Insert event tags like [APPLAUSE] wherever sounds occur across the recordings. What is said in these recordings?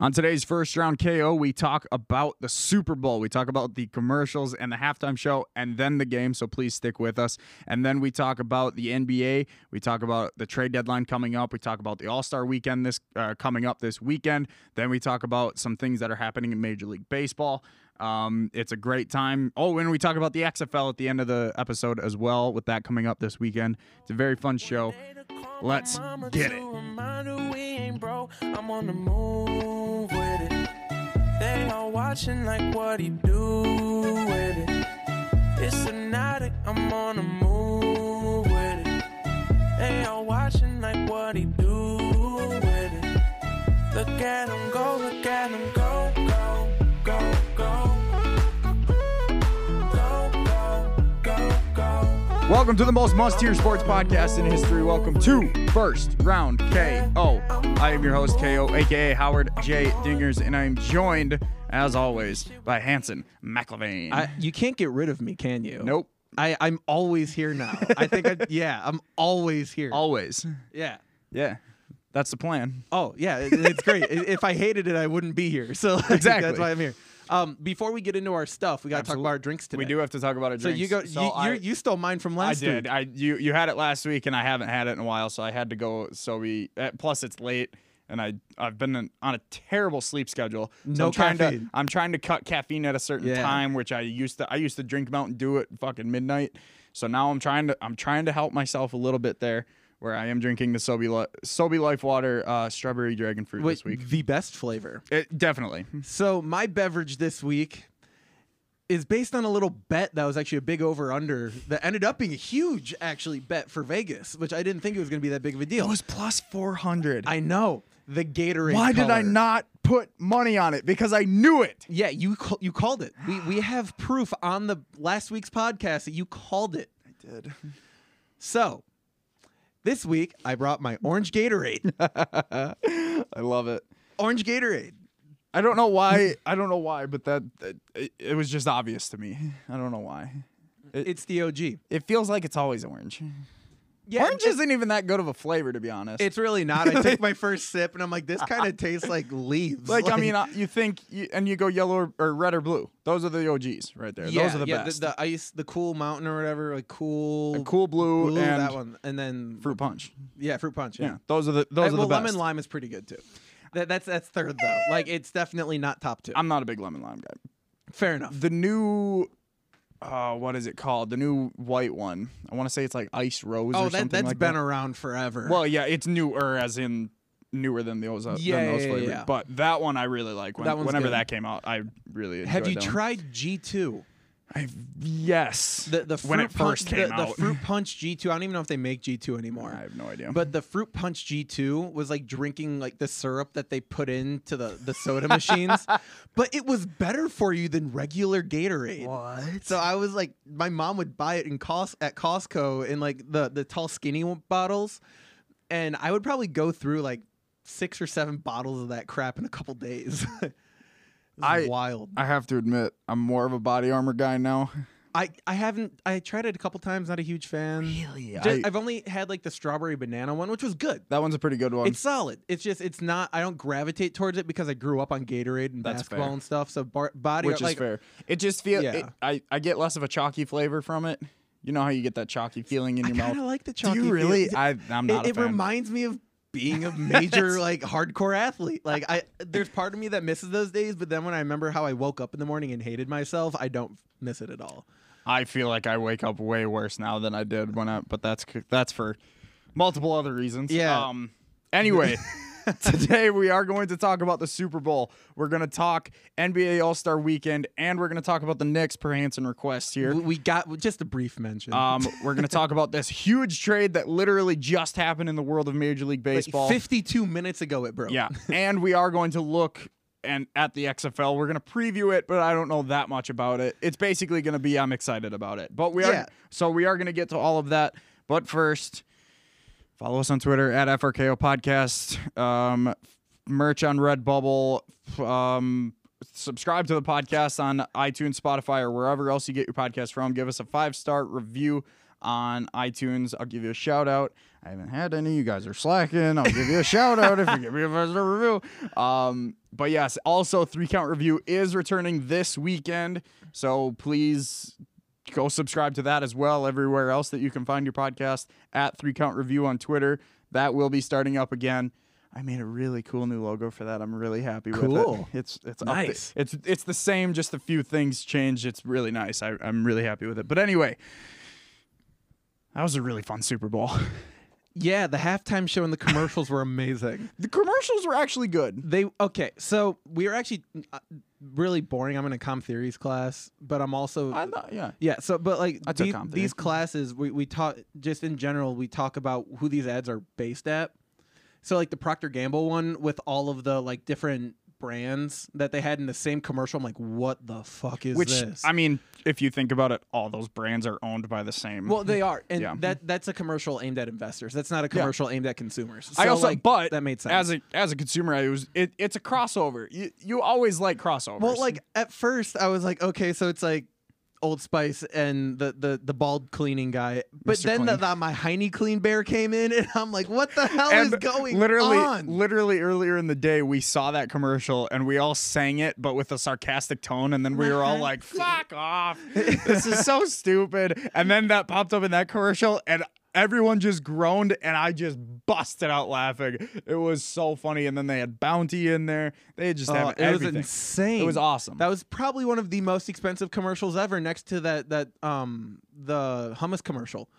On today's first round KO, we talk about the Super Bowl. We talk about the commercials and the halftime show and then the game. So please stick with us. And then we talk about the NBA. We talk about the trade deadline coming up. We talk about the All Star weekend this uh, coming up this weekend. Then we talk about some things that are happening in Major League Baseball. Um, it's a great time. Oh, and we talk about the XFL at the end of the episode as well, with that coming up this weekend. It's a very fun show. Let's get it. I'm on the move with it. They all watching like what he do with it. It's hypnotic, I'm on the move with it. They all watching like what he do with it. Look at him go, look at him go, go, go, go. Go, go, go, go. Welcome to the most must hear sports podcast in history. Welcome to First Round KO. I am your host, KO, aka Howard J. Dingers, and I am joined, as always, by Hanson McLevain. I, you can't get rid of me, can you? nope. I, I'm always here now. I [LAUGHS] think, I, yeah, I'm always here. Always. yeah. Yeah. That's the plan. Oh, yeah, it, it's great. I- if I hated it, I wouldn't be here. So [LAUGHS] like, Exactly. that's why I'm here. Um, before we get into our stuff, we got to talk Absolutely. about our drinks today. We do have to talk about a So drink. you go. you, you you stole mine from I last did. week. I you you had it last week, and I haven't had it in a while, so I had to go. So we uh, plus it's late, and I I've been in- on a terrible sleep schedule. So No I'm trying to caffeine. I'm trying to cut caffeine at a certain Yeah. time, which I used to I used to drink Mountain Dew at fucking midnight. So now I'm trying to I'm trying to help myself a little bit there, where I am drinking the Sobe Li- Sobe Life Water uh, strawberry dragon fruit Wait, this week. the best flavor. It definitely. So my beverage this week is based on a little bet that was actually a big over under that ended up being a huge actually bet for Vegas, which I didn't think it was going to be that big of a It deal. was plus four hundred. I know the Gatorade. Why did I color. not put money on it? Because I knew it. Yeah, you ca- you called it. We we have proof on the last week's podcast that you called it. I did. So this week I brought my orange Gatorade. [LAUGHS] I love it. orange Gatorade. I don't know [LAUGHS] why. I don't know why, but that, that- it, it was just obvious to me. I don't know why. It's the OG. It feels like it's always orange. Yeah, orange it- isn't even that good of a flavor, to be honest. It's really not. I [LAUGHS] took my first sip and I'm like, this kind of tastes like leaves. like, I [LAUGHS] mean, uh, you think you, and you go yellow or, or red or blue. Those are the OGs right there. yeah, Those are the yeah, best. The, ice, the cool mountain or whatever, like cool, A cool blue, blue, and that one, and then fruit punch. yeah, fruit punch. Yeah, Yeah, those are the those Uh, are well, the best. lemon lime is pretty good too. That, that's that's third though. Like it's definitely not top two. I'm not a big lemon lime guy. Fair enough. The new. Uh, what is it called? The new white one. I want to say it's like ice rose. Oh, or something that, that's like been that. around forever. Well, yeah, it's newer as in newer than those uh, Yeah, than those yeah, flavors. yeah. But that one I really like. When, That one's whenever good. that came out, I really enjoyed have you that one. tried G two? I've, yes. The the fruit when it punch, first the- came the, out. fruit punch G two. I don't even know if they make G two [LAUGHS] I anymore. have no idea. But the fruit punch G two was like drinking like the syrup that they put into the the [LAUGHS] soda machines, but it was better for you than regular Gatorade. what? So I was like, my mom would buy it in cost at Costco in like the the tall skinny one- bottles, and I would probably go through like six or seven bottles of that crap in a couple days. [LAUGHS] It was I- wild. I have to admit, I'm more of a body armor guy now. I I haven't. I tried it a couple times. Not a huge fan. Really? I- I've only had like the strawberry banana one, which was good. That one's a pretty good one. It's solid. It's just it's not. I don't gravitate towards it because I grew up on Gatorade and That's basketball fair. and stuff. So bar, body which like, is fair. It just feels. Yeah. I I get less of a chalky flavor from it. You know how you get that chalky feeling in I your kind of mouth. like the chalky. Do you feel- really? I, I'm not a it, it fan. reminds me of being a [LAUGHS] major like hardcore athlete. Like I, there's part of me that misses those days, but then when I remember how I woke up in the morning and hated myself, I don't miss it at all. I feel like I wake up way worse now than I did when I. But that's c- that's for multiple other reasons. Yeah. Um. Anyway, today we are going to talk about the Super Bowl. We're going to talk NBA All Star Weekend, and we're going to talk about the Knicks per Hanson request here. We- We got just a brief mention. Um, we're going to talk about this huge trade that literally just happened in the world of Major League Like, Baseball. 52 minutes ago it broke. [LAUGHS] Yeah, and we are going to look and at the XFL. We're going to preview it, but I don't know that much about it. It's basically going to be I'm excited about it, but we are Yeah. so we are going to get to all of that. But first, follow us on Twitter at FRKO Podcast. Um, merch on Redbubble. f- Um, subscribe to the podcast on iTunes, Spotify, or wherever else you get your podcast from. Give us a five star review on iTunes. I'll give you a shout out. I haven't had any. You guys are slacking. I'll give you a shout out if you give me a five star review. Um, but yes, also three count review is returning this weekend. So please go subscribe to that as well. Everywhere else that you can find your podcast at three count review on Twitter. That will be starting up again. I made a really cool new logo for that. I'm really happy with it. Cool. It's it's Nice. Up the, it's it's the same, just a few things changed. It's really nice. I, I'm really happy with it. But anyway, that was a really fun Super Bowl. [LAUGHS] Yeah, the halftime show and the commercials were amazing. The commercials were actually good. They okay, so we were actually uh, really boring. I'm in a com theories class, but I'm also I thought, yeah. yeah. So, but like I took the- comm theory. these classes, we we talk just in general. We talk about who these ads are based at. So like the Procter Gamble one with all of the like different brands that they had in the same commercial. I'm like, what the fuck is Which this? I mean, if you think about it, all those brands are owned by the same. well, they are, and Yeah. that that's a commercial aimed at investors. That's not a commercial aimed at consumers. I So, also, like, but that made sense. as a as a consumer, I was it, it's a crossover. You you always like crossovers. Well, like at first I was like, okay, so it's like Old Spice and the the, the bald cleaning guy, but Mr. then the, Clean. the- my Heine Clean Bear came in, [LAUGHS] and I'm like, what the hell and is going literally, on? literally earlier in the day, we saw that commercial and we all sang it, but with a sarcastic tone. And then we were all [LAUGHS] like, "Fuck off! This is so stupid!" And then that popped up in that commercial, and everyone just groaned, and I just busted out laughing. It was so funny. And then they had Bounty in there. They just Oh, have it everything. was insane. It was awesome. That was probably one of the most expensive commercials ever, next to that that um the hummus commercial,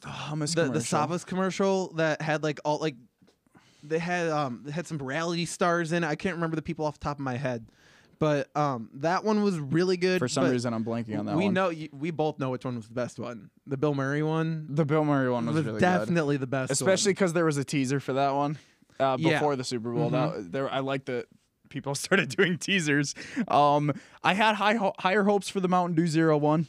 the hummus the the commercial. Sabas commercial that had like all like they had um they had some reality stars in. it. I can't remember the people off the top of my head, but um that one was really good. For some but- reason, I'm blanking on that we one. know you, we both know which one was the best one. The Bill Murray one the Bill Murray one was, was really good. definitely the best, especially because there was a teaser for that one uh, Yeah. before the Super Bowl. That, there, I like that people [LAUGHS] started doing teasers. Um, I had high ho- higher hopes for the Mountain Dew Zero one. One.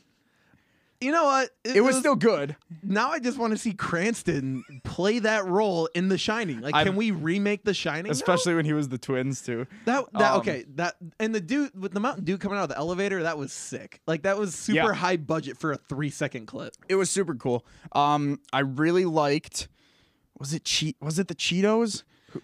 You know what? It was still good. now. I just want to see Cranston play that role in The Shining. Like, I'm- can we remake The Shining? now? Especially when he was the twins too. that. that um, okay, that and the dude with the Mountain Dew coming out of the elevator. That was sick. Like that was super Yeah. high budget for a three second clip. It was super cool. Um, I really liked. Was it cheat? Was it the Cheetos?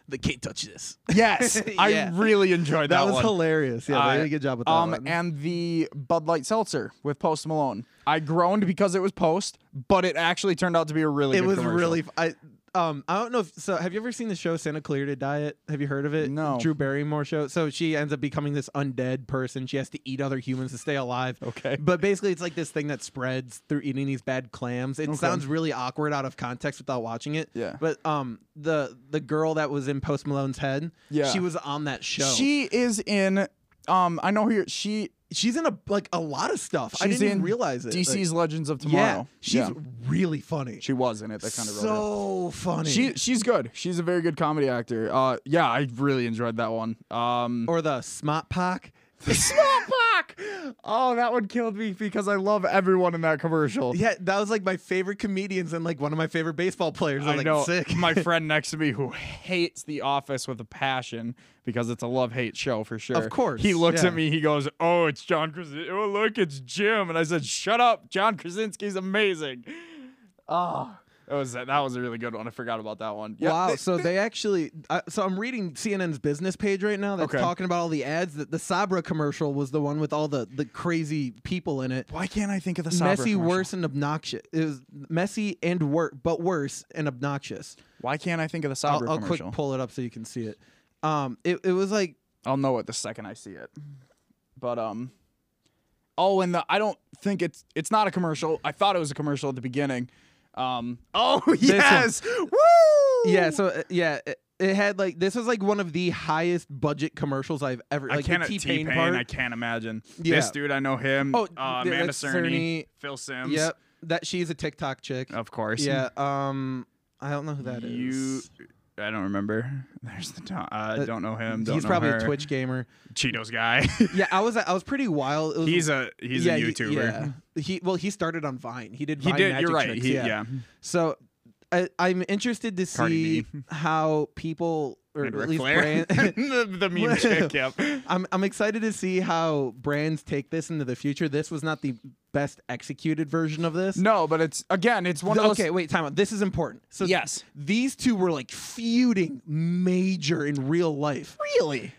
They can't touch this. Yes, I Yeah. really enjoyed that, That, was one. hilarious. Yeah, Uh, they did a good job with that um, one. And the Bud Light Seltzer with Post Malone. I groaned because it was Post, but it actually turned out to be a really. it good was commercial. really f- I um I don't know if so have you ever seen the show Santa Clarita Diet? Have you heard of it? No. Drew Barrymore show. So she ends up becoming this undead person. She has to eat other humans to stay alive. Okay. But basically it's like this thing that spreads through eating these bad clams. It sounds really awkward out of context without watching it. Yeah. But um the the girl that was in Post Malone's head, Yeah. she was on that show. She is in. Um, I know here she. she's in a like a lot of stuff. I she's didn't even in realize it. Like, DC's Legends of yeah, Tomorrow. she's really funny. she was in it. That kind of wrote so funny. it. She she's good. She's a very good comedy actor. Uh, yeah, I really enjoyed that one. [LAUGHS] Um, or the smart pack. Smallpox. Oh, that one killed me because I love everyone in that commercial. Yeah, that was like my favorite comedians and like one of my favorite baseball players. I was I like, know [LAUGHS] sick. [LAUGHS] my friend next to me who hates The Office with a passion because it's a love hate show for sure. course, he looks yeah. at me. He goes, "Oh, it's John Krasinski. Oh, look, it's Jim." And I said, "Shut up, John Krasinski's amazing." Oh, that was that was a really good one. I forgot about that one. Yeah, wow. th- so they actually. Uh, so I'm reading CNN's business page right now. That's Okay. talking about all the ads. That the Sabra commercial was the one with all the the crazy people in it. why can't I think of the Sabra Messy, commercial? worse, and obnoxious. It was messy and worse, but worse and obnoxious. Why can't I think of the I'll, Sabra I'll quick commercial? pull it up so you can see it. Um, it, it was like I'll know it the second I see it. But um Oh, and the I don't think it's it's not a commercial. I thought it was a commercial at the beginning. Um Oh [LAUGHS] yes. Woo! yeah. So uh, yeah. It, it had like this was like one of the highest budget commercials I've ever I like can't uh, the T-Pain, T-Pain part. I can't imagine. Yeah. This dude, I know him. Oh, uh, yeah, Amanda that's Cerny, Cerny. Phil Sims. Yep. That she's a TikTok chick. Of course. Yeah. Um, I don't know who that is. You I don't remember. [LAUGHS] There's the Tom. I Uh, don't know him. Don't He's know probably her. a Twitch gamer. Cheetos [LAUGHS] guy. Yeah, I was I was pretty wild. It was- he's a he's yeah, a he- YouTuber. yeah. He well, he started on Vine. He did. He Vine did. Magic You're right. Tricks, he, yeah. So I, I'm interested to Cardi see how people or And at Ric least Flair. brand, [LAUGHS] the, the [LAUGHS] meme chick, yep. I'm I'm excited to see how brands take this into the future. This was not the best executed version of this. No, but it's again, it's one Th- of those. okay, wait, time out. This is important. So Yes. these two were like feuding major in real life. Really?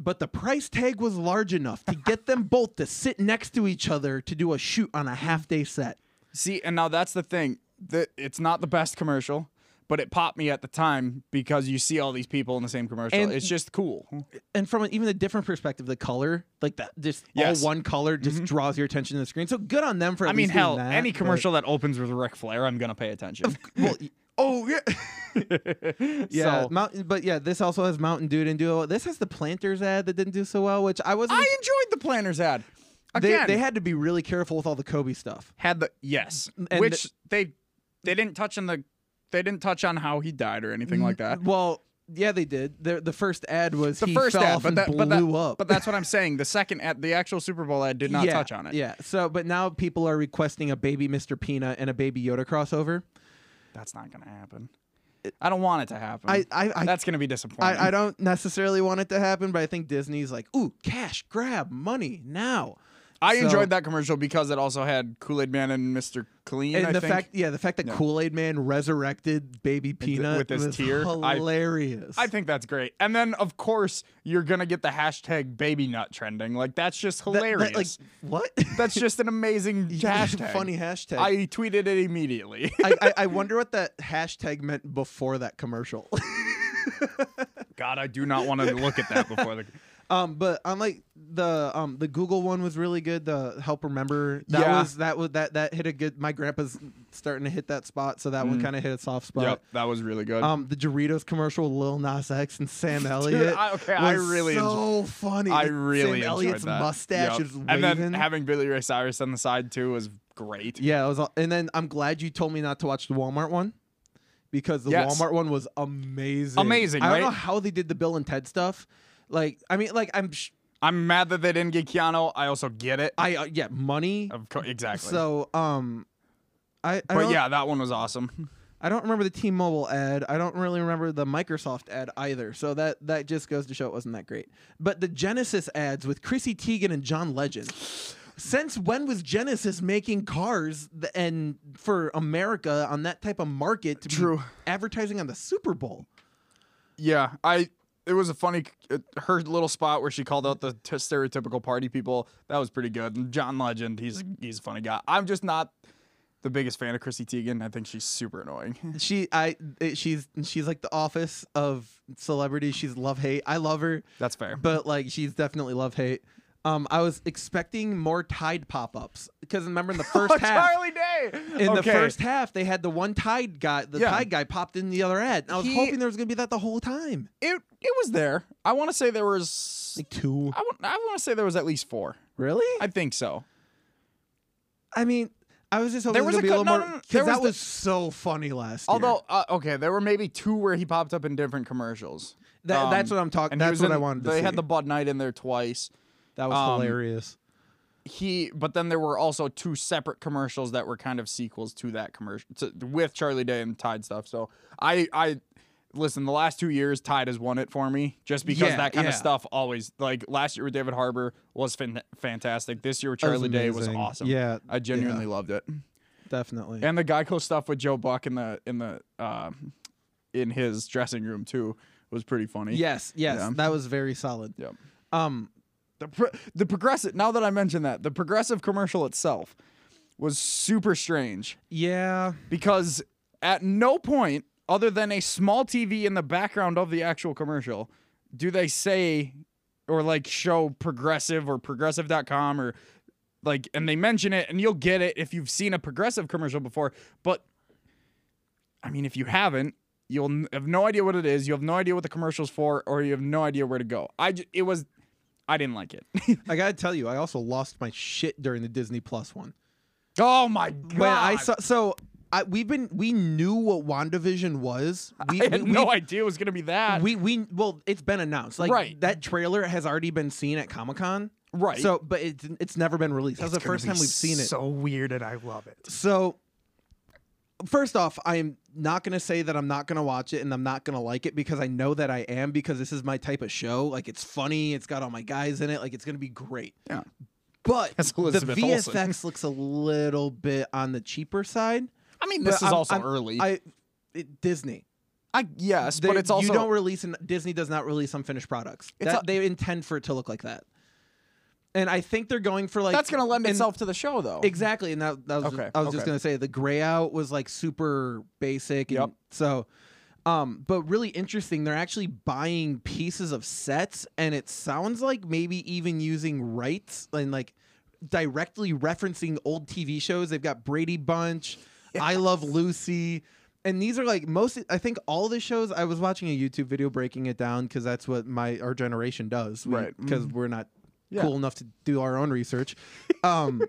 But the price tag was large enough to get them both to sit next to each other to do a shoot on a half day set. See, and now that's the thing. That it's not the best commercial, but it popped me at the time because you see all these people in the same commercial. And- it's just cool. And from an, even a different perspective, the color, like that, just Yes. all one color, just draws your attention to the screen. So good on them for. At I mean, least doing hell, that, any but- commercial that opens with Ric Flair, I'm gonna pay attention. [LAUGHS] Well, y- oh yeah. Yeah, So- Mountain, but yeah, this also has Mountain Dew didn't do well. This has the Planters ad that didn't do so well, which I wasn't. I enjoyed the planners ad. they, Again, they had to be really careful with all the Kobe stuff. had the yes, Mm, And which they they didn't touch on the they didn't touch on how he died or anything like [LAUGHS] that. Well, yeah, they did. The, the first ad was The Mm, he first fell ad, off but and that, blew but, that- up. but that's what I'm saying. The second ad, the actual Super Bowl ad, [LAUGHS] did not yeah, touch on it. Yeah. So, but now people are requesting a baby Mr. Peanut and a baby Yoda crossover. That's not gonna happen. I don't want it to happen. I- I- I- that's gonna be disappointing. I, I don't necessarily want it to happen, but I think Disney's like, ooh, cash, grab money now. I So- enjoyed that commercial because it also had Kool Aid Man and Mr. Clean. And I the think. fact, yeah, the fact that Kool Aid Man resurrected Baby Peanut with his was tear. I- hilarious. I think that's great. And then of course you're gonna get the hashtag baby nut trending. Like that's just That- that, hilarious. like what? [LAUGHS] that's just an amazing hashtag. Funny hashtag. I tweeted it immediately. [LAUGHS] I, I, I wonder what that hashtag meant before that commercial. [LAUGHS] God, I do not want to look at that [LAUGHS] before the um, but unlike the um the Google one was really good. The help remember that Yeah. was that was that that hit a good. My grandpa's starting to hit that spot, so that one kind of hit a soft spot. Mm. Yep, that was really good. Um, the Doritos commercial, with Lil Nas X [LAUGHS] and Sam Elliott. I- okay, I was really so funny. I Sam really enjoyed Elliott's that. mustache Yep. is and waving. then having Billy Ray Cyrus on the side too was great. Yeah, it was. All, and then I'm glad you told me not to watch the Walmart one because the Yes. Walmart one was amazing. Amazing, I don't right? know how they did the Bill and Ted stuff. Like, I mean, like I'm. Sh- I'm mad that they didn't get Keanu. I also get it. I uh, yeah, money. of course, exactly. So um, I I but don't, yeah, that one was awesome. [LAUGHS] I don't remember the T-Mobile ad. I don't really remember the Microsoft ad either. So that that just goes to show it wasn't that great. But the Genesis ads with Chrissy Teigen and John Legend. Since when was Genesis making cars th- and for America on that type of market to be True. advertising on the Super Bowl? Yeah, I. It was a funny, it- her little spot where she called out the t- stereotypical party people. That was pretty good. And John Legend, he's he's a funny guy. I'm just not the biggest fan of Chrissy Teigen. I think she's super annoying. [LAUGHS] She I it, she's she's like the office of celebrity. She's love hate. I love her, That's fair. but like she's definitely love hate. Um, I was expecting more Tide pop-ups because remember [LAUGHS] in the first half Oh, Charlie Day in the Okay. first half they had the one tide guy the Yeah. tide guy popped in the other ad and i was He- hoping there was gonna be that the whole time It it was there. I want to say there was. two I want I want to say there was at least four. really I think so. i, mean i was just hoping There there was was gonna be a cou- no, a little more no, no, because there was that the- was so funny last year. Although uh, okay, there were maybe two where he popped up in different commercials. Tha- Um, that's what i'm talking and he that's was what in- i wanted to They see had the Bud Knight in there twice. that was um, hilarious he but then there were also two separate commercials that were kind of sequels to that commercial to, with charlie day and tide stuff so i i listen the last two years tide has won it for me just because Yeah, that kind yeah. of stuff always like last year with david harbor was fin- fantastic this year with That was charlie day was amazing. awesome Yeah, i genuinely loved it definitely and the geico stuff with joe buck in the in the um in his dressing room too was pretty funny yes yes Yeah. that was very solid Yep. um The pro- the progressive. Now that I mentioned that, the progressive commercial itself was super strange yeah because at no point, other than a small TV in the background of the actual commercial, do they say or like show progressive or progressive.com or like, and they mention it, and you'll get it if you've seen a progressive commercial before. But I mean, if you haven't. You'll n- have no idea what it is. You have no idea what the commercial's for, or you have no idea where to go. I j- it was, I didn't like it. [LAUGHS] i gotta tell you i also lost my shit during the disney plus one Oh my god! When I saw, so I, we've been, we knew what WandaVision was. We, I had we, no we, idea it was gonna be that. we, we, well, it's been announced. Like Right. that trailer has already been seen at Comic Con. Right. So, but it's it's never been released. That's the first time we've seen it. So weird, and I love it. So, first off, I am not gonna say that I'm not gonna watch it and I'm not gonna like it because I know that I am because this is my type of show. Like it's funny, it's got all my guys in it, like it's gonna be great. Yeah. But That's the Elizabeth Olsen. VFX looks a little bit on the cheaper side. I mean, But this is I'm- also I'm- early. I it, Disney. I yes, They- but it's also you don't release and Disney does not release unfinished products. It's That, a- they intend for it to look like that. And I think they're going for like that's going to lend and- itself to the show though. Exactly, and that, that was Okay, I was just okay. gonna say the gray out was like super basic. And Yep. So, um, but really interesting. They're actually buying pieces of sets, and it sounds like maybe even using rights and like directly referencing old TV shows. They've got Brady Bunch, I Love Lucy. And these are like most. I think all the shows. I was watching a YouTube video breaking it down because that's what my our generation does, Right. mm-hmm. Because we're not Yeah. cool enough to do our own research. Um,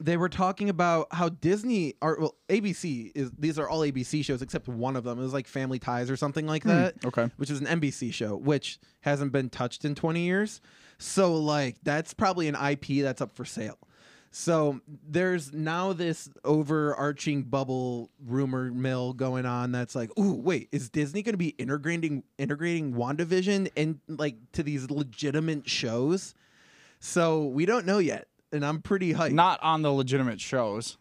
they were talking about how Disney are well ABC is these are all ABC shows except one of them. It was like Family Ties or something like that. okay. Which is an NBC show, which hasn't been touched in 20 years. So like that's probably an IP that's up for sale. So there's now this overarching bubble rumor mill going on that's like, ooh, wait, is Disney going to be integrating integrating WandaVision and like to these legitimate shows? So we don't know yet, and I'm pretty hyped. Not on the legitimate shows.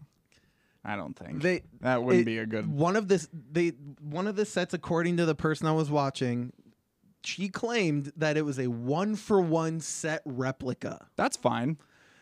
I don't think They- that wouldn't it- be a good. one of this they one of the sets according to the person i was watching she claimed that it was a one for one set replica That's fine.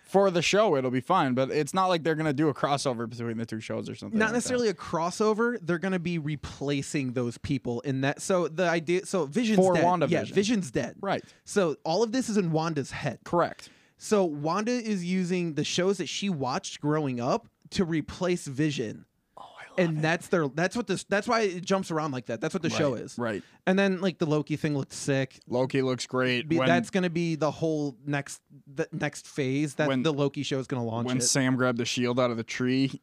For the show, it'll be fine, but it's not like they're going to do a crossover between the two shows or something. not like that. necessarily a crossover they're going to be replacing those people in that so the idea so vision's For dead yeah WandaVision. vision's dead Right. so all of this is in wanda's head Correct. so wanda is using the shows that she watched growing up to replace vision Oh, I love and that's their that's what this that's why it jumps around like that that's what the show is Right. and then like the loki thing looked sick Loki looks great. be, when that's going to be the whole next the next phase that When- the Loki show is going to launch. when it. Sam grabbed the shield out of the tree,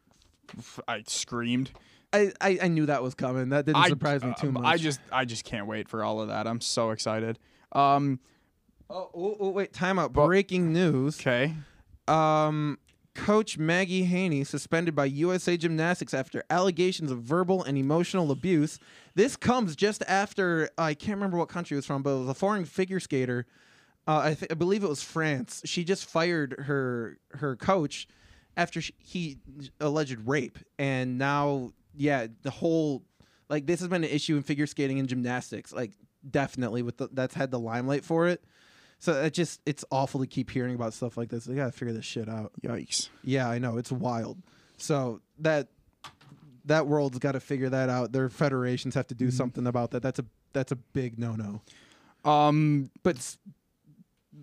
I screamed. I, I I knew that was coming. That didn't I surprise me too um, much. I just I just can't wait for all of that. I'm so excited. Um oh, oh, oh, wait, time out. Breaking news. okay. Um, Coach Maggie Haney suspended by USA Gymnastics after allegations of verbal and emotional abuse. This comes just after I can't remember what country it was from, but it was a foreign figure skater. Uh, I, th- I believe it was France. She just fired her her coach after she, he alleged rape, and now yeah, the whole like this has been an issue in figure skating and gymnastics, like definitely with the, that's had the limelight for it. So it just it's awful to keep hearing about stuff like this. They gotta figure this shit out. Yikes. Yeah, I know it's wild. So that that world's got to figure that out. Their federations have to Mm-hmm. do something about that. That's a that's a big no no. Um But s-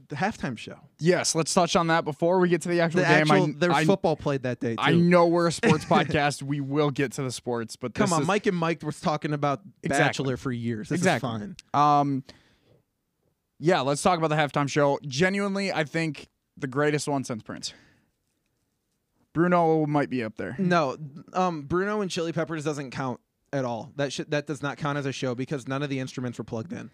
the halftime show, yes, let's touch on that before we get to the actual the game. I- actual their I, football played that day. Too. I know we're a [LAUGHS] sports podcast. We will get to the sports, but Come this on, is- Mike and Mike was talking about Exactly. Bachelor for years. This Exactly. is fine. Um, yeah, let's talk about the halftime show. Genuinely, I think the greatest one since Prince. Bruno might be up there. No, um, Bruno and Chili Peppers doesn't count at all. That should that does not count as a show because none of the instruments were plugged in.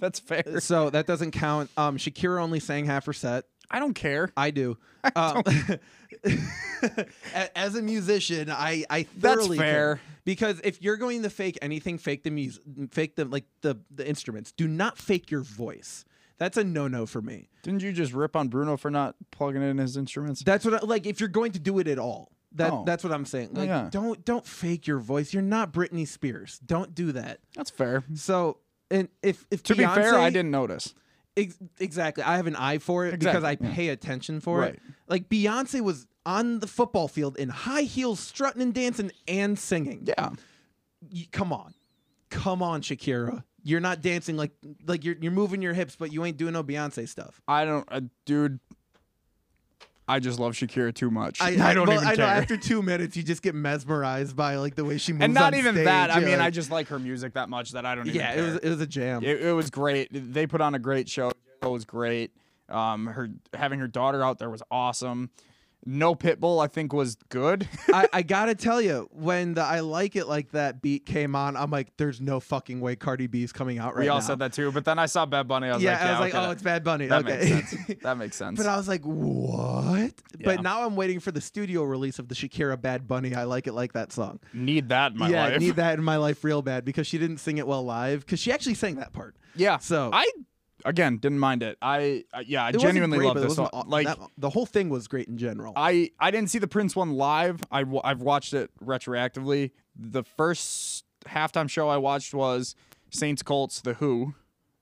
That's fair. so that doesn't count. Um, Shakira only sang half her set. I don't care. I do. Um, [LAUGHS] a- as a musician, I I That's thoroughly care. fair. because if you're going to fake anything, fake the music, fake them like the the instruments. Do not fake your voice. That's a no no for me. Didn't you just rip on Bruno for not plugging in his instruments? That's what I, like if you're going to do it at all. That Oh. that's what I'm saying. Like yeah. don't don't fake your voice. You're not Britney Spears. Don't do that. That's fair. So and if if To be fair, I Beyonce- didn't notice. Ex- exactly. I have an eye for it because I Exactly, yeah. pay attention for Right. it. Like Beyonce was on the football field in high heels, strutting and dancing and singing. Yeah. Y- come on, come on, Shakira. You're not dancing like like you're you're moving your hips, but you ain't doing no Beyonce stuff. I don't, uh, dude. I just love Shakira too much. [LAUGHS] [LAUGHS] I, don't well, even I care. know after two minutes you just get mesmerized by like the way she moves. and not on even stage. that. I You're mean, I like- just like her music that much that I don't. Even yeah, it care. was it was a jam. It, it was great. They put on a great show. It was great. Um, her having her daughter out there was awesome. No Pitbull, I think, was good. [LAUGHS] I, I gotta tell you, when the I like it like that beat came on, I'm like, there's no fucking way Cardi B's coming out right we now. all said that too, but then I saw Bad Bunny. I was yeah, like, I was like, okay, oh, it's Bad Bunny. that okay. makes [LAUGHS] sense. That makes sense. But uh, I was like, what? Yeah. But now I'm waiting for the studio release of the Shakira Bad Bunny. I like it like that song. need that in my yeah, I life. need that in my life real bad because she didn't sing it well live because she actually sang that part. [LAUGHS] Yeah. So I again didn't mind it. I uh, yeah, I it wasn't genuinely great, love but it this song. wasn't aw- Like that- the whole thing was great in general. I I didn't see the Prince one live. I w- I've watched it retroactively. The first halftime show I watched was Saints Colts The Who,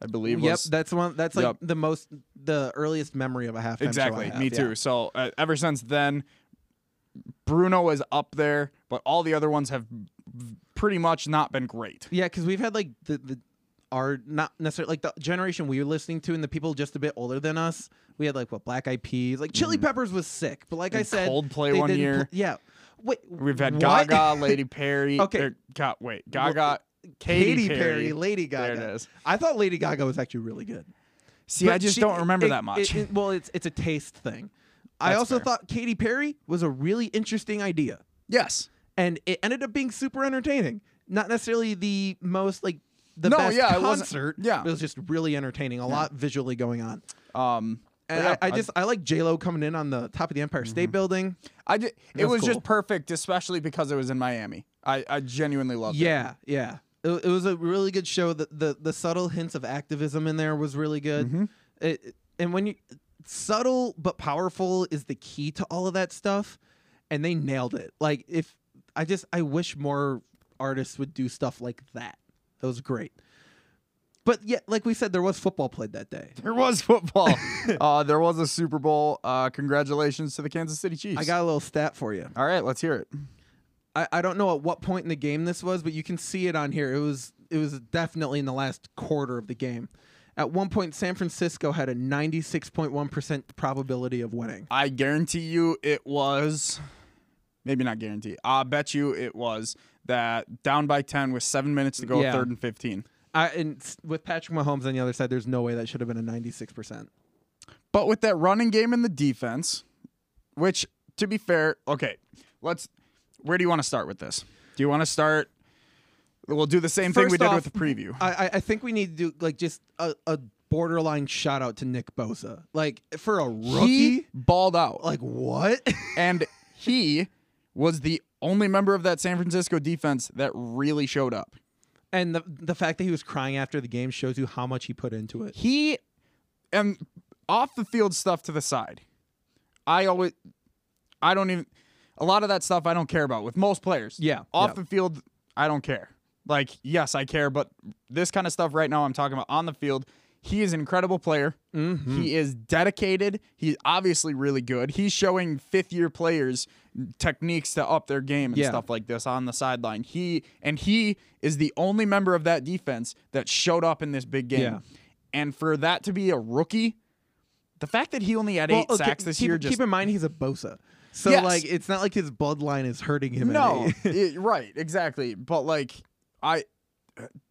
I believe. yep, was- that's one. That's like Yep. the most, the earliest memory of a halftime show I exactly. have, Me yeah. too. So uh, ever since then, Bruno is up there, but all the other ones have v- pretty much not been great. Yeah, because we've had like the the our not necessarily like the generation we were listening to and the people just a bit older than us. We had like what Black Eyed Peas, like Chili Peppers was sick, but like Mm. I And said, Coldplay they one didn't year. pl- yeah, wait, We've had what? [LAUGHS] Gaga, Lady Perry. Okay. er, God, wait, Well, Gaga, Katy, Perry. Lady There Gaga. it is. I thought Lady Gaga was actually really good. See, I But just she- don't remember it- that much. it- it- well, it's it's a taste thing. I That's also fair. thought Katy Perry was a really interesting idea, yes. and it ended up being super entertaining. Not necessarily the most like the No, best yeah, it wasn't- concert. yeah. it was just really entertaining. A lot visually going on. Um, And yeah, Mm-hmm. I, I just I like J Lo coming in on the top of the Empire State Building. I did, it That's was cool. just perfect, especially because it was in Miami. I, I genuinely loved it. Yeah, yeah. It, it was a really good show. The, the the subtle hints of activism in there was really good. It, it- and when you subtle but powerful is the key to all of that stuff, and they nailed it. Like if I just I wish more artists would do stuff like that. That was great. But yeah, like we said, there was football played that day. There was [LAUGHS] football. uh, there was a Super Bowl. Uh, congratulations to the Kansas City Chiefs. I got a little stat for you. All right, let's hear it. I, I don't know at what point in the game this was, but you can see it on here. It was it was definitely in the last quarter of the game. At one point, San Francisco had a 96.1% probability of winning. I guarantee you it was maybe not guarantee. I bet you it was that down by 10 with 7 minutes to go, Yeah. third and 15. I, and s- with Patrick Mahomes on the other side, there's no way that should have been a 96%. But with that running game and the defense, which to be fair, okay, let's where do you want to start with this? Do you want to start we'll do the same thing we First did off- with the preview. I, I- I think we need to do like just a, a borderline shout out to Nick Bosa. Like for a rookie, He balled out. like what? [LAUGHS] and he was the only member of that San Francisco defense that really showed up. and the the fact that he was crying after the game shows you how much he put into it. He and off the field stuff to the side. I always I don't even a lot of that stuff I don't care about with most players. Yeah, Off yeah. the field I don't care. Like yes, I care, but this kind of stuff right now I'm talking about on the field, he is an incredible player. Mm-hmm. He is dedicated. He's obviously really good. He's showing fifth year players techniques to up their game and Yeah. stuff like this on the sideline. He and he is the only member of that defense that showed up in this big game. Yeah. And for that to be a rookie, the fact that he only had eight Well, okay, sacks this keep, year keep just in mind he's a Bosa, so Yes. like it's not like his bloodline is hurting him. [LAUGHS] in no, any- it- right, exactly. But like I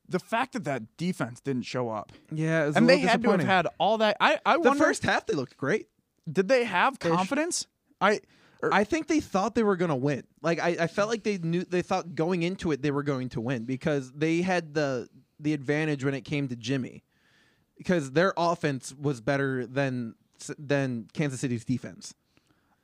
the fact that that defense didn't show up. yeah, it was a And they had little to have disappointing. had all that. I, I the wonder, first half. They looked great. did they have confidence? I or- I think they thought they were gonna win. Like I, I felt like they knew they thought going into it they were going to win because they had the the advantage when it came to Jimmy, because their offense was better than than Kansas City's defense.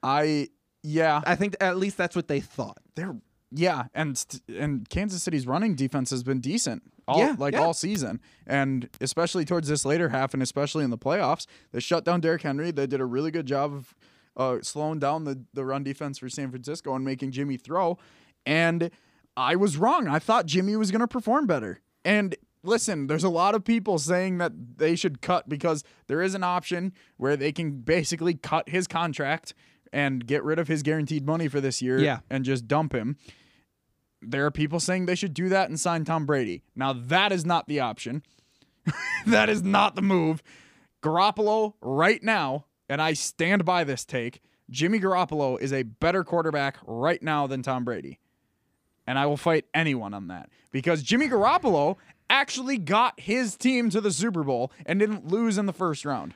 I yeah, I think at least that's what they thought. they're yeah, and st- and Kansas City's running defense has been decent all Yeah, like yeah. all season, and especially towards this later half, and especially in the playoffs, they shut down Derrick Henry. They did a really good job of uh, slowing down the the run defense for San Francisco and making Jimmy throw. And I was wrong. I thought Jimmy was going to perform better. And listen, there's a lot of people saying that they should cut because there is an option where they can basically cut his contract and get rid of his guaranteed money for this year Yeah. and just dump him. There are people saying they should do that and sign Tom Brady. Now that is not the option. [LAUGHS] that is not the move. Garoppolo right now, and I stand by this take. Jimmy Garoppolo is a better quarterback right now than Tom Brady. And I will fight anyone on that because Jimmy Garoppolo actually got his team to the Super Bowl and didn't lose in the first round.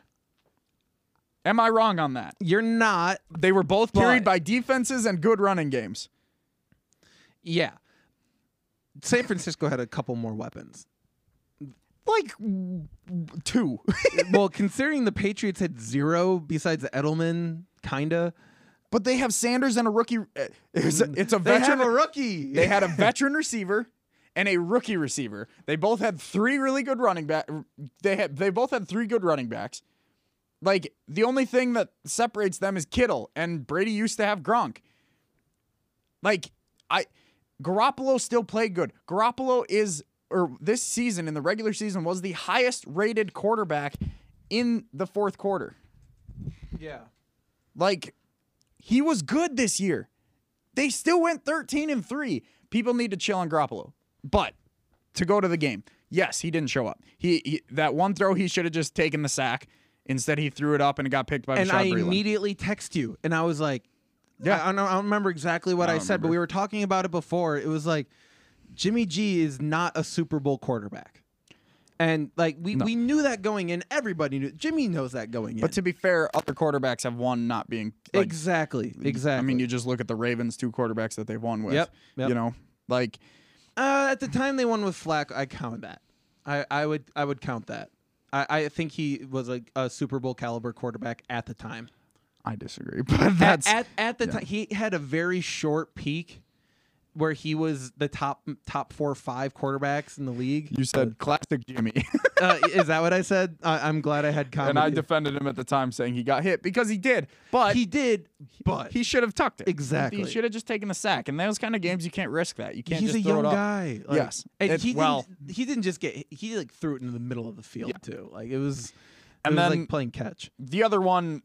Am I wrong on that? You're not. They were both carried But- by defenses and good running games. Yeah. San Francisco had a couple more weapons. Like w- w- two. [LAUGHS] well, considering the Patriots had zero besides Edelman, kinda. but they have Sanders and a rookie. uh, It's a, it's a They veteran. have a rookie. They had a veteran receiver and a rookie receiver. They both had three really good running back. They had they both had three good running backs. Like the only thing that separates them is Kittle and Brady used to have Gronk. Like I Garoppolo still played good. Garoppolo is or this season in the regular season was the highest rated quarterback in the fourth quarter. yeah. Like he was good this year. They still went 13 and 3. People need to chill on Garoppolo. But to go to the game. Yes, he didn't show up. He, he that one throw he should have just taken the sack. Instead he threw it up and it got picked by and Rashad I Breeland. immediately text you, and I was like, Yeah. "Yeah, I, don't, I don't remember exactly what I I, don't said, but we were talking about it before. It was like Jimmy G is not a Super Bowl quarterback, and like we we knew that going in. Everybody knew. Jimmy knows that going in. but to be fair, other quarterbacks have won not being like, exactly, exactly. I mean, you just look at the Ravens two quarterbacks that they've won with. Yep, yep. You know, like uh, at the time they won with Flack, I count that. I, I would I would count that. I, I think he was like a Super Bowl caliber quarterback at the time. I disagree, [LAUGHS] but at, that's at, at the time he had a very short peak where he was the top top four or five quarterbacks in the league. you said classic Jimmy. [LAUGHS] uh, is that what I said? I, I'm glad I had comedy. and I defended him at the time saying he got hit because he did. But he did, but he should have tucked it. Exactly. He should have just taken the sack. And those kind of games, you can't risk that. You can't he's just a throw young it up. guy. Like, Yes. and It- he well- didn't, he didn't just get he like threw it into the middle of the field too. Like it was, And it was then- like playing catch. The other one,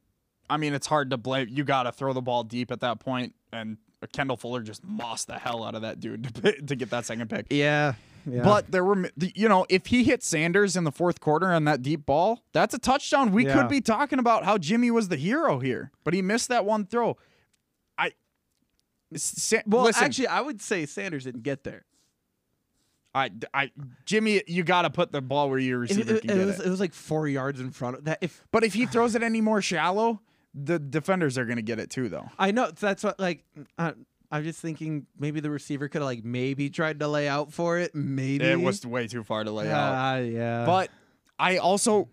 I mean, it's hard to blame. You got to throw the ball deep at that point, and Kendall Fuller just mossed the hell out of that dude [LAUGHS] to, pi- to get that second pick. Yeah, But there were, you know, if he hit Sanders in the fourth quarter on that deep ball, that's a touchdown. We Yeah. could be talking about how Jimmy was the hero here, but he missed that one throw. I, Sa- well, listen, actually, I would say Sanders didn't get there. I, I, Jimmy, you got to put the ball where your It, receiver it- can it get was it was like four yards in front of that. If But if he throws it any more shallow, the defenders are going to get it too, though. I know that's what like I, I'm just thinking maybe the receiver could have like maybe tried to lay out for it. Maybe It was way too far to lay out. Ah, yeah. But I also,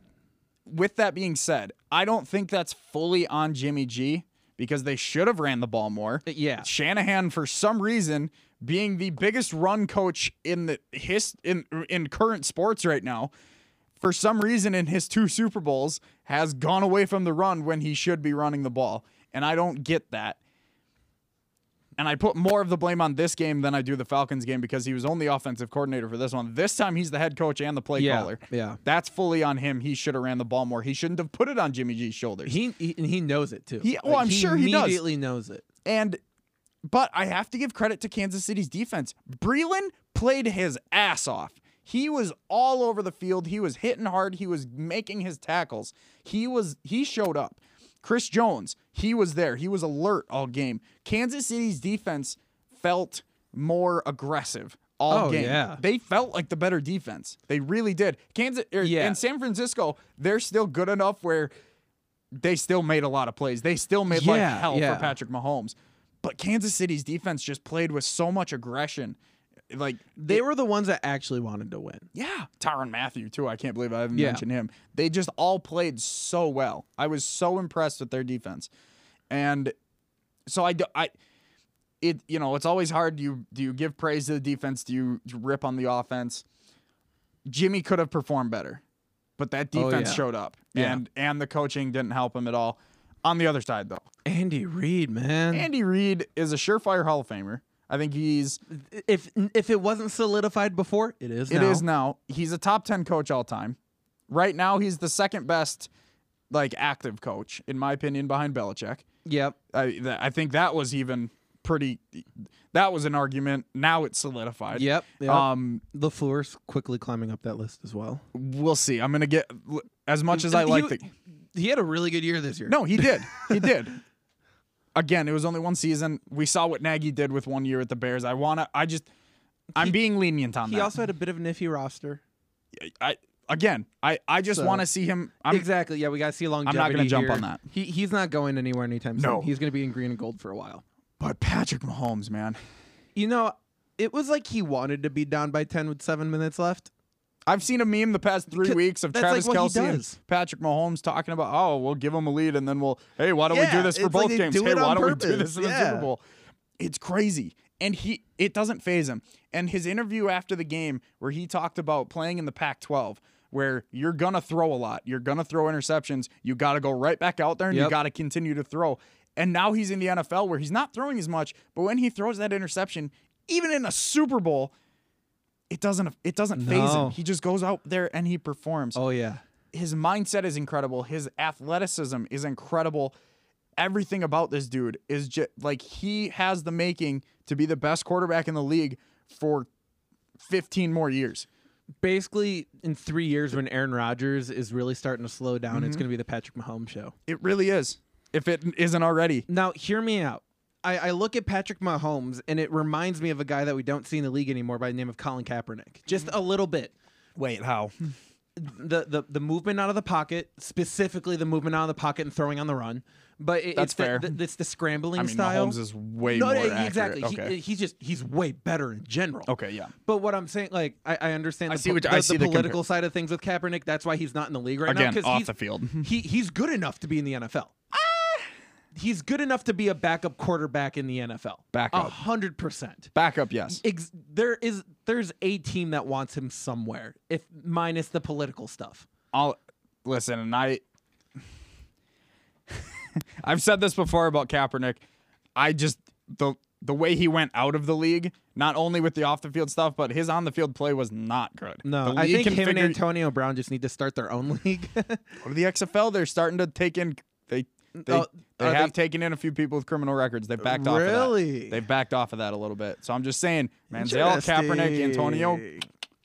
with that being said, I don't think that's fully on Jimmy G because they should have ran the ball more. Uh, yeah, Shanahan, for some reason, being the biggest run coach in the his in in current sports right now, for some reason in his two Super Bowls has gone away from the run when he should be running the ball, and I don't get that. And I put more of the blame on this game than I do the Falcons game because he was only offensive coordinator for this one. This time he's the head coach and the play yeah, caller. yeah. That's fully on him. He should have ran the ball more. He shouldn't have put it on Jimmy G's shoulders. He, he and he knows it too. He- well, I'm sure he does. immediately knows it. And but I have to give credit to Kansas City's defense. Breland played his ass off. He was all over the field. He was hitting hard. He was making his tackles. He was he showed up. Chris Jones, he was there. He was alert all game. Kansas City's defense felt more aggressive all Oh, game. yeah. They felt like the better defense. They really did. Kansas er, Yeah. and San Francisco, they're still good enough where they still made a lot of plays. They still made like Yeah, hell yeah. for Patrick Mahomes. But Kansas City's defense just played with so much aggression. Like They were the ones that actually wanted to win. yeah, Tyron Matthew too. I can't believe I haven't Yeah. mentioned him. They just all played so well. I was so impressed with their defense, and so I do, I it you know it's always hard. Do you do you give praise to the defense? Do you rip on the offense? Jimmy could have performed better, but that Oh, defense yeah. showed up, Yeah. and and the coaching didn't help him at all. On the other side though, Andy Reid, man. Andy Reid is a surefire Hall of Famer. I think he's if if it wasn't solidified before, it is. It is now. now. He's a top 10 coach all time. Right now, he's the second best, like, active coach, in my opinion, behind Belichick. Yep. I, th- I think that was even pretty, that was an argument. Now it's solidified. Yep. yep. Um, Lafleur's quickly climbing up that list as well. we'll see. I'm going to get, as much as I like the, he had a really good year this year. no, he did. He did. [LAUGHS] Again, it was only one season. We saw what Nagy did with one year at the Bears. I want to, I just, I'm being lenient on he that. also had a bit of an iffy roster. I, Again, I I just So- want to see him. I'm, exactly. Yeah, we gotta see longevity. not gonna jump here. on that. He he's not going anywhere anytime soon. No. He's gonna be in green and gold for a while. But Patrick Mahomes, man, You know, it was like he wanted to be down by ten with seven minutes left. I've seen a meme the past three Ca- weeks of that's Travis like what he Kelsey and does. Patrick Mahomes talking about, oh, we'll give him a lead and then we'll, hey, why don't we do Yeah, this for it's both like they games? do Hey, it why on don't we do purpose. this in the Yeah. Super Bowl? It's crazy. And he, it doesn't phase him. And his interview after the game, where he talked about playing in the Pac 12, where you're going to throw a lot, you're going to throw interceptions, you got to go right back out there and you Yep. got to continue to throw. And now he's in the NFL where he's not throwing as much, but when he throws that interception, even in a Super Bowl, it doesn't it doesn't phase No. him. He just goes out there and he performs. Oh yeah. His mindset is incredible. His athleticism is incredible. Everything about this dude is just like he has the making to be the best quarterback in the league for 15 more years. Basically, in three years, when Aaron Rodgers is really starting to slow down, Mm-hmm. it's gonna be the Patrick Mahomes show. It really is. If it isn't already. Now, hear me out. I, I look at Patrick Mahomes, and it reminds me of a guy that we don't see in the league anymore by the name of Colin Kaepernick. Just Mm-hmm. a little bit. Wait, how? The, the the movement out of the pocket, specifically the movement out of the pocket and throwing on the run, but it, That's it's the- fair. The, it's the scrambling I mean, style. Mahomes is way no, more no, accurate. exactly. He- Okay. he's just he's way better in general. okay, yeah. But what I'm saying, like, I, I understand. I the, see po- what- the, I see the the compar- political side of things with Kaepernick. That's why he's not in the league right Again, now. 'cause off he's- the field. [LAUGHS] Ah! he he's good enough to be in the NFL. He's good enough to be a backup quarterback in the NFL. Backup. a hundred percent. Backup, yes. Ex- there is there's a team that wants him somewhere, if minus the political stuff. I'll listen, and I [LAUGHS] I've said this before about Kaepernick. I just the the way he went out of the league, not only with the off the field stuff, but his on the field play was not good. the No, league I think can him and figure- Antonio Brown just need to start their own [LAUGHS] [LAUGHS] league. go to the XFL. They're starting to take in they they, Oh, they are have they- taken in a few people with criminal records. They backed off. Of Really? that. They backed off of that a little bit. So I'm just saying, Manziel, Kaepernick, Antonio.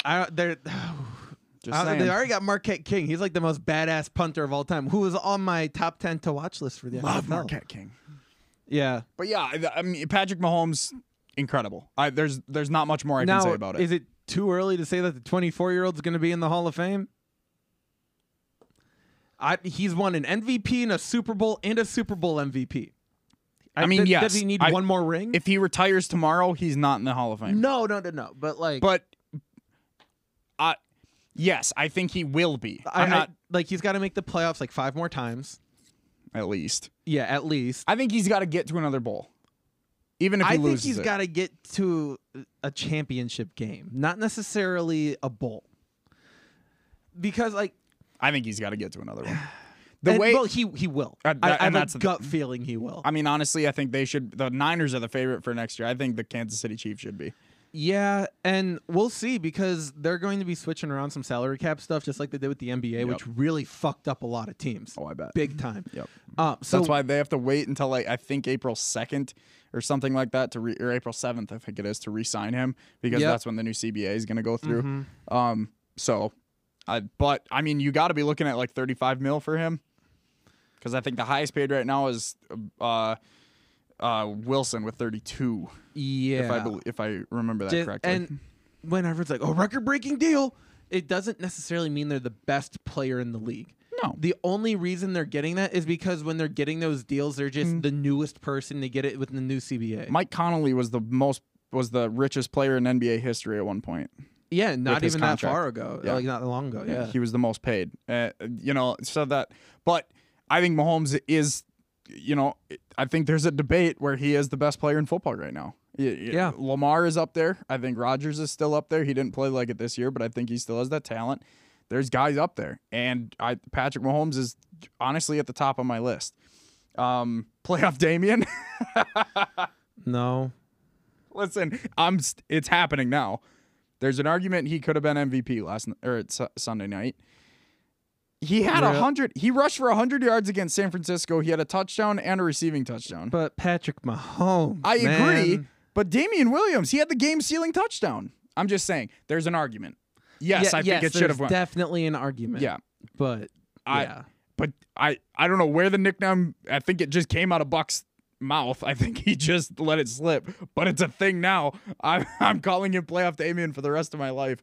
I don't- they're. [SIGHS] Just I- saying. Uh, they already got Marquette King. He's like the most badass punter of all time, who was on my top ten to watch list for the Love NFL. Marquette King. Yeah. But yeah, I- I mean Patrick Mahomes, incredible. I, there's there's not much more I now, can say about it. is it too early to say that the 24 year old's going to be in the Hall of Fame? I, he's won an MVP and a Super Bowl and a Super Bowl MVP. I mean, does, yes. Does he need I- one more ring? if he retires tomorrow, he's not in the Hall of Fame. no, no, no, no. But like, But I yes, I think he will be. I, I, am I- not like he's got to make the playoffs like five more times. at least. Yeah, at least. I think he's got to get to another bowl. Even if he I think loses he's it. got to get to a championship game, not necessarily a bowl. Because like I think he's got to get to another one. [SIGHS] The and- way well, he he will. Uh, that- I, I and have that's a the- gut feeling he will. I mean, honestly, I think they should. The Niners are the favorite for next year. I think the Kansas City Chiefs should be. Yeah, and we'll see because they're going to be switching around some salary cap stuff, just like they did with the NBA, which really fucked up a lot of teams. Oh, I bet. big time. Yep. Uh, so That's why they have to wait until like I think April second or something like that to re- or April seventh I think it is to re-sign him because Yep. that's when the new CBA is going to go through. Mm-hmm. Um, so, I but I mean you got to be looking at like thirty five mil for him because I think the highest paid right now is uh, uh, Wilson with thirty two yeah, if I bel if I remember that Just- correctly. and when everyone's like, "Oh, record-breaking deal," it doesn't necessarily mean they're the best player in the league. No. the only reason they're getting that is because when they're getting those deals, they're just Mm. the newest person to get it with the new CBA. Mike Connolly was the most was the richest player in NBA history at one point. yeah, not his even that contract. far ago, Yeah. like not long ago. Yeah, He was the most paid. Uh, you know, so that, but I think Mahomes is, you know, I think there's a debate where he is the best player in football right now. Y- y- Yeah. Lamar is up there. I think Rodgers is still up there. He didn't play like it this year, but I think he still has that talent. There's guys up there. And I, Patrick Mahomes is honestly at the top of my list. Um, [LAUGHS] playoff Damien. no, [LAUGHS] Listen, I'm. st- It's happening now. There's an argument he could have been MVP last n- or it's Su- Sunday night. He had a Yeah. hundred. He rushed for hundred yards against San Francisco. He had a touchdown and a receiving touchdown. but Patrick Mahomes. I agree, man. but Damian Williams, he had the game-sealing touchdown. I'm just saying, there's an argument. Yes, Yeah, I think it should there's have went. Definitely an argument. yeah, but I- yeah, but I I don't know where the nickname. I think it just came out of Buck's mouth. I think he just let it slip. But it's a thing now. I'm I'm calling him playoff Damien for the rest of my life.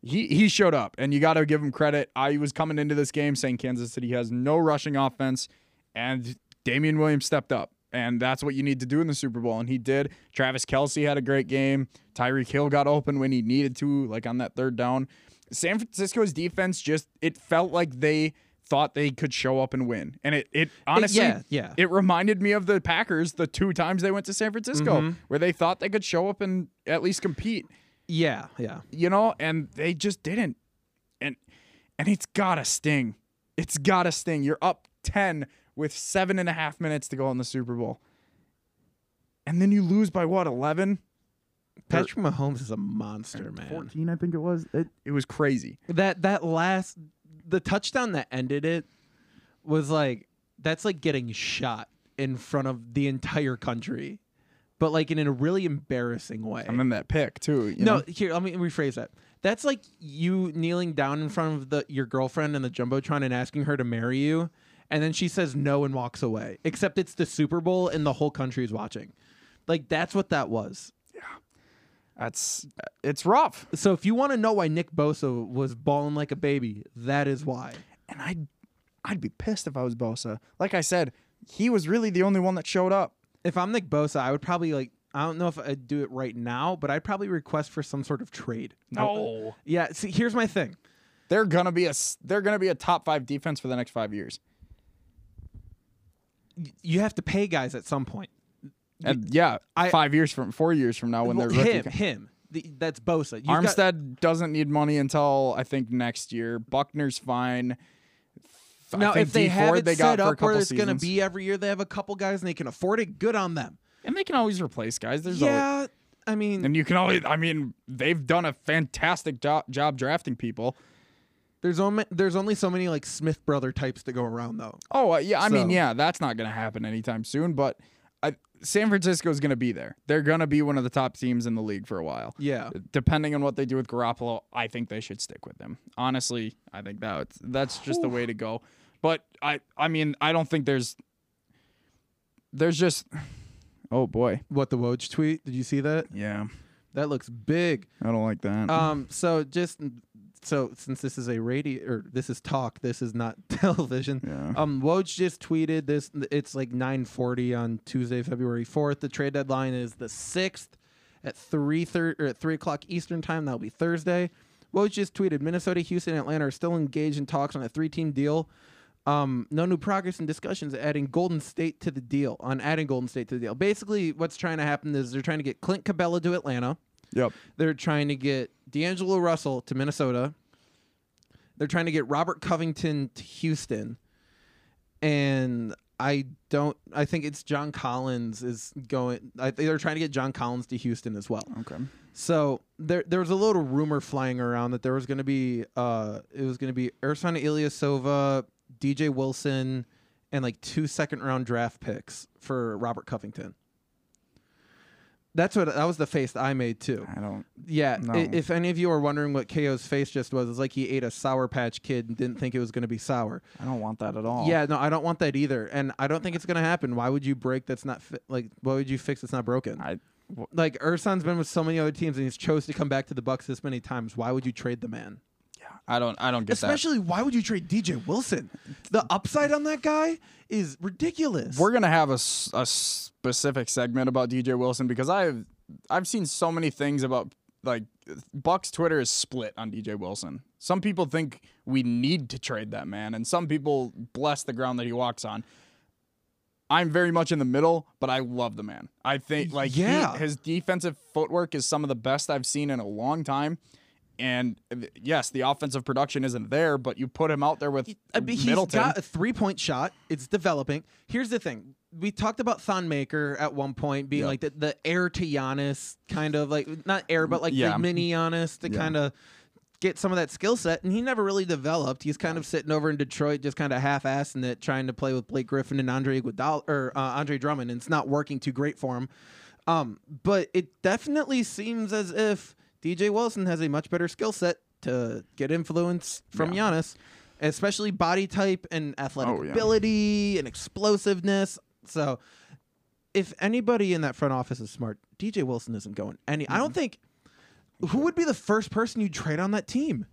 he he showed up, and you got to give him credit. I was coming into this game saying Kansas City has no rushing offense, and Damian Williams stepped up, and that's what you need to do in the Super Bowl, and he did. Travis Kelsey had a great game. Tyreek Hill got open when he needed to, like on that third down. San Francisco's defense just it felt like they thought they could show up and win, and it it honestly yeah, yeah. it reminded me of the Packers the two times they went to San Francisco Mm-hmm. where they thought they could show up and at least compete Yeah, yeah. you know, and they just didn't. And and it's gotta sting. It's gotta sting. You're up ten with seven and a half minutes to go in the Super Bowl. And then you lose by what, eleven? Patrick Mahomes is a monster, man. Fourteen, I think it was. It, it was crazy. That that last the touchdown that ended it was like that's like getting shot in front of the entire country. But like in a really embarrassing way. And then that pick too. you no, know? here, let me rephrase that. That's like you kneeling down in front of the your girlfriend and the jumbotron and asking her to marry you, and then she says no and walks away. Except it's the Super Bowl and the whole country is watching. Like that's what that was. that's it's rough. So if you want to know why Nick Bosa was balling like a baby, that is why. And I would I'd be pissed if I was Bosa. Like I said, he was really the only one that showed up. If I'm Nick Bosa, I would probably like I don't know if I'd do it right now, but I'd probably request for some sort of trade. No. Oh. Yeah, see here's my thing. They're gonna be a s- they're gonna be a top five defense for the next five years. Y- You have to pay guys at some point. And yeah, I- five years from four years from now when Well, they're rookie. him, him. The- that's Bosa. You've got- Armstead doesn't need money until I think next year. Buckner's fine. F- I Now, think if they Dee have Ford it they got set for a up where couple it's going to seasons. be every year, they have a couple guys and they can afford it. Good on them. and they can always replace guys. There's always, yeah, I mean, and you can always. I mean, they've done a fantastic job job drafting people. there's only there's only so many like Smith brother types to go around though. Oh uh, yeah, I mean So- yeah, that's not going to happen anytime soon. But I, San Francisco's going to be there. They're going to be one of the top teams in the league for a while. Yeah, Depending on what they do with Garoppolo, I think they should stick with him. Honestly, I think that that's just the way to go. But I I mean, I don't think there's there's just oh boy. what the Woj tweet? Did you see that? Yeah. That looks big. I don't like that. Um, so just so since this is a radio or this is talk, this is not [LAUGHS] television. Yeah. Um, Woj just tweeted this. It's like 9:40 on Tuesday, February 4th. The trade deadline is the 6th at three thir- or at three o'clock Eastern time. That'll be Thursday. Woj just tweeted: Minnesota, Houston, and Atlanta are still engaged in talks on a three-team deal. Um, no new progress in discussions adding Golden State to the deal. On adding Golden State to the deal. Basically, what's trying to happen is they're trying to get Clint Cabella to Atlanta. yep. They're trying to get D'Angelo Russell to Minnesota. They're trying to get Robert Covington to Houston. And I don't I think it's John Collins is going I think they're trying to get John Collins to Houston as well. Okay. So there there was a little rumor flying around that there was gonna be uh it was gonna be Ersan Ilyasova, DJ Wilson, and like two second round draft picks for Robert Covington. That's what that was the face that I made too. I don't Yeah, No. i- if any of you are wondering what KO's face just was, it's like he ate a Sour Patch Kid and didn't think it was going to be sour. I don't want that at all. Yeah, no, I don't want that either, and I don't think it's going to happen. Why would you break that's not fi- like? Why would you fix that's not broken? I w- like Ursan's been with so many other teams and he's chose to come back to the Bucks this many times. Why would you trade the man? I don't I don't get that. Especially, why would you trade DJ Wilson? The upside on that guy is ridiculous. We're gonna have a, s- a specific segment about DJ Wilson because I've I've seen so many things about like Buck's Twitter is split on DJ Wilson. Some people think we need to trade that man, and some people bless the ground that he walks on. I'm very much in the middle, but I love the man. I think like he- Yeah. his defensive footwork is some of the best I've seen in a long time. And uh, yes, the offensive production isn't there, but you put him out there with I mean, uh, he's Middleton. got a three point shot. It's developing. Here's the thing. We talked about Thon Maker at one point being Yeah. like the, the heir to Giannis, kind of like not heir, but like Yeah. the mini Giannis to Yeah. kind of get some of that skill set. And he never really developed. He's kind of sitting over in Detroit, just kind of half assing it, trying to play with Blake Griffin and Andre Iguodala or uh, Andre Drummond, and it's not working too great for him. Um, but it definitely seems as if DJ Wilson has a much better skill set to get influence from Giannis, especially body type and athletic Oh, yeah. ability and explosiveness. So, if anybody in that front office is smart, DJ Wilson isn't going any. I don't think who would be the first person you trade on that team?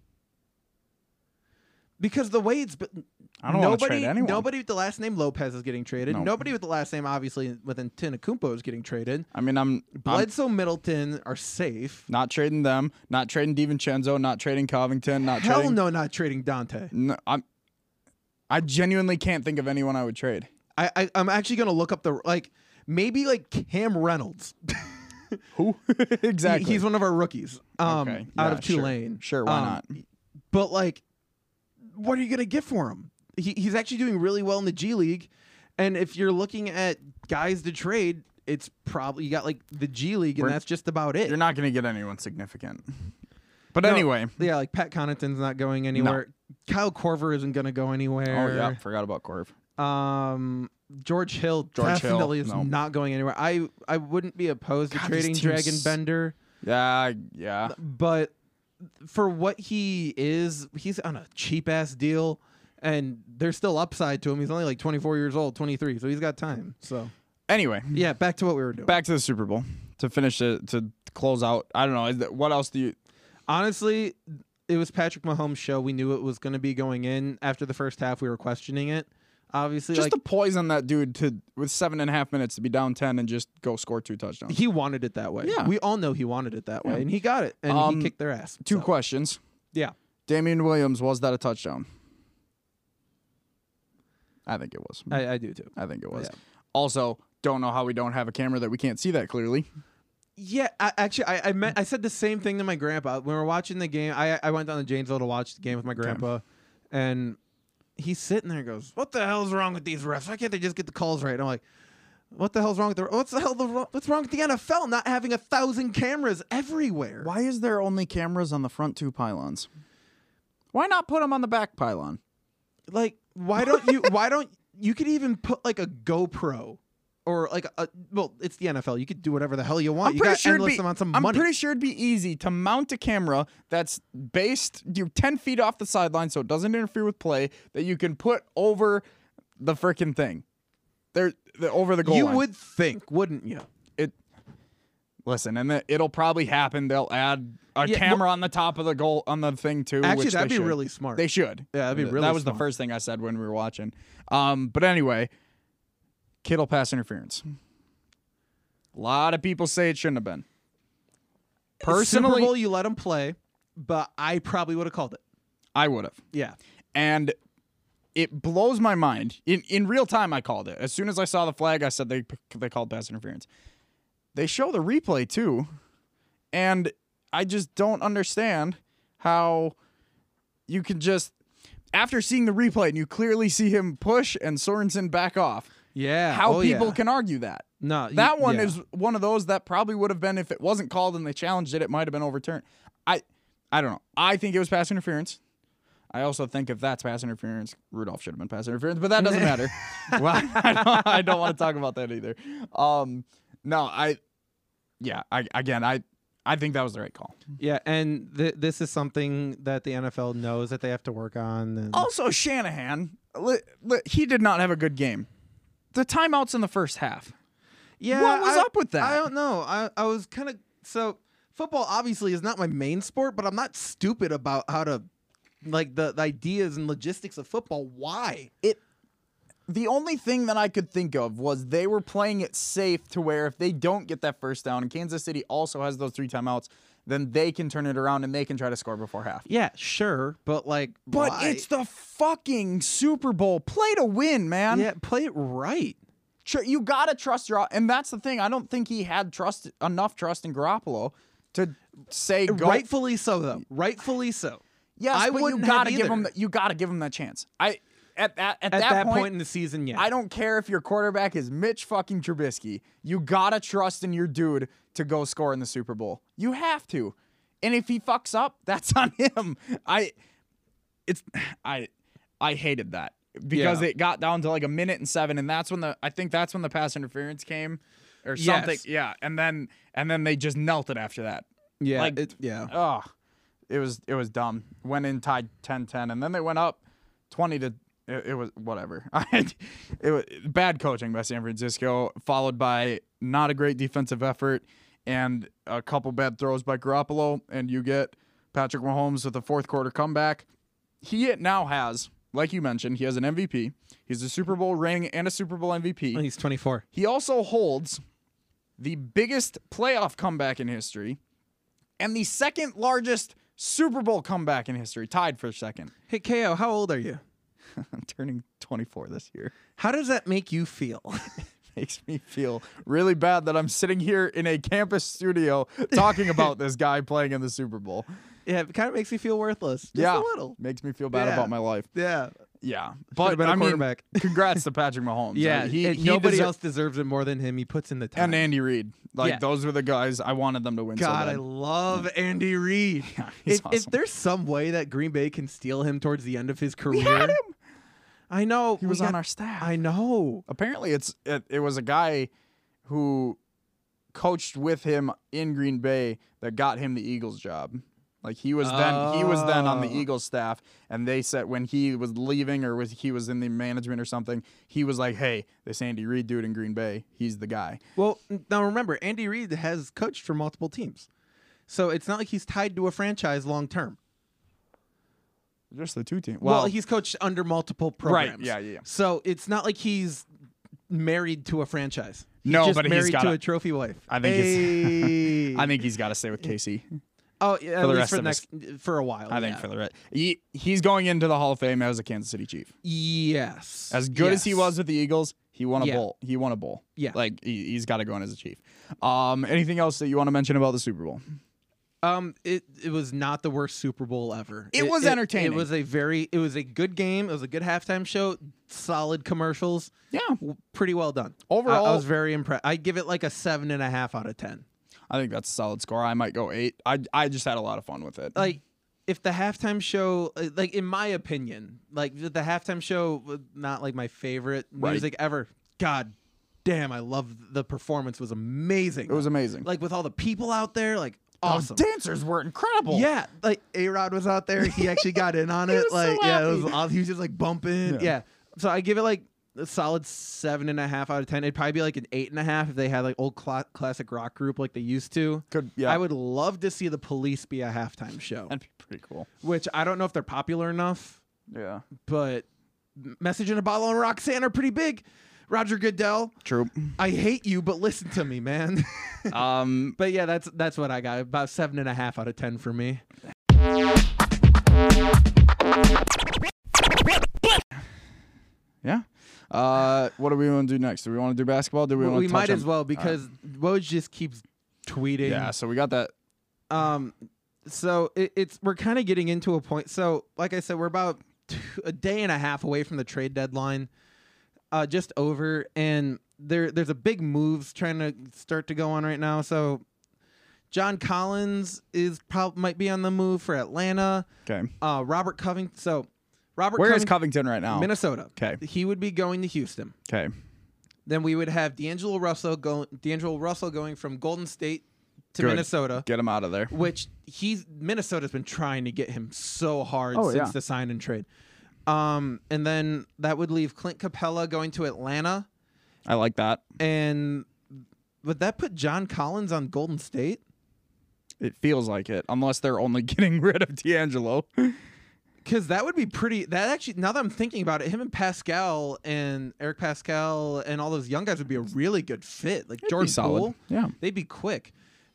Because the way it's been, I don't wanna nobody, trade anyone. Nobody with the last name Lopez is getting traded. No. Nobody with the last name, obviously, within Tinakumpo is getting traded. I mean, I'm, I'm Bledsoe Middleton are safe. not trading them, not trading DiVincenzo, not trading Covington, not Hell trading. no, not trading Dante. No, I'm. I genuinely can't think of anyone I would trade. I, I I'm actually gonna look up the like maybe like Cam Reynolds. [LAUGHS] Who? exactly. He's one of our rookies. Um, Okay, out yeah, of sure. Tulane. Sure, why Um, not? But like, what are you gonna get for him? He, he's actually doing really well in the G League, and if you're looking at guys to trade, it's probably you got like the G League, and We're- that's just about it. You're not going to get anyone significant. But No, anyway. yeah, like Pat Connaughton's not going anywhere. Kyle Corver isn't gonna go Oh, anywhere. yeah. Forgot about Corv. Um, George Hill George Hill, definitely is no. not going anywhere. I I wouldn't be opposed to God, these trading teams- Dragon Bender, Yeah. Yeah. but for what he is, he's on a cheap ass deal, and there's still upside to him. He's only like 24 years old, 23, so he's got time. So Anyway, yeah, back to what we were doing. back to the Super Bowl to finish it, to close out. I don't know. Is that, what else do you. Honestly, it was Patrick Mahomes' show. We knew it was going to be going in. After the first half, we were questioning it. Obviously, Just like, to poison that dude to with seven and a half minutes to be down 10 and just go score two touchdowns. he wanted it that way. Yeah. we all know he wanted it that way, Yeah. and he got it, and Um, he kicked their ass. Two so, questions. yeah. Damian Williams, was that a touchdown? I think it was. I, I do too. I think it was. Oh, Yeah. Also, don't know how we don't have a camera that we can't see that clearly. Yeah, I, actually, I I, meant, I said the same thing to my grandpa when we were watching the game. I I went down to Janesville to watch the game with my grandpa, and he's sitting there and goes, "What the hell's wrong with these refs? Why can't they just get the calls right?" And I'm like, "What the hell's wrong with the what's the hell the wro- what's wrong with the NFL not having a thousand cameras everywhere?" Why is there only cameras on the front two pylons? Why not put them on the back pylon? Like, why don't you? why don't you could even put like a GoPro. Or like a well, it's the NFL. You could do whatever the hell you want. you got endless amounts of I'm money. pretty sure it'd be easy to mount a camera that's based you 10 feet off the sideline so it doesn't interfere with play that you can put over the freaking thing. There, the, over the goal you line. would think, wouldn't you? it listen and the, it'll probably happen they'll add a Yeah, camera on the top of the goal on the thing too Actually, which that'd they be should. really smart. they should Yeah, that'd be Th- really that was the smart. first thing i said when we were watching um but anyway kittle pass interference a lot of people say it shouldn't have been Super Bowl, personally you let him play, but I probably would have called it. i would have Yeah. and it blows my mind. In in real time, I called it. As soon as I saw the flag, I said they they called pass interference. They show the replay too, and I just don't understand how you can just after seeing the replay and you clearly see him push and Sorensen back off. Yeah. How Oh, people yeah. can argue that? No, you- That one yeah. is one of those that probably would have been if it wasn't called and they challenged it, it might have been overturned. I I don't know. I think it was pass interference. I also think if that's pass interference, Rudolph should have been pass interference, but that doesn't matter. well, [LAUGHS] I don't, I don't want to talk about that either. Um, no, I yeah, I again, I I think that was the right call. Yeah, and th- this is something that the NFL knows that they have to work on. And Also, Shanahan, li- li- he did not have a good game. The timeouts in the first half. yeah, what was I- up with that? I don't know. I I was kind of so football obviously is not my main sport, but I'm not stupid about how to like the, the ideas and logistics of football. Why? The only thing that I could think of was they were playing it safe to where if they don't get that first down, and Kansas City also has those three timeouts, then they can turn it around and they can try to score before half. Yeah, sure, but like, But why? it's the fucking Super Bowl. Play to win, man. yeah, play it right. Tr- You gotta trust your, and that's the thing. I don't think he had trust enough trust in Garoppolo to say go. Rightfully so, though. Rightfully so. yes, I but wouldn't you have gotta give either. him. The, you gotta give him that chance. I at that at, At that, point point in the season, yeah. I don't care if your quarterback is Mitch fucking Trubisky. You gotta trust in your dude to go score in the Super Bowl. You have to. And if he fucks up, [LAUGHS] that's on him. I it's [SIGHS] I I hated that. Because Yeah. it got down to like a minute and seven, and that's when the I think that's when the pass interference came or something. Yes. Yeah. And then and then they just knelt it after that. Yeah, Like- it- yeah. Oh, it was it was dumb. Went in tied 10-10, and then they went up twenty to. It, it was whatever. [LAUGHS] it was bad coaching by San Francisco, followed by not a great defensive effort and a couple bad throws by Garoppolo, and you get Patrick Mahomes with a fourth quarter comeback. He now has, like you mentioned, he has an MVP. He's a Super Bowl reigning and a Super Bowl MVP. He's 24. He also holds the biggest playoff comeback in history and the second largest Super Bowl comeback in history, tied for second. [LAUGHS] Hey, KO, how old are you? I'm turning 24 this year. [LAUGHS] How does that make you feel? [LAUGHS] Makes me feel really bad that I'm sitting here in a campus [LAUGHS] studio talking about this guy playing in the Super Bowl. yeah, it kind of makes me feel worthless. Just yeah, a little. makes me feel bad Yeah. about my life. Yeah. Yeah, but been a I mean, quarterback. [LAUGHS] congrats to Patrick Mahomes. Yeah. I mean, he, and he nobody deser- else deserves it more than him. He puts in the time. and Andy Reid. Like Yeah. those were the guys I wanted them to win. so God, I bad. love Andy [LAUGHS] Reid. [LAUGHS] he's if, if awesome. there's some way that Green Bay can steal him towards the end of his career, we had him. I know He we was on got- our staff. [LAUGHS] I know. Apparently, it's it, it was a guy who coached with him in Green Bay that got him the Eagles job. Like he was then he was then on the Oh. Eagles staff, and they said when he was leaving or was he was in the management or something, he was like, "Hey, this Andy Reid dude in Green Bay, he's the guy." Well, n- now remember, Andy Reid has coached for multiple teams, so it's not like he's tied to a franchise long term. Just the two team. Well, Well, he's coached under multiple programs. yeah, yeah, yeah. So it's not like he's married to a franchise. He's No, just but he's married to gotta- a trophy wife. I think he's- Hey. [LAUGHS] I think he's got to stay with KC. Oh, for yeah, at the least rest for the of us. next for a while. I think yeah. for the rest, he, he's going into the Hall of Fame as a Kansas City Chief. yes. As good as he Yes. was with the Eagles, he won a Yeah. bowl. He won a bowl. Yeah. like he, he's got to go in as a Chief. Um, anything else that you want to mention about the Super Bowl? Um, it it was not the worst Super Bowl ever. It was entertaining. It was a very, it was a good game. It was a good halftime show. Solid commercials. Yeah, W- Pretty well done. I- I, Overall- was very impressed. I give it like a seven and a half out of ten. I think that's a solid score. I might go eight. I I just had a lot of fun with it. Like, if the halftime show, uh, like in my opinion, like the the halftime show, was not like my favorite Right. music ever. God damn, I love the performance. Was amazing. it was amazing. like with all the people out there. Like Those awesome. dancers were incredible. Yeah, like A Rod was out there. [LAUGHS] He actually got in on it. was so Like, yeah, it happy. was. awesome. He was just like bumping. Yeah. Yeah. So I give it like a solid seven and a half out of ten. It'd probably be like an eight and a half if they had like old cla- classic rock group like they used to. could yeah. I would love to see the police be a halftime show, That'd be pretty cool. which I don't know if they're popular enough, Yeah, but Message in a Bottle and Roxanne are pretty big. Roger Goodell, [LAUGHS] true. I hate you, but listen to me, man. [LAUGHS] um, but yeah, that's that's what I got. About seven and a half out of ten for me. yeah. Uh, what do we want to do next? Do we want to do basketball? Do we Well, want we to? might as well because Woj just keeps tweeting. Yeah. So we got that. Um. So it, it's we're kind of getting into a point. So like I said, we're about two, a day and a half away from the trade deadline, uh, just over, and there there's a big moves trying to start to go on right now. So John Collins is probably might be on the move for Atlanta. Okay. Uh, Robert Covington. So Robert Where is Covington, Covington right now? Minnesota. 'Kay. He would be going to Houston. Okay. Then we would have D'Angelo Russell going D'Angelo Russell going from Golden State to Good. Minnesota, Get him out of there. which he's Minnesota's been trying to get him so hard Oh, since yeah. the sign and trade. Um, and then that would leave Clint Capella going to Atlanta, I like that. and would that put John Collins on Golden State? It feels like it, unless they're only [LAUGHS] getting rid of D'Angelo. Because that would be pretty. That actually, now that I'm thinking about it, him and Pascal and Eric Pascal and all those young guys would be a really good fit. Like Be Jordan solid. Poole. Yeah. they'd be quick.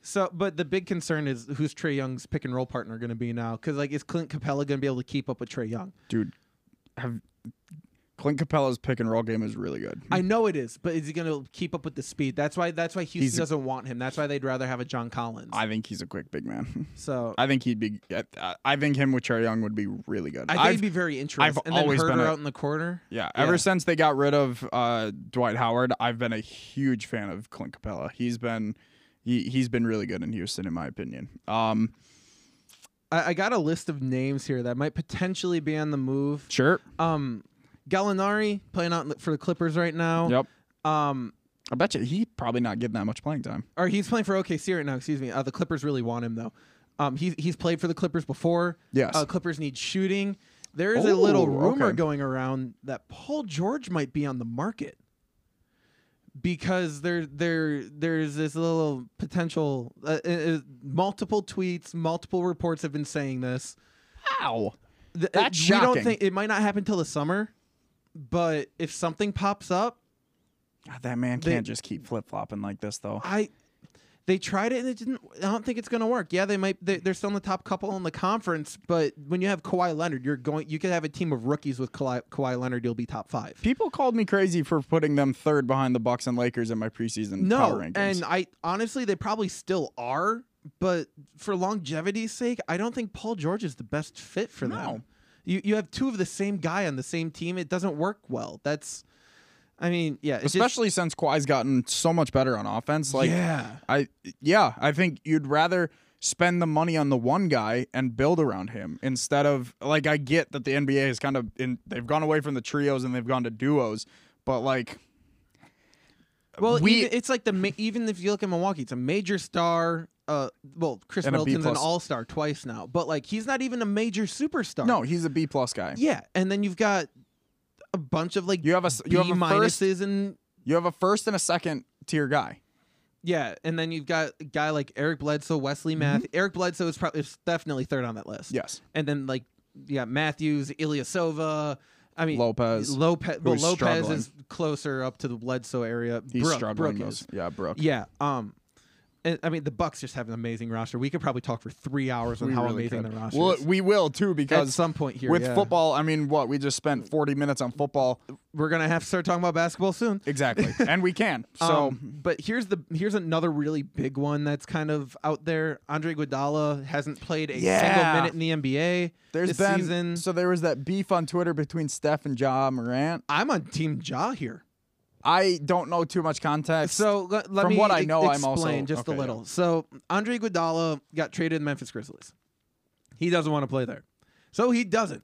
So, but the big concern is who's Trey Young's pick and roll partner going to be now? Because like, is Clint Capella going to be able to keep up with Trey Young? Dude, have Clint Capella's pick and roll game is really good. I know it is, but is he going to keep up with the speed? That's why. That's why Houston He's- doesn't want him. That's why they'd rather have a John Collins. I think he's a quick big man. [LAUGHS] so I think he'd be. I, I think him with Trey Young would be really good. I think I've- he'd be very interesting. I've and then always been Herder a- out in the corner. yeah, ever yeah. since they got rid of uh, Dwight Howard, I've been a huge fan of Clint Capella. He's been he, he's been really good in Houston, in my opinion. Um, I, I got a list of names here that might potentially be on the move. sure. Um, Gallinari playing out in the- for the Clippers right now. Yep. Um, Oh, I bet you he probably not getting that much playing time. or he's playing for OKC right now. Excuse me. Uh, the Clippers really want him though. Um, he's he's played for the Clippers before. Yes. Uh, Clippers need shooting. There is a little Ooh, rumor okay. going around that Paul George might be on the market because there there there's this little potential uh, uh, uh, multiple tweets, multiple reports have been saying this. Wow. Th- it- That's We shocking. don't think it might not happen till the summer, but if something pops up, God, that man They- can't just keep flip flopping like this though. I they tried it and it didn't. I don't think it's gonna work. Yeah, they might. They, they're still in the top couple in the conference, but when you have Kawhi Leonard, you're going. You could have a team of rookies with Kawhi, Kawhi Leonard. You'll be top five. People called me crazy for putting them third behind the Bucks and Lakers in my preseason No, power rankings. and I honestly, they probably still are, but for longevity's sake, I don't think Paul George is the best fit for No. them. You you have two of the same guy on the same team. It doesn't work well. That's, I mean, yeah, it just- especially since Kawhi's gotten so much better on offense. Like, yeah, I yeah, I think you'd rather spend the money on the one guy and build around him instead of like I get that the NBA is kind of in they've gone away from the trios and they've gone to duos, but like Well, We- even, it's like the ma- even if you look at Milwaukee, it's a major star. Uh, well, Chris And a B Middleton's an plus. All Star twice now, but like he's not even a major superstar. no, he's a B plus guy. yeah, and then you've got a bunch of like You have a s- you have B a first- minuses and You have a first and a second tier guy. yeah, and then you've got a guy like Eric Bledsoe, Wesley Math. Eric Bledsoe is probably is definitely third on that list. Mm-hmm. Yes. and then like yeah, Matthews, Ilyasova. I mean Lopez. Lopez. Well, who's Lopez struggling. is closer up to the Bledsoe area. He's Brook, struggling. Brook is. those- Yeah, Brooke. Yeah. Um, and, I mean, the Bucks just have an amazing roster. We could probably talk for three hours on We how really amazing could. the roster Well, is. we will too At because some point here, with yeah. football, I mean, what we just spent 40 minutes on football we're gonna have to start talking about basketball soon. exactly, [LAUGHS] and we can. So So, but here's the here's another really big one that's kind of out there. Andre Iguodala hasn't played a Yeah. single minute in the NBA there's this been season. so there was that beef on Twitter between Steph and Ja Morant. I'm on Team Ja here. I don't know too much context. So let, let From me what I e- know, explain I'm also- just okay, a little. So Andre Iguodala got traded to Memphis Grizzlies. He doesn't want to play there, so he doesn't.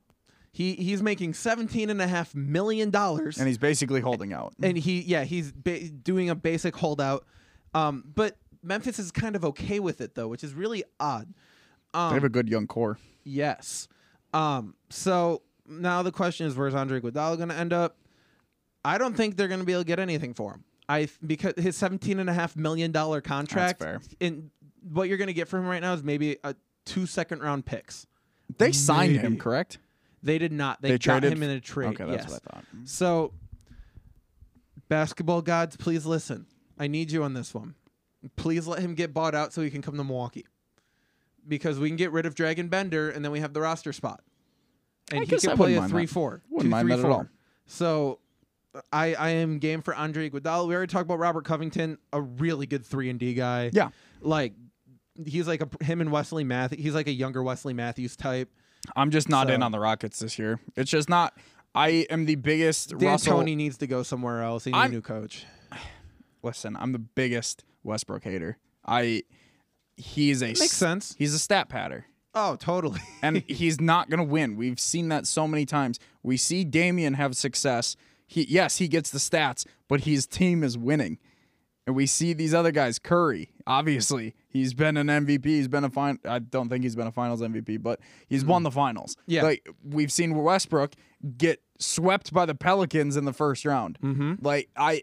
He he's making seventeen and a half million dollars, and he's basically holding out. and he yeah he's ba- doing a basic holdout. Um, but Memphis is kind of okay with it though, which is really odd. they have a good young core. Yes. Um, so now the question is, where's Andre Iguodala going to end up? I don't think they're going to be able to get anything for him. I because his seventeen and a half million dollar contract. fair. And what you're going to get from him right now is maybe a two second round picks. They signed him, Maybe. correct? They did not. They, They got traded him in a trade. Okay, that's yes. what I thought. So, basketball gods, please listen. I need you on this one. Please let him get bought out so he can come to Milwaukee, because we can get rid of Dragon Bender and then we have the roster spot, and I he guess can I play wouldn't a mind that. three four. Wouldn't mind that at all. So, I I am game for Andre Iguodala. We already talked about Robert Covington, a really good three and D guy. Yeah. like he's like a him and Wesley Matthews. He's like a younger Wesley Matthews type. I'm just not in So- on the Rockets this year. It's just not. I am the biggest Dan Russell. Tony needs to go somewhere else. He needs a I'm- new coach. Listen, I'm the biggest Westbrook hater. I he's a Makes sense. He's a stat patter. Oh, totally. [LAUGHS] and he's not going to win. We've seen that so many times. We see Damian have success. He yes, he gets the stats, but his team is winning. And we see these other guys, Curry, obviously. He's been an MVP, he's been a fin- I don't think he's been a finals MVP, but he's won the finals. Yeah. Like we've seen Westbrook get swept by the Pelicans in the first round. Mm-hmm. Like I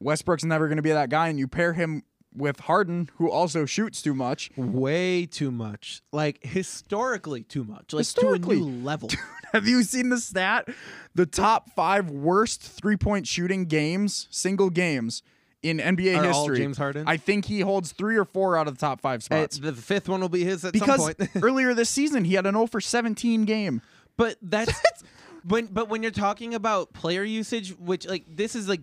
Westbrook's never going to be that guy and you pair him with Harden who also shoots too much. way too much like historically too much like Historically. to a [LAUGHS] new level Have you seen the stat? The top five worst three point shooting games, single games in NBA Are all history. James Harden? I think he holds three or four out of the top five Uh, spots. the fifth one will be his at because some point [LAUGHS] earlier this season he had an 0 for 17 game. but [LAUGHS] that's when but when you're talking about player usage which like this is like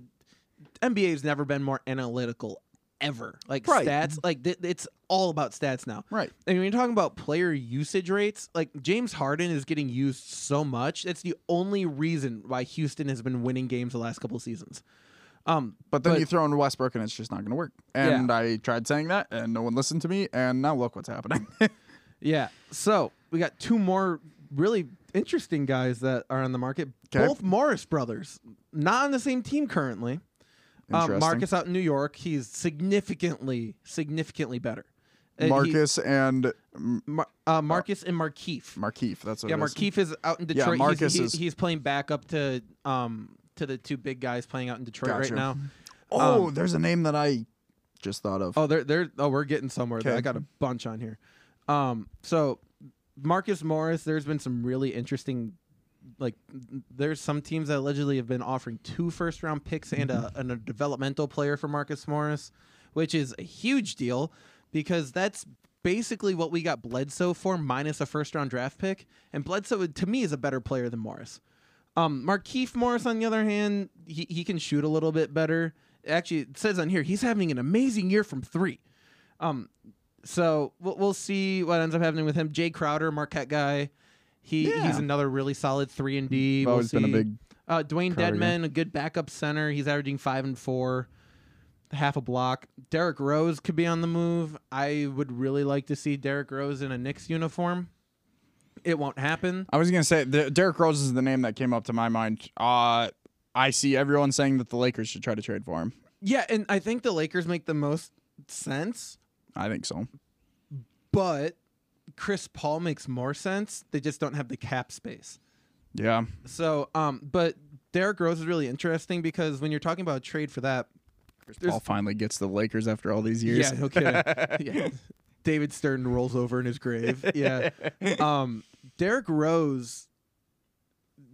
nba has never been more analytical ever like Right. stats like th- it's all about stats now Right. and when you're talking about player usage rates like james harden is getting used so much that's the only reason why houston has been winning games the last couple seasons um But then But- you throw in Westbrook and it's just not going to work. And I tried saying that and no one listened to me. And now look what's happening. [LAUGHS] Yeah. So we got two more really interesting guys that are on the market. 'Kay. Both Morris brothers, not on the same team currently. Uh, Interesting. Marcus out in New York. He's significantly, significantly better. Uh, he- Marcus and Mar- uh, Marcus and Markeef. Markeef. That's what yeah, it is. Markeef is out in Detroit. He's- Marcus he- is- he's playing back up to um to the two big guys playing out in Detroit Gotcha. right now. Oh, there's a name that I just thought of. Um, Oh, they're they're oh we're getting somewhere. though. Okay. I got a bunch on here. Um, so Marcus Morris, there's been some really interesting, like there's some teams that allegedly have been offering two first round picks and a and a developmental player for Marcus Morris, which is a huge deal because that's basically what we got Bledsoe for minus a first round draft pick, and Bledsoe to me is a better player than Morris. Um, Markeith Morris, on the other hand, he, he can shoot a little bit better. Actually, it says on here he's having an amazing year from three. Um, so we'll, we'll see what ends up happening with him. Jay Crowder, Marquette guy, he Yeah. he's another really solid three and D. We'll Always see. been a big uh, Dwayne Crowder guy. Deadman, a good backup center. He's averaging five and four, half a block. Derrick Rose could be on the move. I would really like to see Derrick Rose in a Knicks uniform. It won't happen. I was gonna say Der- Derrick Rose is the name that came up to my mind. Uh, I see everyone saying that the Lakers should try to trade for him. Yeah, and I think the Lakers make the most sense, I think so. but Chris Paul makes more sense. They just don't have the cap space. Yeah, So, um, but Derrick Rose is really interesting because when you're talking about a trade for that, Paul finally gets the Lakers after all these years. yeah, no kidding. yeah. David Stern rolls over in his grave. Yeah, um, Derrick Rose,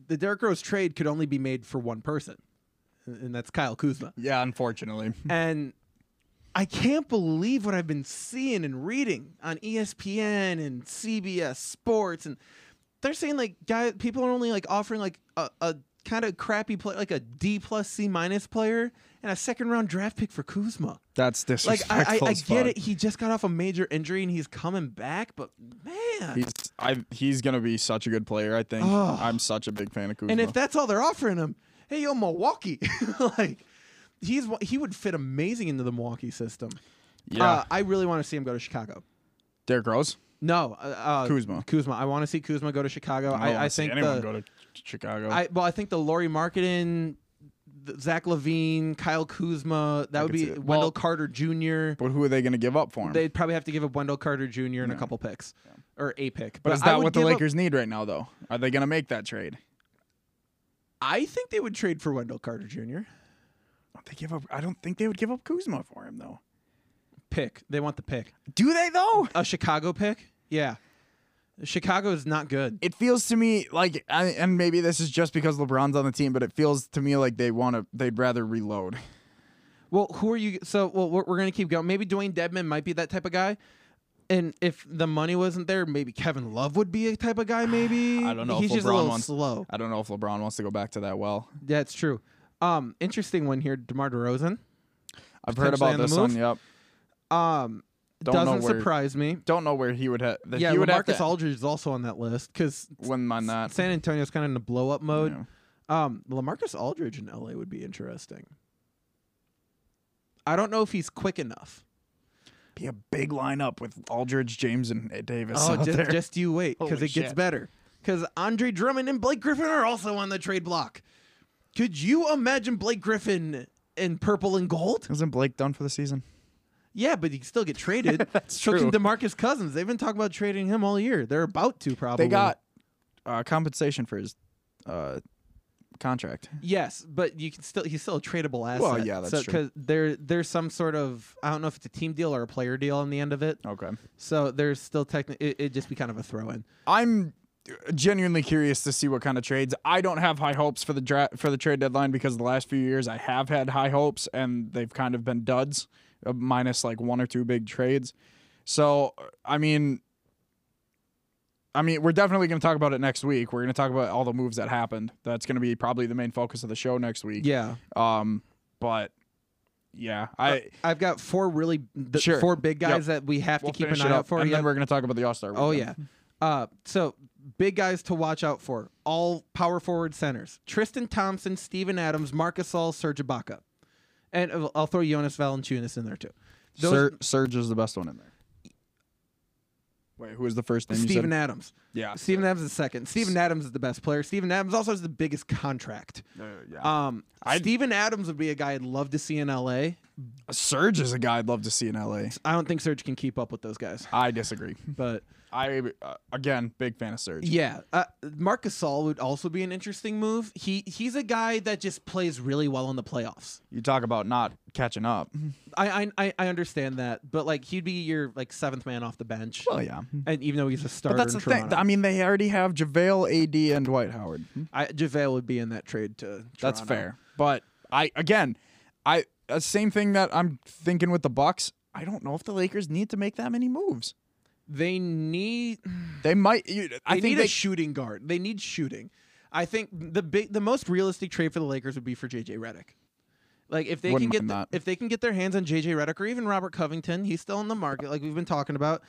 the Derrick Rose trade could only be made for one person, and that's Kyle Kuzma. [LAUGHS] yeah, unfortunately. and I can't believe what I've been seeing and reading on E ESPN and CBS Sports, and they're saying like guy people are only like offering like a, a kind of crappy play like a D plus C minus player and a second round draft pick for Kuzma. That's Like disrespectful. I, I, I as get fuck. it, he just got off a major injury and he's coming back, but man, He's I, he's gonna be such a good player. I think. Oh. I'm such a big fan of Kuzma. And if that's all they're offering him, hey yo Milwaukee, [LAUGHS] like he's he would fit amazing into the Milwaukee system. yeah, Uh, I really want to see him go to Chicago. Derrick Rose. No, uh, uh, Kuzma. Kuzma. I want to see Kuzma go to Chicago. don't I, I wanna see think anyone the, go to Ch- Chicago. I well, I think the Laurie Marketing, Zach Levine, Kyle Kuzma. That would could see be it. Wendell Well- Carter Jr. but who are they gonna give up for him? They'd probably have to give up Wendell Carter Jr. and a couple picks or a pick. but is I that would what the give up- Lakers need right now? Though, are they gonna make that trade? I think they would trade for Wendell Carter Jr. They give up. I don't think they would give up Kuzma for him though. Pick. They want the pick. Do they though? A Chicago pick. Yeah. Chicago is not good. it feels to me like I, and maybe this is just because LeBron's on the team, but it feels to me like they want to they'd rather reload. Well, who are you? So, well, we're, we're gonna keep going. Maybe Dwayne Dedman might be that type of guy, and if the money wasn't there, maybe Kevin Love would be a type of guy. [SIGHS] Maybe I don't know if He's just a LeBron little wants- slow. I don't know if LeBron wants to go back to that well. That's true. Um, interesting one here, Demar Derozan. I've heard Potentially about on the this one. move? Yep. Um, Don't know doesn't where- surprise me. Don't know where he would have. Yeah, he would have Marcus to. Aldridge is also on that list because Wouldn't mind that. San Antonio's kind of in a blow up mode. Yeah. Um, Lamarcus Aldridge in LA would be interesting. I don't know if he's quick enough. Be a big lineup with Aldridge, James, and Davis Oh, out there. just, just you wait because Holy it gets shit. better. Because Andre Drummond and Blake Griffin are also on the trade block. Could you imagine Blake Griffin in purple and gold? Isn't Blake done for the season? Yeah, but he can still get traded. That's so true. can Demarcus Cousins. They've been talking about trading him all year. They're about to probably. They got uh, compensation for his uh, contract. yes, but you can still he's still a tradable asset. Well, yeah, that's so, true. Because there there's some sort of I don't know if it's a team deal or a player deal on the end of it. Okay. So there's still technically it, it'd just be kind of a throw in. I'm uh, genuinely curious to see what kind of trades. I don't have high hopes for the dra- for the trade deadline because the last few years I have had high hopes and they've kind of been duds, uh, minus like one or two big trades. So uh, I mean, I mean we're definitely going to talk about it next week. We're going to talk about all the moves that happened. That's going to be probably the main focus of the show next week. Yeah. Um, but yeah, I I've got four really the Sure. four big Yep. guys that we have we'll to keep finish an it eye up out for. and Yeah. then we're going to talk about the All Star. Oh yeah. Uh, so big guys to watch out for. All power forward centers: Tristan Thompson, Steven Adams, Marcus All, Serge Ibaka, and uh, I'll- I'll throw Jonas Valanciunas in there too. Those- Sur- Surge is the best one in there. Wait, who was the first name? Steven You said? Adams. Yeah. Steven Adams is second. Steven Adams is the best player. Steven Adams also has the biggest contract. yeah. Um, I'd- Steven Adams would be a guy I'd love to see in LA Surge is a guy I'd love to see in LA. I don't think Surge can keep up with those guys. I disagree. But I uh, again, big fan of Surge. yeah, uh, Marc Gasol would also be an interesting move. He he's a guy that just plays really well in the playoffs. You talk about not catching up. I I- I, I understand that, but like he'd be your like seventh man off the bench. Well, yeah. and even though he's a starter, But that's the in Toronto, thing. I mean, they already have JaVale, AD, and Dwight Howard. I, JaVale would be in that trade to. Toronto. That's fair. But I again, I uh, same thing that I'm thinking with the Bucks. I don't know if the Lakers need to make that many moves. They need. They might. You, I they think need they a shooting guard. They need shooting. I think the big, the most realistic trade for the Lakers would be for JJ Redick. Like if they Wouldn't can get mind the, that. if they can get their hands on JJ Redick or even Robert Covington, he's still in the market. Like we've been talking about.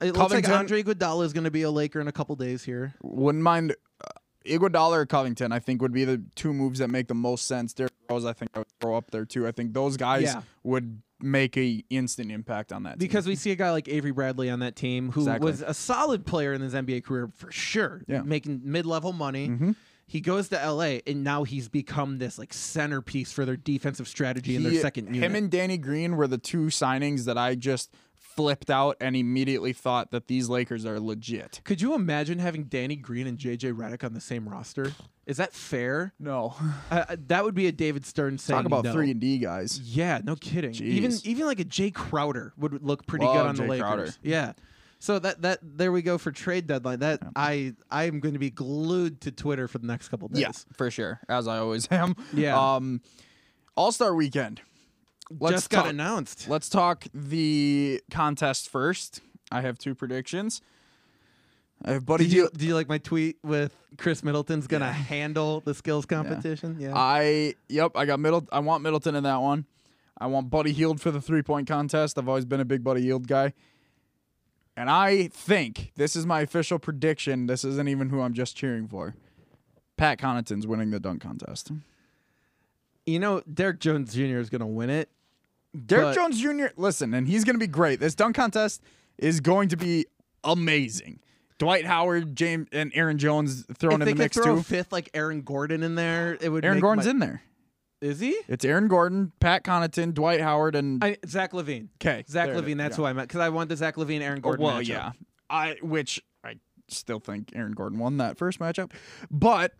It looks like Covington- Andre Iguodala is going to be a Laker in a couple days here. wouldn't mind. Uh, Iguodala or Covington, I think, would be the two moves that make the most sense. Derrick Rose, I think, I would throw up there too. I think those guys Yeah. would make a instant impact on that. team. Because we see a guy like Avery Bradley on that team who Exactly. was a solid player in his NBA career for sure, Yeah. Mm-hmm. making mid-level money. He goes to LA and now he's become this like centerpiece for their defensive strategy in He- their second unit. Him and Danny Green were the two signings that I just flipped out and immediately thought that these Lakers are legit. Could you imagine having Danny Green and JJ Redick on the same roster? Is that fair? [LAUGHS] [LAUGHS] No, Uh, uh, that would be a David Stern saying talk about no. three and D guys. Yeah, no kidding. Even Jeez. even like a Jay Crowder would look pretty Love good on the Jay Lakers. Crowder. Yeah. So that that there we go for trade deadline. That I I am going to be glued to Twitter for the next couple days. Yes, for sure, as I always [LAUGHS] am. Yeah. Um, All Star Weekend. Let's Just got talk- announced. Let's talk the contest first. I have two predictions. I have Buddy Did you Hield. do you like my tweet with Chris Middleton's going to handle the skills competition? Yeah. Uh, I yep. I got Middle. I want Middleton in that one. I want Buddy Heald for the three point contest. I've always been a big Buddy Heald guy. And I think this is my official prediction. This isn't even who I'm just cheering for. Pat Connaughton's winning the dunk contest. you know Derek Jones Jr. is going to win it. Derrick But- Jones Jr. Listen, and he's going to be great. This dunk contest is going to be amazing. Dwight Howard, James, and Aaron Jones thrown if in they the mix could throw a too. fifth like Aaron Gordon in there, it would. Aaron make Gordon's my- in there. Is he? It's Aaron Gordon, Pat Connaughton, Dwight Howard, and I, Zach Levine. okay, Zach Levine. That's who I meant because I want the Zach Levine Aaron Oh, Gordon. well, matchup. yeah. I which I still think Aaron Gordon won that first matchup, but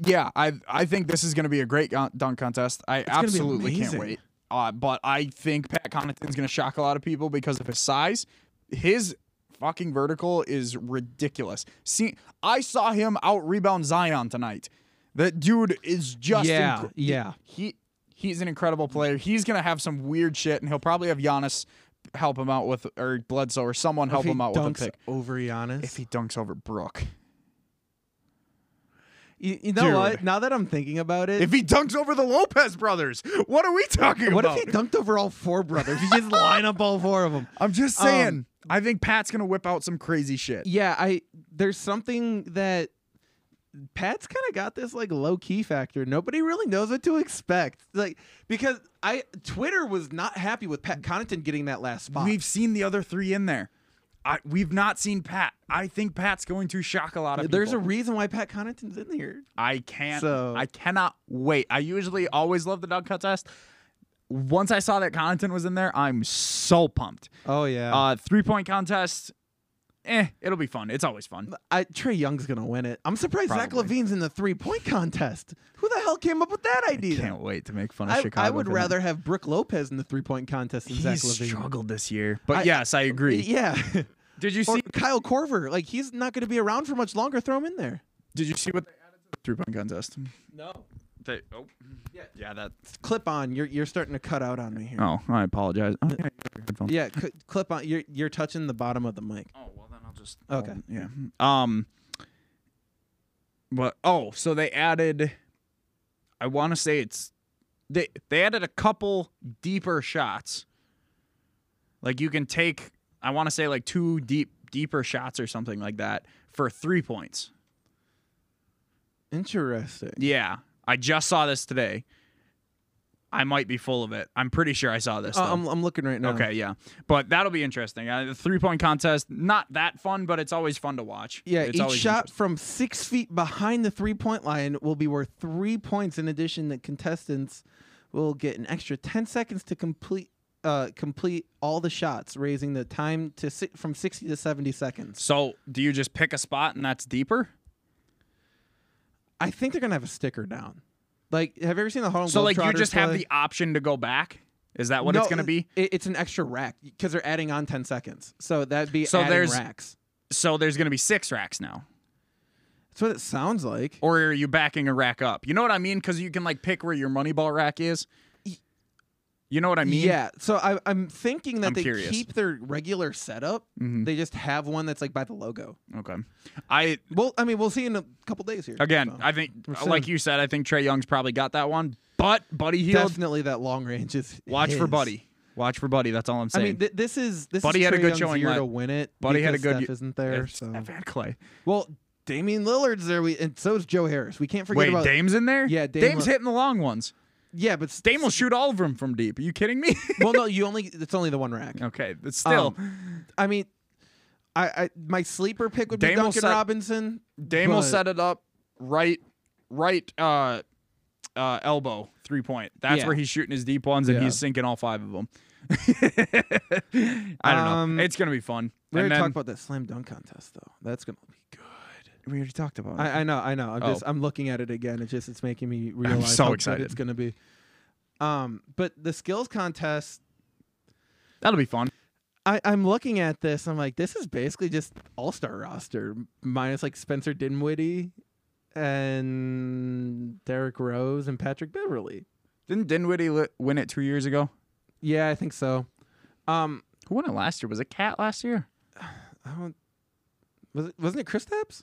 yeah, I I think this is going to be a great gon- dunk contest. I gonna be absolutely can't amazing. wait. Uh, but I think Pat Connaughton's going to shock a lot of people because of his size. His fucking vertical is ridiculous. See, I saw him out rebound Zion tonight. That dude is just Yeah, incre- yeah. He he's an incredible player. He's gonna have some weird shit, and he'll probably have Giannis help him out with or Bledsoe or someone If help he him out with a dunks pick. over Giannis. If he dunks over Brook, you, you know Dude. what? Now that I'm thinking about it, if he dunks over the Lopez brothers, what are we talking what about? if he dunked over all four brothers? You just line up all four of them. I'm just Um, saying. I think Pat's gonna whip out some crazy shit. Yeah, I. There's something that Pat's kind of got this like low key factor. Nobody really knows what to expect. Like because I Twitter was not happy with Pat Connaughton getting that last spot. We've seen the other three in there. I, we've not seen Pat. I think Pat's going to shock a lot of there's people. a reason why Pat Connaughton's in here. I can't. So- I cannot wait. I usually always love the dunk contest. Once I saw that Connaughton was in there, I'm so pumped. Oh yeah. Uh, three point contest. Eh, it'll be fun. It's always fun. I, Trey Young's gonna win it. I'm surprised Zach Probably. Levine's in the three point contest. Who the hell came up with that idea? Can't wait to make fun of I, Chicago. I would for that. rather have Brooke Lopez in the three point contest than He's Zach Levine. struggled this year, but I- yes, I agree. Yeah. Did [LAUGHS] you or see? Kyle Corver, like he's not gonna be around for much longer. Throw him in there. Did you see what they added to the three point contest? No. They, oh, Yeah. yeah, that. Clip on. You're you're starting to cut out on me here. Oh, I apologize. Oh, yeah, your headphones. Yeah. Cl- clip on. You're you're touching the bottom of the mic. Oh well, then I'll just. Okay. I'll- yeah. Um. But oh, so they added. I want to say it's they they added a couple deeper shots. Like you can take, I want to say like two deep deeper shots or something like that for three points. Interesting. Yeah, I just saw this today. I might be full of it. I'm pretty sure I saw this. Uh, though. I'm I'm looking right now. okay, yeah, but that'll be interesting. Uh, the three point contest, not that fun, but it's always fun to watch. Yeah, it's each always shot from six feet behind the three point line will be worth three points in addition that contestants will get an extra 10 seconds to complete uh, complete all the shots, raising the time to si- from 60 to 70 seconds. So do you just pick a spot and that's deeper? I think they're gonna have a sticker down. Like, have you ever seen the Harlem So like you Globetrotters just have play? the option to go back? Is that what it's No, uh, gonna be? it- it's an extra rack because they're adding on 10 seconds. So that'd be So adding there's- racks. So there's gonna be six racks now. That's what it sounds like. Or are you backing a rack up? You know what I mean? Because you can like pick where your Moneyball rack is. You know what I mean? yeah. So I, I'm thinking that I'm they curious. keep their regular setup. Mhm. They just have one that's like by the logo. Okay. I Well, I mean, we'll see in a couple days here. again, So. I think We're like soon. you said, I think Trey Young's probably got that one. But Buddy Heald, definitely that long range is. watch for his. Buddy. Watch for Buddy. That's all I'm I saying. mean, th- this is this Buddy is had a Trae good Young's showing year to la- win it. Buddy had a because good Steph y- isn't there. It's- So. I've had Clay. Well, Damian Lillard's there, we, and so is Joe Harris. We can't forget Wait, about Dame's in there? Yeah, Dame Dame's lo- hitting the long ones. yeah, but Dame will shoot all of them from deep. Are you kidding me? [LAUGHS] Um, well, no, you only it's only the one rack. Um, okay, but still, I mean, I, I my sleeper pick would Dame be will Duncan set- Robinson. Dame will but- set it up right, right uh, uh, elbow three point. That's Yeah. where he's shooting his deep ones, and Yeah. he's sinking all five of them. [LAUGHS] I don't Um, know. It's gonna be fun. We and already then, talked about that slam dunk contest though. That's gonna be good. we already talked about. it. I, I know, I know. I'm Oh. just I'm looking at it again. It's just it's making me realize so how excited. good it's gonna be. Um, but the skills contest, That'll be fun. I, I'm looking at this. I'm like, this is basically just all star roster minus like Spencer Dinwiddie and Derek Rose and Patrick Beverly. Didn't Dinwiddie li- win it two years ago? Yeah, I think so. Um, Who won it last year? Was it Cat last year? I don't. Was it, wasn't it Chris Tapps?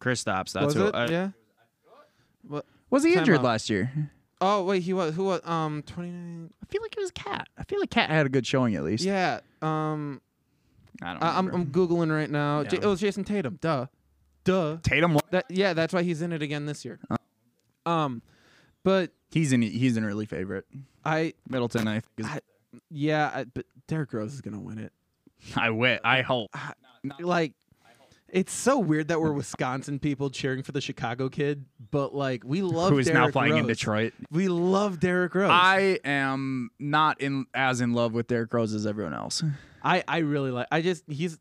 Chris Stops. That's Was who. it? I- yeah. Was he Time injured out. last year? Oh wait, he was who was um twenty nine. I feel like it was Cat. I feel like Cat had a good showing at least. Yeah. Um, I don't. I, I'm remember. I'm googling right now. J- Yeah. it was Jason Tatum. Duh, duh. Tatum. won- That yeah, that's why he's in it again this year. Uh. Um, but He's in. He's an early favorite. I Middleton, I think. Is, I- yeah, I, but Derrick Rose is gonna win it. I wit. I hope. Like, it's so weird that Mm. we're Wisconsin people cheering for the Chicago kid, but like we love Who is now Derrick playing in Rose. Detroit? We love Derrick Rose. I am not in as in love with Derrick Rose as everyone else. I I really like. I just he's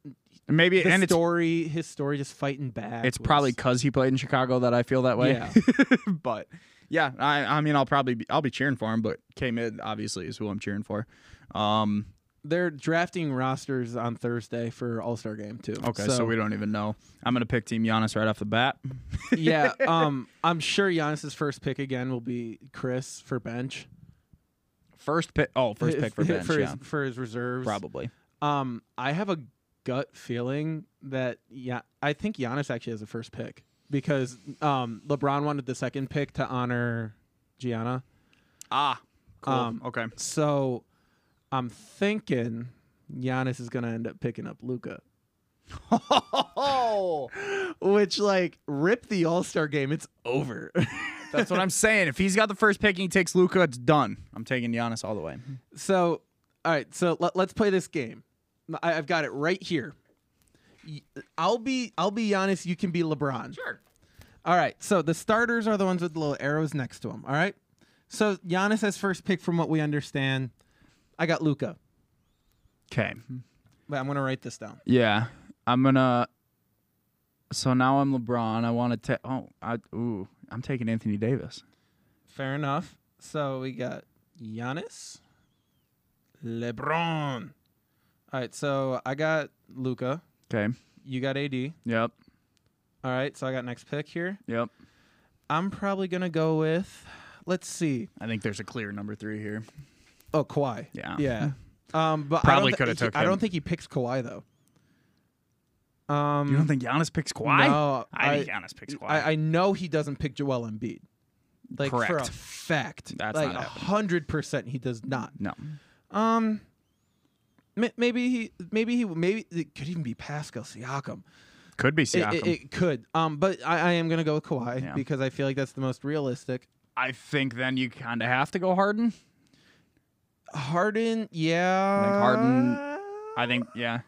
Maybe, the and it's story. his story just fighting back. it's was- probably because he played in Chicago that I feel that way. Yeah. [LAUGHS] but yeah, I I mean I'll probably be, I'll be cheering for him, but K Mid obviously is who I'm cheering for. Um. they're drafting rosters on Thursday for All Star Game too. Okay, so, we don't even know. I'm gonna pick Team Giannis right off the bat. yeah, um, I'm sure Giannis's first pick again will be Chris for bench. First pick. Oh, [LAUGHS] first pick [LAUGHS] for bench. for yeah, his, for his reserves. probably. Um, I have a gut feeling that yeah, I think Giannis actually has the first pick because um, LeBron wanted the second pick to honor Gianna. Ah, cool. Um, okay. So I'm thinking Giannis is gonna end up picking up Luca. Oh, Which like rip the All Star game, it's over. [LAUGHS] that's what I'm saying. If he's got the first pick and he takes Luca, it's done. I'm taking Giannis all the way. So, all right. So let, let's play this game. I, I've got it right here. Y- I'll be I'll be Giannis. You can be LeBron. Sure. All right. So the starters are the ones with the little arrows next to them. All right. So Giannis has first pick from what we understand. I got Luca, Okay. but I'm gonna write this down. Yeah, I'm gonna. So now I'm LeBron. I want to take. Oh, I ooh, I'm taking Anthony Davis. Fair enough. So we got Giannis, LeBron. All right. So I got Luca. Okay. You got AD. Yep. All right. So I got next pick here. Yep. I'm probably gonna go with. Let's see. I think there's a clear number three here. Oh, Kawhi. Yeah. [LAUGHS] Yeah. Um, but Probably I don't thi- coulda he- took I him. don't think he picks Kawhi though. Um, You don't think Giannis picks Kawhi? No, I, I, think Giannis picks Kawhi. I, I know he doesn't pick Joel Embiid. Like for a Correct. fact, That's like not happening. hundred percent, he does not. no. Um, ma- maybe he, maybe he, maybe it could even be Pascal Siakam. Could be It, Siakam. it, it could. Um, but I, I am gonna go with Kawhi Yeah. because I feel like that's the most realistic. I think then you kind of have to go Harden. Harden, yeah. I think Harden- I think yeah.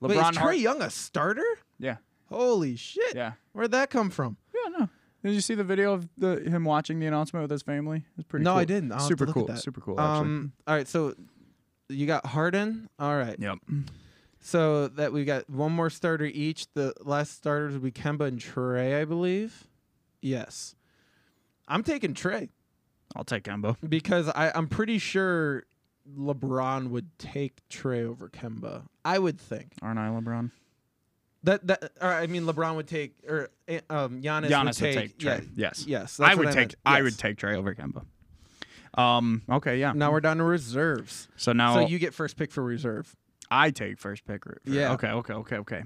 LeBron. Wait, is Trey Har- Young a starter? yeah. Holy shit! Yeah. Where'd that come from? Yeah. No. Did you see the video of the him watching the announcement with his family? It's pretty. no, cool. I didn't. I'll have to super look cool. At that. Super cool. Actually. Um. All right. So you got Harden. All right. yep. So that we got one more starter each. The last starters would be Kemba and Trey, I believe. Yes. I'm taking Trey I'll take Kemba. because I, I'm pretty sure LeBron would take Trey over Kemba. I would think Aren't I LeBron? that that or I mean LeBron would take or eh, um Giannis, Giannis would take, Trey. yeah, Yes. yes. that's I what would take. meant. I Yes. would take Trey over Kemba. Um. Okay. Yeah. Now we're down to reserves. So now So you get first pick for reserve. I take first pick. For, for- Yeah. Okay. Okay. Okay. Okay.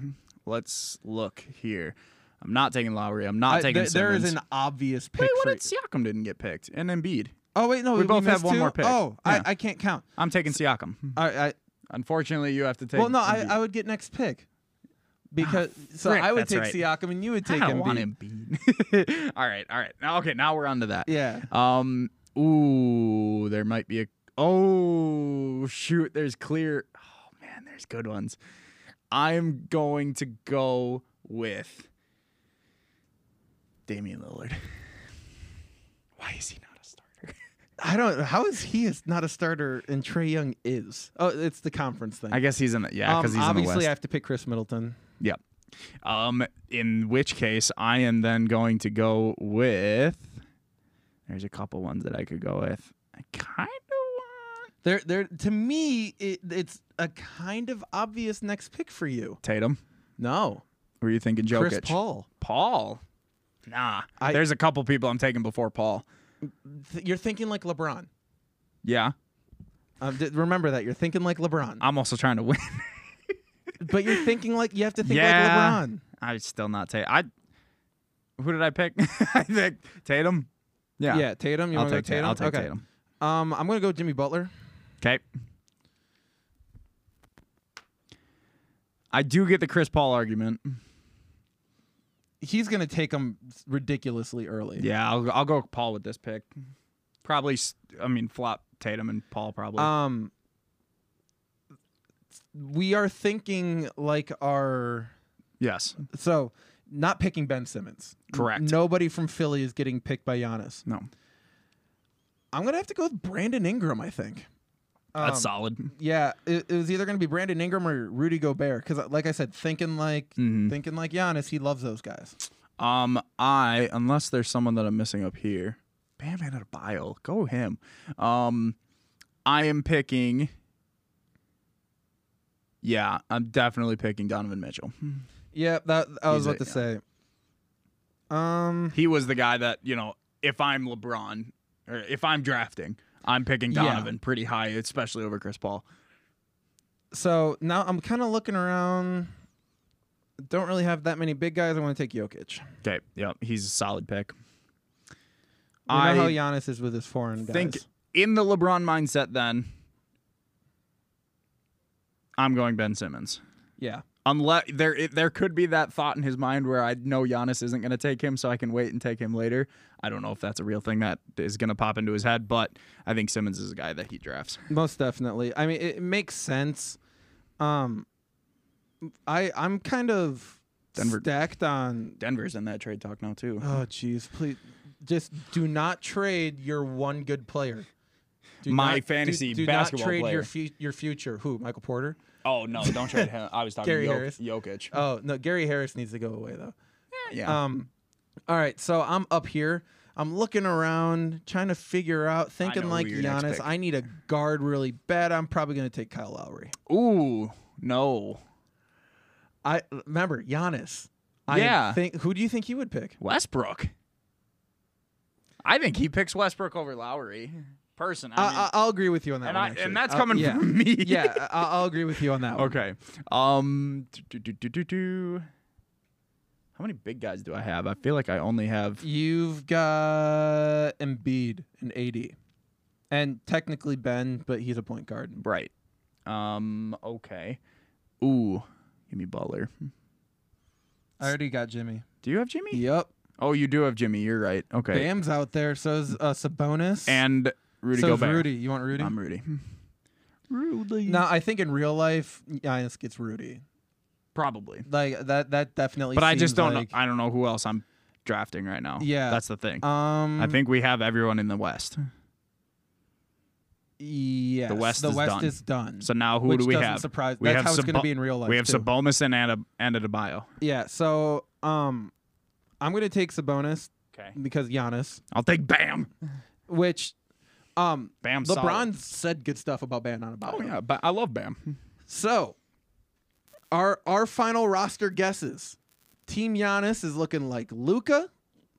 Let's look here. I'm not taking Lowry. I'm not I- taking there- there is Simmons. an obvious pick Wait, for what did Siakam didn't get picked? And Embiid. Oh wait, no, We both have missed one two? more pick. Oh, Yeah. I, I can't count. I'm taking Siakam. I, I Unfortunately, you have to take. well, no, I, Embiid. I would get next pick because so frick, I would that's take right. Siakam and you would take I Embiid. want Embiid. [LAUGHS] all right. All right. Now, okay. Now we're on to that. Yeah, Um. Ooh, there might be a. Oh shoot! There's clear. Oh man, there's good ones. I'm going to go with Damian Lillard. [LAUGHS] Why is he not a starter? I don't. How is he is not a starter and Trey Young is? Oh, it's the conference thing. I guess he's in the yeah, because he's um, in the obviously, West. I have to pick Chris Middleton. yep. Um. In which case, I am then going to go with. There's a couple ones that I could go with. I kind of want There, there. To me, it, it's a kind of obvious next pick for you. Tatum. No, Were you thinking Jokic? Chris Paul. Paul. Nah. I- There's a couple people I'm taking before Paul. Th- you're thinking like LeBron. Yeah. Um, d- remember that you're thinking like LeBron, I'm also trying to win. [LAUGHS] but you're thinking like you have to think Yeah. like LeBron. I'd still not take I who did I pick? [LAUGHS] I think Tatum. Yeah. Yeah, Tatum. You I'll want to take Tatum. Tatum? I'll take okay. Tatum. Um, I'm gonna go Jimmy Butler. Okay. I do get the Chris Paul argument. He's gonna take him ridiculously early. Yeah, I'll, I'll go Paul with this pick. Probably, s- I mean, flop Tatum and Paul probably. Um, we are thinking like our yes. so not picking Ben Simmons. Correct. Nobody from Philly is getting picked by Giannis. No. I'm gonna have to go with Brandon Ingram. I think. That's Um, solid. Yeah, it, it was either gonna be Brandon Ingram or Rudy Gobert because, like I said, thinking like Mhm. thinking like Giannis, he loves those guys. Um, I unless there's someone that I'm missing up here. Bam out of bile. Go him. Um, I am picking. Yeah, I'm definitely picking Donovan Mitchell. Yeah, that I was He's a- about to say. Um, He was the guy that you know. If I'm LeBron, or if I'm drafting, I'm picking Yeah. Donovan pretty high, especially over Chris Paul. so now I'm kind of looking around. Don't really have that many big guys. I want to take Jokic. Okay, yep, he's a solid pick. We know how I- Giannis is with his foreign guys. think in the LeBron mindset, then I'm going Ben Simmons. yeah, Unless there, it, there could be that thought in his mind where I know Giannis isn't going to take him, so I can wait and take him later. I don't know if that's a real thing that is going to pop into his head, but I think Simmons is a guy that he drafts. most definitely. I mean, it, it makes sense. Um, I I'm kind of Denver- stacked on. Denver's in that trade talk now too. Oh, jeez, please, just do not trade your one good player. Do My not- do- fantasy do, basketball not trade player. your fu- your future. Who? Michael Porter? Oh no, don't trade him. I was talking Gary Jok- Harris. Jokic. Oh no, Gary Harris needs to go away though. yeah, Um, all right, so I'm up here. I'm looking around, trying to figure out, know thinking who like your next Giannis. pick- I need a guard really bad. I'm probably going to take Kyle Lowry. uh, Ooh, no. I remember Giannis. Yeah. I think who do you think he would pick? Westbrook. I think he picks Westbrook over Lowry. Person, I I mean, I, will agree with you on that and one. I, actually. and that's I'll- coming yeah. from me. yeah, I, I'll agree with you on [LAUGHS] that one. Okay. Um. do, do, do, do, do. How many big guys do I have? I feel like I only have. You've got Embiid and AD, and technically Ben, but he's a point guard. Right. Um. Okay. Ooh. Give me Butler. I already got Jimmy. Do you have Jimmy? Yep, Oh, you do have Jimmy. You're right. Okay. Bam's out there. So's uh, Sabonis. And Rudy so is Gobert. Rudy. You want Rudy? I'm Rudy. [LAUGHS] Rudy. No, I think in real life, Giannis gets Rudy. Probably. Like that. That definitely. But I just seems don't like- know. I don't know who else I'm drafting right now. Yeah. that's the thing. Um, I think we have everyone in the West. yes, West the is West done. is done. So now who Which do we doesn't have? surprise- We that's have how it's gonna Sabo- be in real life, We have too. Sabonis and Ana- and Adebayo. yeah, so um, I'm gonna take Sabonis Okay, because Giannis, I'll take Bam. which um, Bam. LeBron solid. said good stuff about Ban on about. Oh yeah, but I love Bam. So, our our final roster guesses. Team Giannis is looking like Luca,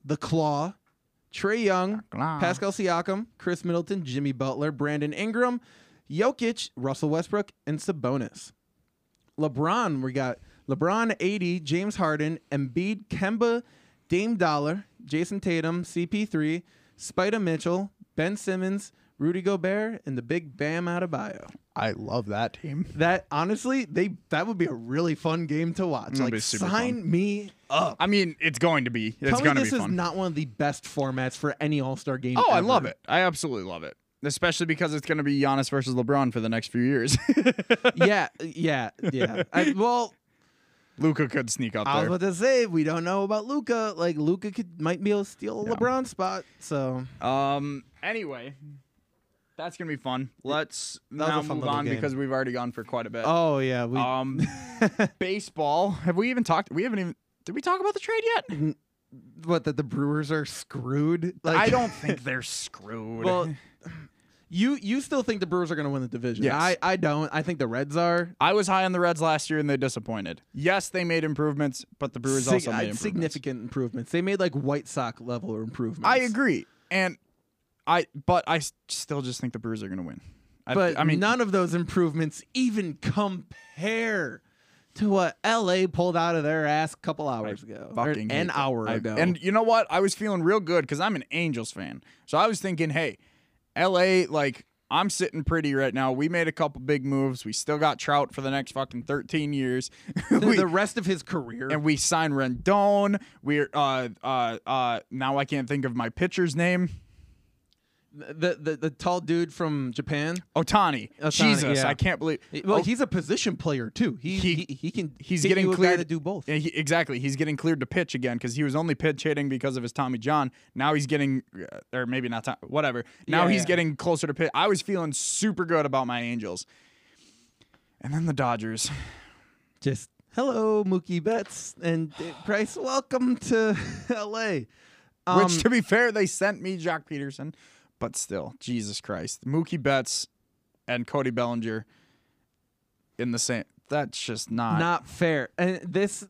the Claw, Trey Young, Pascal Siakam, Chris Middleton, Jimmy Butler, Brandon Ingram, Jokic, Russell Westbrook, and Sabonis. LeBron, we got LeBron 80, James Harden, Embiid, Kemba, Dame Dollar, Jason Tatum, CP3, Spider Mitchell, Ben Simmons, Rudy Gobert, and the big Bam Adebayo. I love that team. That honestly, they that would be a really fun game to watch. It'll Like be super sign me up. I mean, it's going to be. It's Oh. Tell going me to this be is fun. not one of the best formats for any All Star game. oh, I ever. love it. I absolutely love it. Especially because it's going to be Giannis versus LeBron for the next few years. [LAUGHS] yeah, uh, yeah, [LAUGHS] yeah. I, well, Luca could sneak up I was there. about to say we don't know about Luca. Like Luca could might be able to steal a Yeah. LeBron spot. So Um. Anyway, that's gonna be fun. Let's was now a fun move little on game. because we've already gone for quite a bit. oh yeah, we [LAUGHS] Um. baseball. Have we even talked? We haven't even. Did we talk about the trade yet? what that the Brewers are screwed. Like I [LAUGHS] don't think they're screwed. Well, you you still think the Brewers are going to win the division? Yes. I I don't. I think the Reds are. I was high on the Reds last year and they disappointed. Yes, they made improvements, but the Brewers Sig- also made uh, improvements. significant improvements. They made like White Sox level improvements. I agree, and I but I s- still just think the Brewers are gonna win. I, but I mean, none of those improvements even compare to what LA pulled out of their ass a couple hours ago, or fucking hate an that. hour I- ago. [LAUGHS] And you know what? I was feeling real good because I'm an Angels fan. So I was thinking, hey, LA, like, I'm sitting pretty right now. We made a couple big moves. We still got Trout for the next fucking 13 years. [LAUGHS] [LAUGHS] the, We- the rest of his career, and we signed Rendon. We're uh uh uh now I can't think of my pitcher's name. the, the the tall dude from Japan. Otani. Ohtani, Jesus, yeah. I can't believe Well, Oh, he's a position player too. He He- he, he, can he's get getting you a guy cleared to do both. Yeah, he, exactly. He's getting cleared to pitch again because he was only pitch hitting because of his Tommy John. Now he's getting, uh, or maybe not, Tom, whatever. Now Yeah, he's yeah. getting closer to pitch. I was feeling super good about my Angels. And then the Dodgers. [LAUGHS] Just hello, Mookie Betts and Dave Price. Welcome to [LAUGHS] LA. Um, which, to be fair, they sent me Jock Peterson, but still, Jesus Christ. Mookie Betts and Cody Bellinger in the same. That's just not. not fair. And this,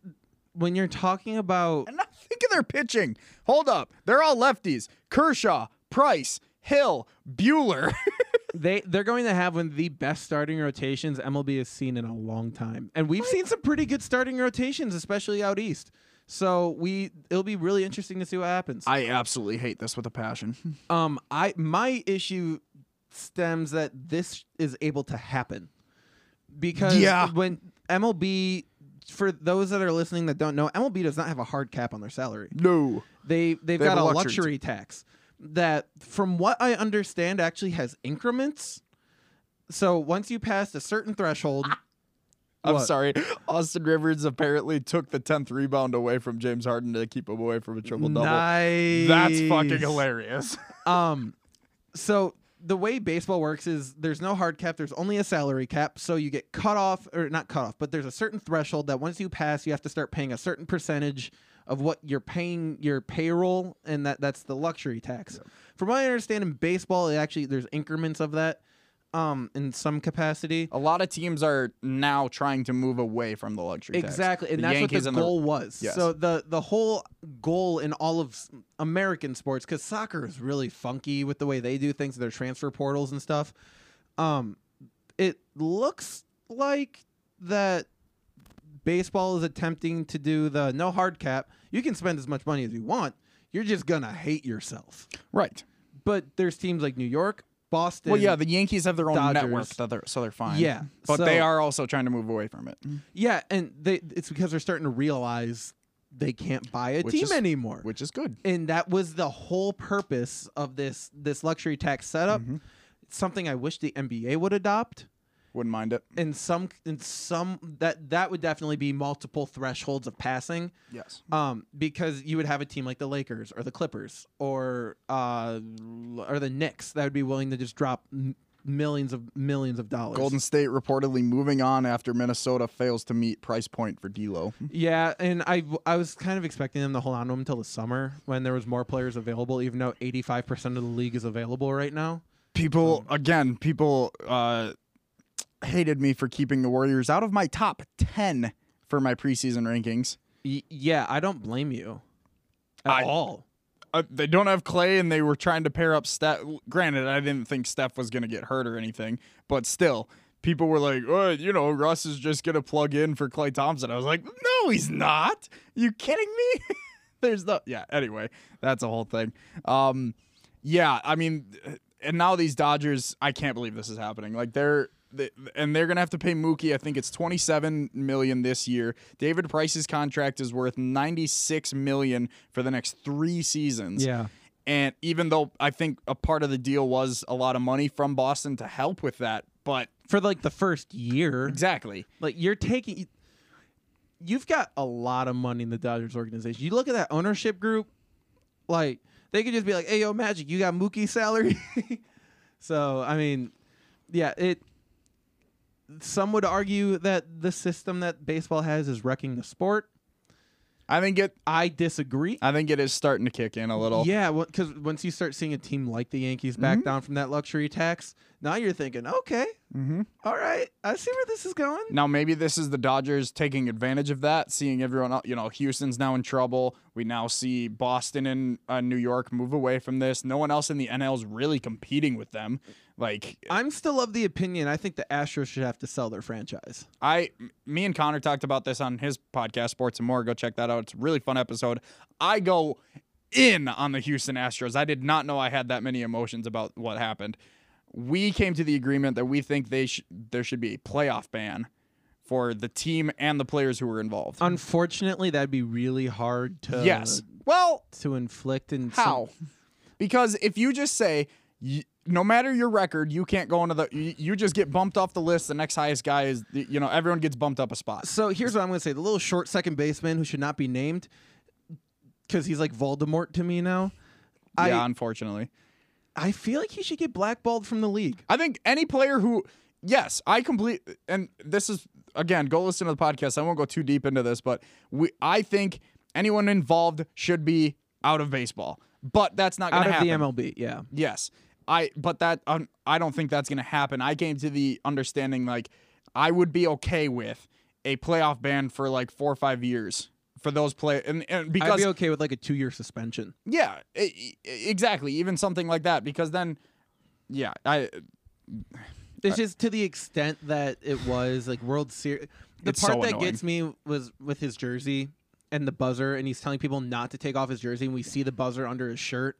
when you're talking about And now [LAUGHS] think of their pitching. Hold up. They're all lefties Kershaw, Price, Hill, Bueller. [LAUGHS] they, they're going to have one of the best starting rotations MLB has seen in a long time, and we've seen some pretty good starting rotations, especially out east. So we, it'll be really interesting to see what happens. I absolutely hate this with a passion. [LAUGHS] Um, I my issue stems that this is able to happen because Yeah. when MLB, for those that are listening that don't know, MLB does not have a hard cap on their salary. No. They they've They have got a a luxury luxury tax that, from what I understand, actually has increments. So once you pass a certain threshold, Ah, I'm What? sorry. Austin Rivers apparently took the 10th rebound away from James Harden to keep him away from a triple double. nice. That's fucking hilarious. Um, so the way baseball works is there's no hard cap. There's only a salary cap. So you get cut off, or not cut off, but there's a certain threshold that once you pass, you have to start paying a certain percentage of what you're paying your payroll, and that that's the luxury tax. From what I understand in baseball, it actually there's increments of that, um, in some capacity. [LAUGHS] A lot of teams are now trying to move away from the luxury tax. Exactly, and The that's Yankees what and the goal was. Yes. So the the whole goal in all of s- American sports, because soccer is really funky with the way they do things, their transfer portals and stuff. Um, it looks like that baseball is attempting to do the no hard cap. You can spend as much money as you want. You're just gonna hate yourself. Right. But there's teams like New York, Boston. Well, yeah, the Yankees have their own Dodgers. network, that they're, so they're fine. Yeah, But they so- are also trying to move away from it. yeah, and they it's because they're starting to realize they can't buy a Which team is- anymore. Which is good. and that was the whole Mm-hmm. purpose of this this luxury tax setup. Something I wish the NBA would adopt Wouldn't mind it. in some in some that that would definitely be multiple thresholds of passing Yes. um because you would have a team like the Lakers or the Clippers or uh or the Knicks that would be willing to just drop m- millions of millions of dollars Golden State reportedly moving on after Minnesota fails to meet price point for D'Lo. yeah and I I was kind of expecting them to hold on to him until the summer when there was more players available even though 85% of the league is available right now People again, people uh, hated me for keeping the Warriors out of my top ten for my preseason rankings. y- yeah I don't blame you at I- all Uh, they don't have Clay, and they were trying to pair up Steph. Granted, I didn't think Steph was going to get hurt or anything, but still, people were like, "Oh, you know, Russ is just going to plug in for Clay Thompson." I was like, "No, he's not. you kidding me?" [LAUGHS] There's no. Yeah. Anyway, that's a whole thing. Um, yeah. I mean, and now these Dodgers, I can't believe this is happening. Like they're. They, and they're gonna have to pay Mookie. I think it's 27 million this year. David Price's contract is worth 96 million for the next three seasons. yeah And even though I think a part of the deal was a lot of money from Boston to help with that, but for like the first year exactly. Like you're taking you've got a lot of money in the Dodgers organization. You look at that ownership group, like they could just be like, Hey yo, Magic, you got Mookie's salary. [LAUGHS] so I mean, yeah, it some would argue that the system that baseball has is wrecking the sport. I think it I disagree. I think it is starting to kick in a little. Yeah, because once you start seeing a team like the Yankees back down from that luxury tax, now you're thinking, okay, Mm-hmm. all right, I see where this is going. Now maybe this is the Dodgers taking advantage of that, seeing everyone else, you know, Houston's now in trouble. We now see Boston and uh, New York move away from this. No one else in the NL is really competing with them. Like I'm still of the opinion I think the Astros should have to sell their franchise. I, m- me and Connor talked about this on his podcast, Sports and More. Go check that out. It's a really fun episode. I go in on the Houston Astros. I did not know I had that many emotions about what happened. We came to the agreement that we think they sh- there should be a playoff ban for the team and the players who were involved. Unfortunately, that'd be really hard to yes. Uh, Well, to inflict and how? Because if you just say, y- no matter your record, you can't go into the. You, you just get bumped off the list. The next highest guy is, the- you know, everyone gets bumped up a spot. So here's what I'm going to say: the little short second baseman who should not be named, because he's like Voldemort to me now. yeah, I unfortunately. I feel like he should get blackballed from the league. I think any player who, yes, I complete, and this is again, go listen to the podcast. I won't go too deep into this, but we, I think anyone involved should be out of baseball. But that's not going Out to of happen. the MLB, yeah. Yes, I. But that um, I don't think that's going to happen. I came to the understanding like I would be okay with a playoff ban for like four or five years for those play and, and I'd because be okay with like a two-year suspension. yeah, e- e- exactly. Even something like that because then, yeah, I It's just to the extent that it was like World Series. The It's part so that annoying. gets me was with his jersey and the buzzer, and he's telling people not to take off his jersey, and we see the buzzer under his shirt.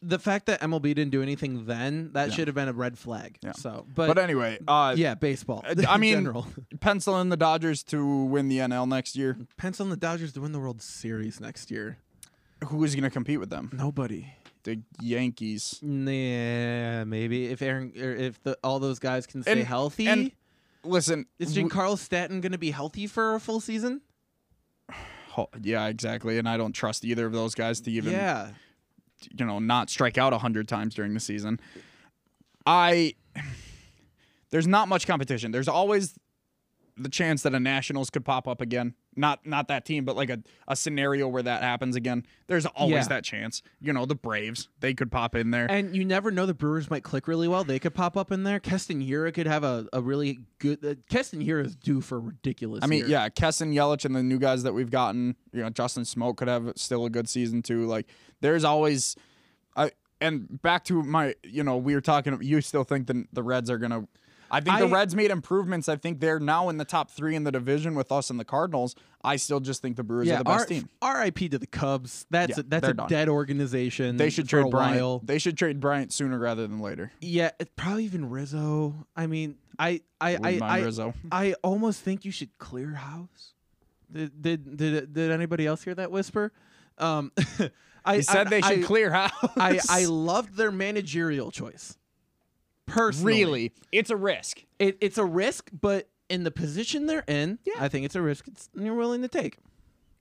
The fact that MLB didn't do anything then, that Yeah. should have been a red flag. Yeah. So, But, but, anyway, uh, yeah, baseball. [LAUGHS] I- I in mean- general. [LAUGHS] pencil in the Dodgers to win the NL next year. pencil in the Dodgers to win the World Series next year. Who is going to compete with them? Nobody. The Yankees. Nah, maybe if Aaron, or if the, all those guys can stay And- healthy. and Listen, is w- Giancarlo Stanton going to be healthy for a full season? ho- yeah, exactly. And I don't trust either of those guys to even, yeah. you know, not strike out a hundred times during the season. I [SIGHS] there's not much competition. There's always the chance that a Nationals could pop up again. Not not that team, but like a, a scenario where that happens again. There's always Yeah. that chance. You know, the Braves, they could pop in there. And you never know. The Brewers might click really well. They could pop up in there. Keston Hira could have a, a really good. Uh, Keston Hira is due for a ridiculous. I mean, year. yeah, Kesson Yelich and the new guys that we've gotten, you know, Justin Smoke could have still a good season too. Like there's always I and back to my, you know, we were talking you still think the the Reds are going to I think the I- Reds made improvements. I think they're now in the top 3 in the division with us and the Cardinals. I still just think the Brewers are yeah. the best R- team. R.I.P. to the Cubs. That's Yeah, a, that's they're a done. dead organization. They should for trade a Bryant. while. They should trade Bryant sooner rather than later. Yeah, it, probably even Rizzo. I mean, I I Wouldn't mind I, Rizzo. I I almost think you should clear house. Did did did, did anybody else hear that whisper? Um, [LAUGHS] I He said I, they should I, clear house. [LAUGHS] I I loved their managerial choice. [LAUGHS] personally. Really, it's a risk. It, it's a risk, but in the position they're in, Yeah. I think it's a risk it's, you're willing to take.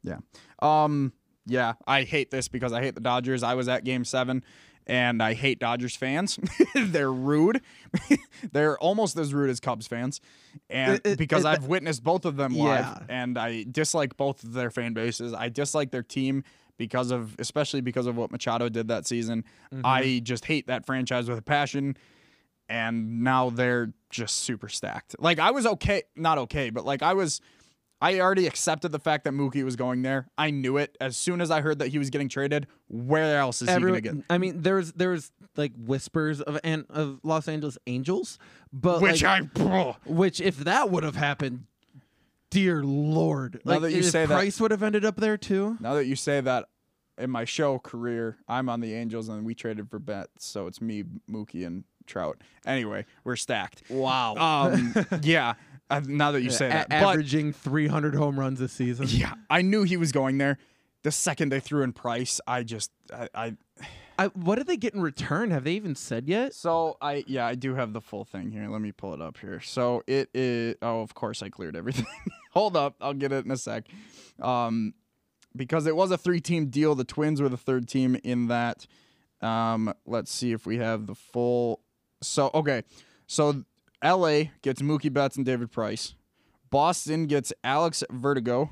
Yeah. Um. Yeah, I hate this because I hate the Dodgers. I was at Game Seven, and I hate Dodgers fans. [LAUGHS] They're rude. [LAUGHS] They're almost as rude as Cubs fans, and It- it- because it- I've witnessed both of them live, Yeah. and I dislike both of their fan bases. I dislike their team because of, especially because of what Machado did that season. Mm-hmm. I just hate that franchise with a passion and now they're just super stacked. Like I was okay, not okay, but like I was I already accepted the fact that Mookie was going there. I knew it as soon as I heard that he was getting traded. Where else is he going to Everyone, I mean, there's there's like whispers of an of Los Angeles Angels, but get? Which like, I bro, which if that would have happened, dear lord, Now like that you if say that- Price would have ended up there too. now that you say that in my show career, I'm on the Angels and we traded for Betts, so it's me, Mookie and Trout. Anyway, we're stacked. Wow, Um yeah, uh, now that you say that. But averaging 300 home runs this season. yeah, I knew he was going there. The second they threw in Price, I just I, I I, what did they get in return? Have they even said yet? So I yeah, I do have the full thing here. Let me pull it up here. So it is oh, of course I cleared everything. [LAUGHS] Hold up, I'll get it in a sec. Um because it was a three-team deal, the Twins were the third team in that. Um let's see if we have the full So okay. So LA gets Mookie Betts and David Price. Boston gets Alex Vertigo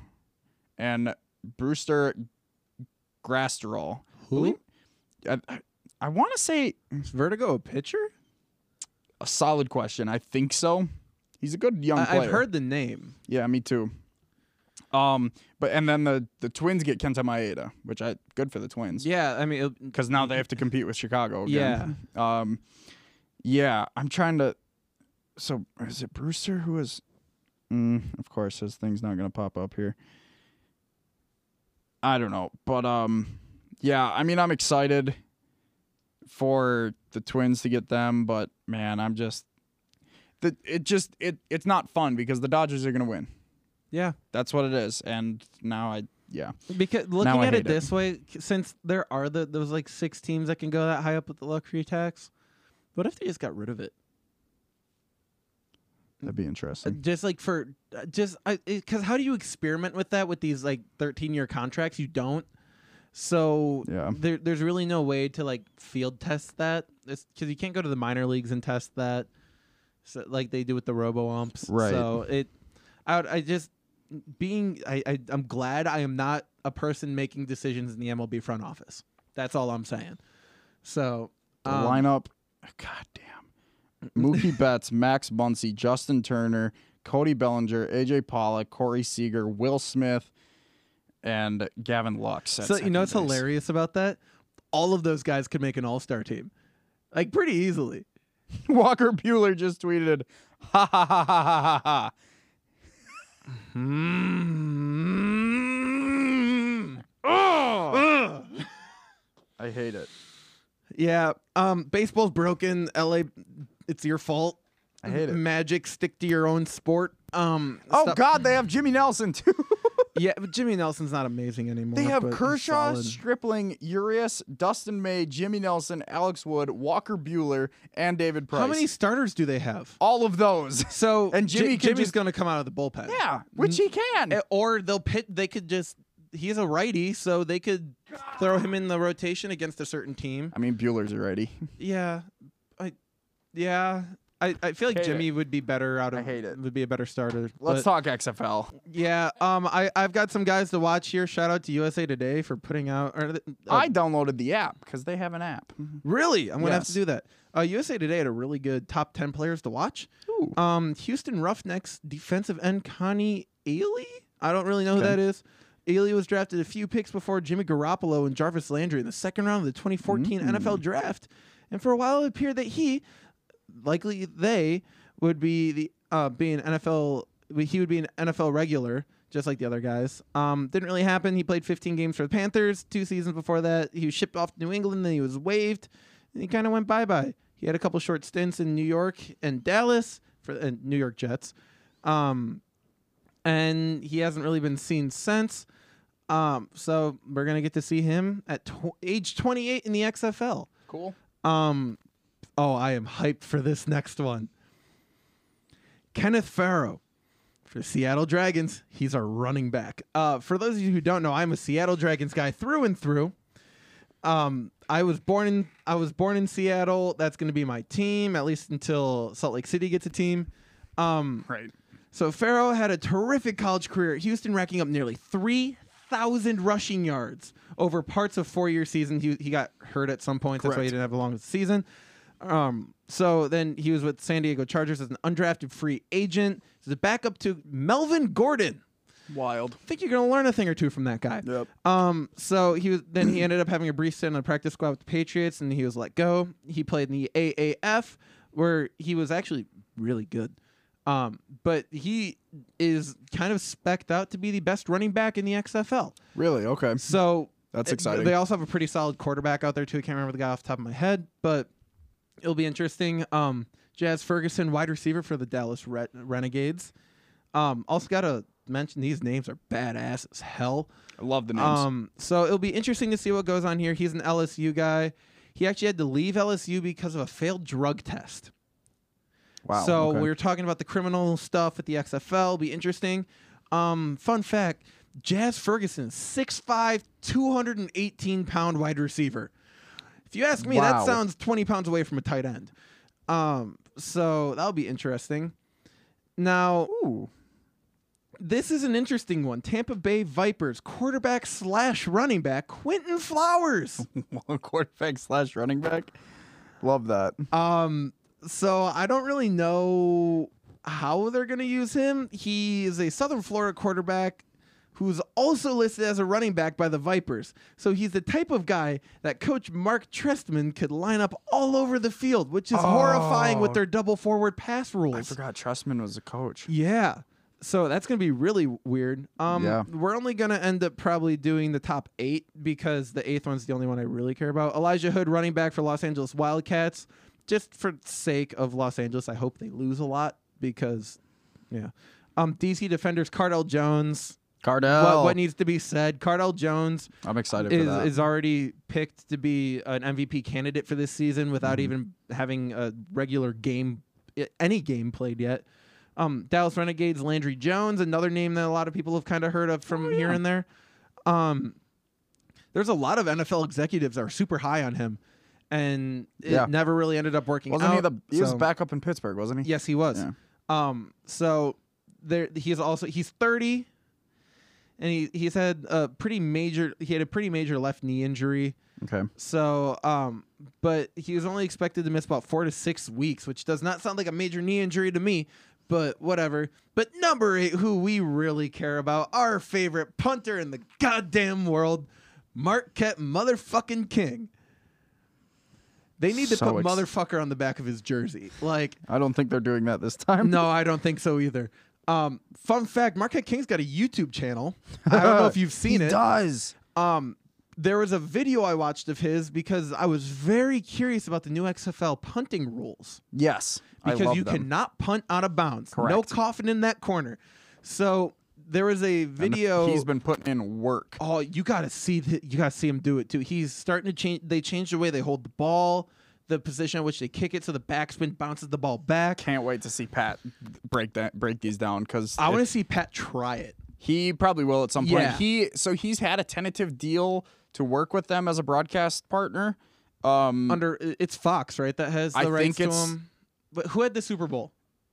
and Brewster Grasterol. Who? I, I- I want to say Is Vertigo a pitcher? a solid question. I think so. He's a good young I, player. I've heard the name. Yeah, me too. Um, but and then the the Twins get Kenta Maeda, which I good for the Twins Yeah, I mean, it- because now they have to compete with Chicago. Again. Yeah. Um, yeah, I'm trying to. So is it Brewster who is? Mm, of course, his thing's not gonna pop up here. I don't know, but um, yeah. I mean, I'm excited for the Twins to get them, but man, I'm just the it just it it's not fun because the Dodgers are gonna win. yeah. That's what it is, and now I yeah. Because looking I at hate it, it. this way, c- since there are the those like six teams that can go that high up with the luxury tax, what if they just got rid of it? That'd be Uh, interesting. Just like for uh, just I because how do you experiment with that with these like thirteen year contracts? You don't. So Yeah. there, there's really no way to like field test that because you can't go to the minor leagues and test that, so, like they do with the robo umps. Right. So it, I would- I just being I, I I'm glad I am not a person making decisions in the MLB front office. That's all I'm saying. So The um, lineup, God [LAUGHS] damn. Mookie Betts, Max Muncy, Justin Turner, Cody Bellinger, AJ Pollock, Corey Seager, Will Smith, and Gavin Lux. at So you know what's second base. hilarious about that? All of those guys could make an all star team, like pretty easily. [LAUGHS] Walker Bueller just tweeted, ha ha ha ha ha ha ha. Hmm. I hate it. Yeah. Um, baseball's broken. LA, it's your fault. I hate it. Magic, stick to your own sport. Um, Oh stop- God, they have Jimmy Nelson too. Yeah, but Jimmy Nelson's not amazing anymore. They have but he's Kershaw, solid. Stripling, Urias, Dustin May, Jimmy Nelson, Alex Wood, Walker Bueller, and David Price. How many starters do they have? All of those. [LAUGHS] So And Ji- Jimmy can Jimmy's just- going to come out of the bullpen. yeah, which he can. Uh, Or they'll pit. They could just. He's a righty, so they could throw him in the rotation against a certain team. I mean, Bueller's [LAUGHS] already. Yeah, I, yeah, I, I feel like Hate Jimmy would be better out of. I hate it. Would be a better starter. Let's talk but- XFL. Yeah, um, I I've got some guys to watch here. Shout out to USA Today for putting out. Or, uh, I downloaded the app because they have an app. really, I'm gonna have Yes. to do that. Uh, USA Today had a really good top ten players to watch. Um, Houston Roughnecks defensive end Connie Ely. I don't really know who Okay. that is. Ely was drafted a few picks before Jimmy Garoppolo and Jarvis Landry in the second round of the 2014 NFL Draft, and for a while it appeared that he, likely they, would be the uh, be an NFL. He would be an NFL regular, just like the other guys. Um, didn't really happen. He played 15 games for the Panthers. Two seasons before that, he was shipped off to New England. Then he was waived, and he kind of went bye bye. He had a couple short stints in New York and Dallas for and New York Jets. Um, and he hasn't really been seen since. Um, so we're gonna get to see him at tw- age 28 in the XFL. Cool. Um, Oh, I am hyped for this next one. Kenneth Farrow for the Seattle Dragons. He's our running back. Uh, for those of you who don't know, I'm a Seattle Dragons guy through and through. Um, I was born in I was born in Seattle. That's going to be my team at least until Salt Lake City gets a team. Um, Right. so Farrow had a terrific college career at Houston, racking up nearly 3,000 rushing yards over parts of four-year season. He, he got hurt at some point. That's why he Correct. didn't have a long season. Um, so then he was with San Diego Chargers as an undrafted free agent. He's a backup to Melvin Gordon. Wild. I think you're going to learn a thing or two from that guy. Yep. Um, so he was then he ended up having a brief stint on the practice squad with the Patriots, and he was let go. He played in the AAF, where he was actually really good. Um, but he is kind of specked out to be the best running back in the XFL. Really? Okay. So That's uh, exciting. They also have a pretty solid quarterback out there too. I can't remember the guy off the top of my head, but it'll be interesting. Um, Jazz Ferguson, wide receiver for the Dallas Re- Renegades. Um, also got to mention these names are badass as hell. I love the names. Um, so it'll be interesting to see what goes on here. He's an LSU guy. He actually had to leave LSU because of a failed drug test. So we were talking about the criminal stuff at the XFL. Be interesting. Um, fun fact: Jazz Ferguson, 6'5", 218 pound wide receiver. If you ask me, Wow. that sounds twenty pounds away from a tight end. Um, so that'll be interesting. Now, Ooh. [LAUGHS] this is an interesting one. Tampa Bay Vipers quarterback slash running back Quentin Flowers. quarterback slash running back. Love that. Um, so I don't really know how they're going to use him. He is a Southern Florida quarterback who's also listed as a running back by the Vipers. So he's the type of guy that coach Mark Trestman could line up all over the field, which is horrifying with Oh. their double forward pass rules. I forgot Trustman was a coach. Yeah. So that's going to be really weird. Um, Yeah. We're only going to end up probably doing the top eight because the eighth one's the only one I really care about. Elijah Hood, running back for Los Angeles Wildcats. Just for sake of Los Angeles, I hope they lose a lot because, yeah. Um, DC defenders Cardell Jones. Uh, Cardell. What, what needs to be said? Cardell Jones I'm excited for is, that. is already picked to be an MVP candidate for this season Mm-hmm. without even having a regular game, i- any game played yet. Um, Dallas Renegades, Landry Jones, another name that a lot of people have kind of heard of Oh, from here and there. Um, there's a lot of NFL executives that are super high on him, and it Yeah. never really ended up working wasn't out. he the? He was so- back up in Pittsburgh, wasn't he? Yes, he was. Yeah. Um, so there he's also he's 30 and he he's had a pretty major he had a pretty major left knee injury. Okay. So um but he was only expected to miss about 4 to 6 weeks, which does not sound like a major knee injury to me, but whatever. But number 8 who we really care about, our favorite punter in the goddamn world, Marquette motherfucking King. They need to So put ex- motherfucker on the back of his jersey. Like I don't think they're doing that this time. [LAUGHS] no, I don't think so either. Um, fun fact: Marquette King's got a YouTube channel. I don't know [LAUGHS] if you've seen he it. Does Um, there was a video I watched of his because I was very curious about the new XFL punting rules yes. I because love you them. cannot punt out of bounds. No Correct. coffin in that corner. So there was a And video. He's been putting in work. Oh, you gotta see th- you gotta see him do it too. He's starting to change. They changed the way they hold the ball, the position at which they kick it, so the backspin bounces the ball back. Can't wait to see Pat break that break these down because I want to see Pat try it. He probably will at some point. Yeah. He so he's had a tentative deal to work with them as a broadcast partner. Um, under i- it's Fox, right? That has the I rights think to it's- them. But who had the Super Bowl?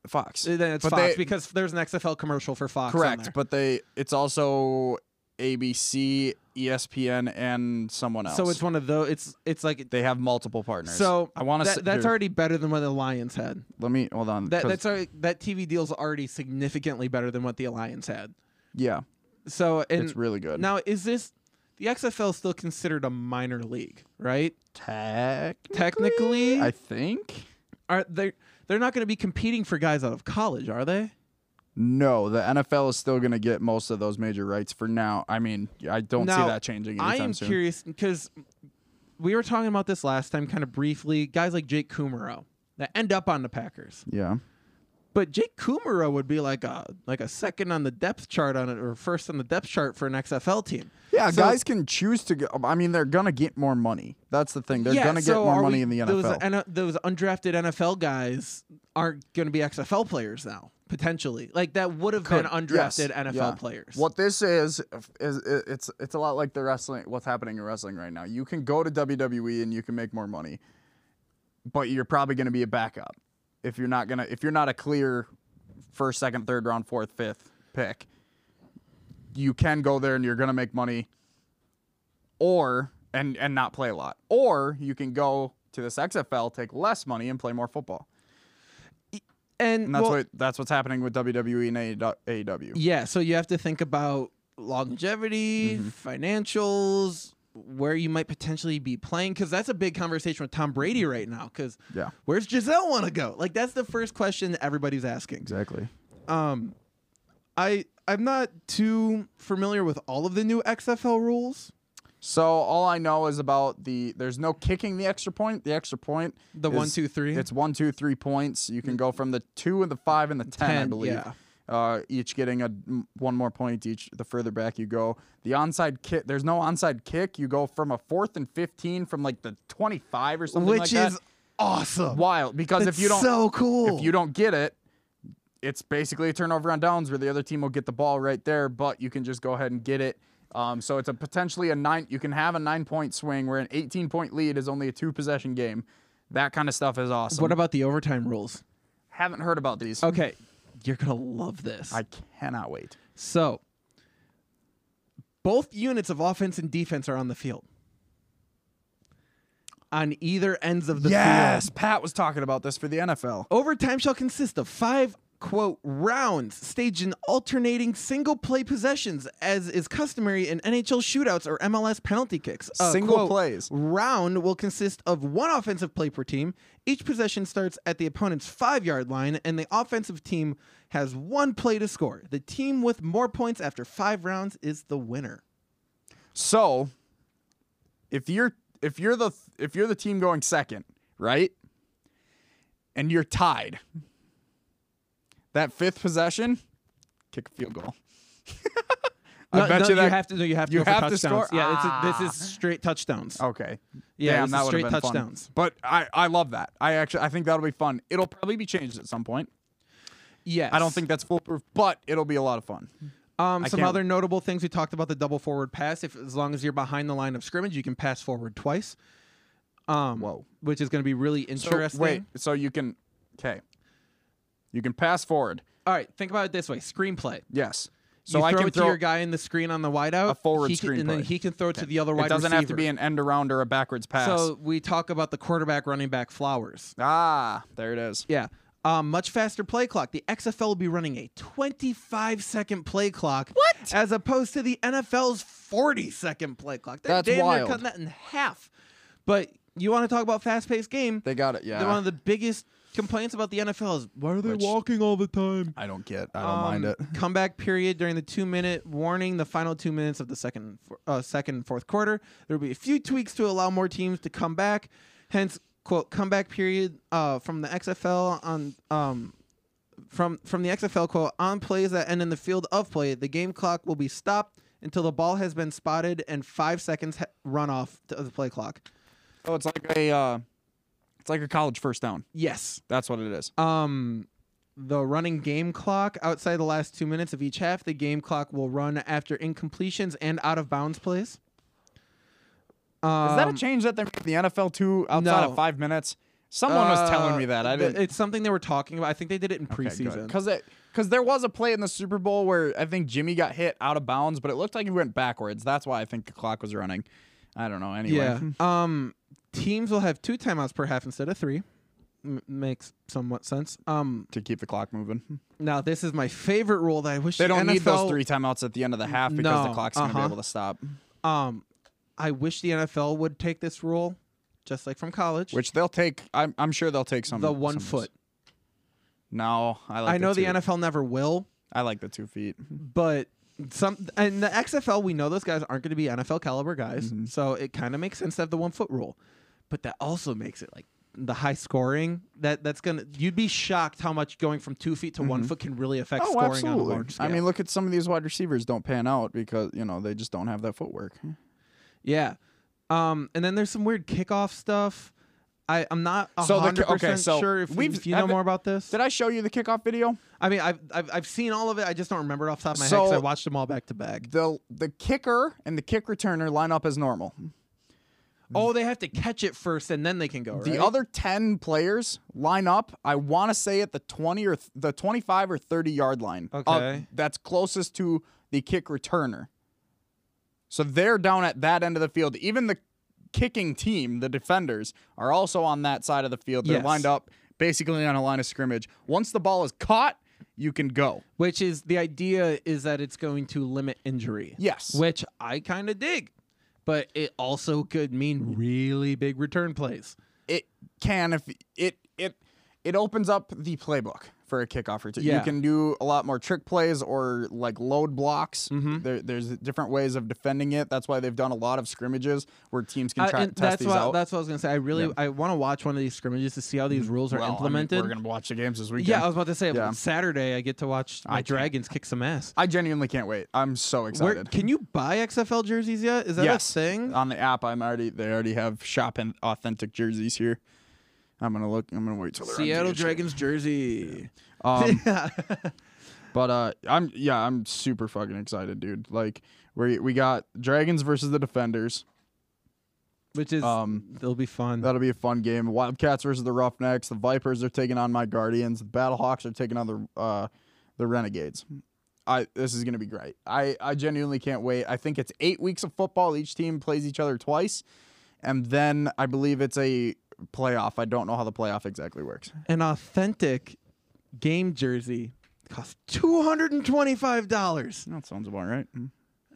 Fox. Uh, Then it's But Fox they- because there's an XFL commercial for Fox. on correct, there. but they it's also ABC, ESPN, and someone else. so it's one of those. It's it's like they have multiple partners. so. I want that- to. That's already better than what the Lions had. Let me hold on. That 'cause- that's already, that TV deal's already significantly better than what the Lions had. yeah, So and it's really good. now is this the XFL is still considered a minor league, right? tech, Technically, I think are they they're not going to be competing for guys out of college, are they? no. The NFL is still going to get most of those major rights for now. I mean, I don't see Now, that changing I anytime am soon. curious because we were talking about this last time, kind of briefly. Guys like Jake Kumaro that end up on the Packers. Yeah, But Jake Kumaro would be like a like a second on the depth chart on it or first on the depth chart for an XFL team. Yeah, So- guys can choose to go. I mean, they're gonna get more money. That's the thing. They're Yeah, gonna get so more are money we- in the NFL. Those, N- those undrafted NFL guys aren't going to be XFL players now, potentially. Like that would have been Could- undrafted yes, NFL yeah. players. What this is is i- it's it's a lot like the wrestling. What's happening in wrestling right now? You can go to WWE and you can make more money, but you're probably going to be a backup if you're not gonna if you're not a clear first, second, third round, fourth, fifth pick. You can go there and you're going to make money, or and and not play a lot, or you can go to this XFL, take less money, and play more football. and, And that's well, what that's what's happening with WWE and E AEW. yeah, so you have to think about longevity, Mm-hmm. financials, where you might potentially be playing cuz that's a big conversation with Tom Brady right now cuz Mm-hmm. Yeah. where's Giselle want to go? Like that's the first question that everybody's asking. Exactly. Um, I I'm not too familiar with all of the new XFL rules. So all I know is about the there's no kicking the extra point. The extra point The is- one, two, three. It's one, two, three points. You can go from the two and the five and the ten, I 10, believe. yeah. Uh, each getting a m- one more point each. The further back you go, the onside kick. There's no onside kick. You go from a fourth and fifteen from like the twenty-five or something like which is that. awesome. Wild because That's if you don't so cool. if you don't get it, it's basically a turnover on downs where the other team will get the ball right there, but you can just go ahead and get it. Um, so it's a potentially a nine. You can have a nine point swing where an 18 point lead is only a two possession game. That kind of stuff is awesome. what Oh. about the overtime rules? Haven't heard about these. Okay, you're gonna love this. I cannot wait. so, both units of offense and defense are on the field. On either ends of the field. yes, Pat was talking about this for the NFL. Overtime shall consist of five quote rounds staged in alternating single play possessions as is customary in NHL shootouts or MLS penalty kicks. Uh, Single quote, plays. Round will consist of one offensive play per team. Each possession starts at the opponent's 5-yard line and the offensive team has one play to score. The team with more points after 5 rounds is the winner. So if you're if you're the if you're the team going second, right? And you're tied. That fifth possession, kick a field goal. I No, bet no, you that have to no, you have to you go for have to touchdowns. Oh. score? Yeah, it's a, Ah. this is straight touchdowns. Okay. Yeah, Damn, it's a that would've straight been fun. touchdowns. But I, I love that. I actually I think that'll be fun. It'll probably be changed at some point. Yes. I don't think that's foolproof, but it'll be a lot of fun. Um, some can't- other notable things we talked about the double forward pass. If as long as you're behind the line of scrimmage, you can pass forward twice. Um, Whoa. which is going to be really So, interesting. wait, so you can okay. You can pass forward. all right, think about it this way: screenplay. Yes. So you I throw can it throw to your guy in the screen on the wideout, A forward he can- and then screenplay. he can throw it to the other wide. It doesn't have to be receiver. an end around or a backwards pass. So we talk about the quarterback, running back, Flowers. ah, there it is. Yeah. Um, much faster play clock. The XFL will be running a 25 second play clock. What? As opposed to the NFL's 40 second play clock. They're That's damn near wild. cutting that in half. But you want to talk about fast paced game? They got it. Yeah. One of the biggest complaints about the NFL is why are they Which- walking all the time? I don't get. I don't mind it. Um, [LAUGHS] Comeback period during the two minute warning, the final two minutes of the second, uh, second and fourth quarter. There will be a few tweaks to allow more teams to come back. Hence, quote comeback period uh, from the XFL on um, from from the XFL quote on plays that end in the field of play. The game clock will be stopped until the ball has been spotted and five seconds ha- run off to the play clock. Oh, it's like a. Uh, it's like a college first down. Yes. That's what it is. Um, the running game clock outside the last two minutes of each half, the game clock will run after incompletions and out of bounds plays. Um, is that a change that they made the NFL to outside no. of five minutes? Someone was telling uh, me that. I th- didn't. It's something they were talking about. I think they did it in preseason. Because because there was a play in the Super Bowl where I think Jimmy got hit out of bounds, but it looked like he went backwards. That's why I think the clock was running. I don't know. Anyway. yeah. um, teams will have two timeouts per half instead of three. M- makes somewhat sense. Um, [LAUGHS] To keep the clock moving. now this is my favorite rule that I wish They don't the need those NFL three timeouts at the end of the half because the No, clock's gonna uh-huh. be able to stop. Um, I wish the NFL would take this rule, just like from college. Which they'll take. I'm, I'm sure they'll take some. the one some- foot. No, I like. I know the two. NFL never will, I like the two feet. Oh, but some and the XFL we know those guys aren't going Mm-hmm. to be NFL caliber guys, so it kind of makes sense to have the one foot rule, but that also makes it like the high scoring that that's gonna you'd be shocked how much going from two feet to one foot can really affect Oh, scoring on a absolutely. large scale. I mean, look at some of these wide receivers don't pan out because you know they just don't have that footwork. yeah. Um, and then there's some weird kickoff stuff. I I'm not So the hundred ki- okay, percent so sure if, we've- if you know haven't- more about this. Did I show you the kickoff video? I mean, I've, I've I've seen all of it. I just don't remember it off the top of my head 'cause So- I watched them all back to back. The the kicker and the kick returner line up as normal. Oh, they have to catch it first and then they can go. The right? other 10 players line up, I want to say at the 20 or th- the 25 or 30 yard line. of- Okay. that's closest to the kick returner. So they're down at that end of the field. Even the kicking team, the defenders, are also on that side of the field. They're Yes. lined up basically on a line of scrimmage. Once the ball is caught, you can go. which is the idea is that it's going to limit injury. Yes. which I kind of dig, but it also could mean really big return plays. it can if it it it opens up the playbook for a kickoff return. You Yeah. can do a lot more trick plays or like load blocks. Mm-hmm. There, there's different ways of defending it. That's why they've done a lot of scrimmages where teams can I- try and and test that's these what out. that's what I was gonna say. I really Yeah. Mm. I want to watch one of these scrimmages to see how these rules are Well, I mean, implemented. we're gonna watch the games this weekend. yeah, I was about to say Yeah. Saturday I get to watch my can't- Dragons kick some ass. I genuinely can't wait. I'm so Where, excited. can you buy XFL jerseys yet? Is that yes, a thing? on the app. I'm already they already have shop and authentic jerseys here. I'm gonna look. I'm gonna wait till they're on Seattle DHL. Dragons jersey. [LAUGHS] Um, Yeah. But uh, I'm yeah, I'm super fucking excited, dude. Like we we got Dragons versus the Defenders. Which is Um, it'll be fun. That'll be a fun game. Wildcats versus the Roughnecks. The Vipers are taking on my Guardians. The Battlehawks are taking on the uh, the Renegades. I this is gonna be great. I I genuinely can't wait. I think it's eight weeks of football. Each team plays each other twice, and then I believe it's a playoff. I don't know how the playoff exactly works. An authentic game jersey costs two hundred and twenty-five dollars. That sounds about right.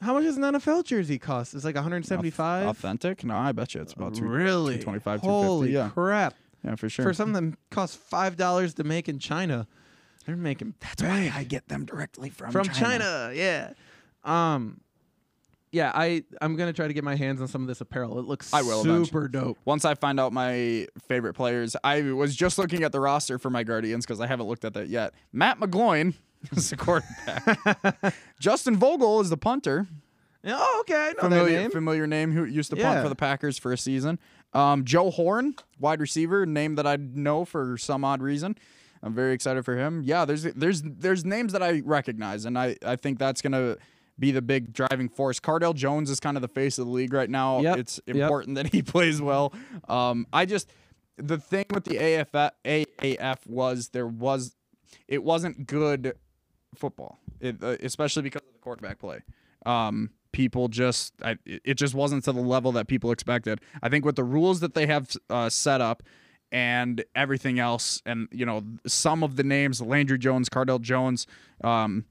How much does an NFL jersey cost? It's like one hundred seventy-five. Authentic? No, I bet you it's about two. really? 225, 250, Holy yeah. crap! Yeah, for sure. For something that costs five dollars to make in China, they're making That's why I get them directly from China. Yeah. Um. Yeah, I I'm gonna try to get my hands on some of this apparel. It looks I will eventually. super dope. Once I find out my favorite players, I was just looking at the roster for my Guardians because I haven't looked at that yet. Matt McGloin [LAUGHS] is the quarterback. [LAUGHS] Justin Vogel is the punter. Yeah, Oh, okay, I know that Familiar name. familiar name who used to punt Yeah. for the Packers for a season. Um, Joe Horn, wide receiver, name that I know for some odd reason. I'm very excited for him. Yeah, there's there's there's names that I recognize, and I, I think that's gonna be the big driving force. Cardell Jones is kind of the face of the league right now. Yep, It's yep. important that he [LAUGHS] plays well. Um, I just the thing with the AF AAF was there was it wasn't good football, it, uh, especially because of the quarterback play. Um, people just, I, it it just wasn't to the level that people expected. I think with the rules that they have uh, set up and everything else, and you know, some of the names, Landry Jones, Cardell Jones, um,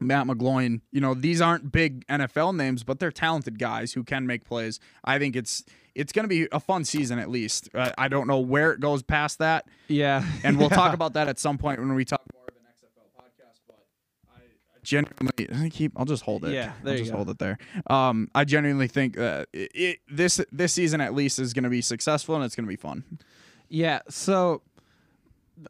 Matt McGloin, you know, these aren't big NFL names, but they're talented guys who can make plays. I think it's it's going to be a fun season at least. Uh, I don't know where it goes past that Yeah, and [LAUGHS] we'll talk about that at some point when we talk more of an XFL podcast. But I, I genuinely I keep. I'll just hold it. Yeah, I'll there you just go. hold it there. Um, I genuinely think that it, it, this this season at least is going to be successful and it's going to be fun. Yeah, so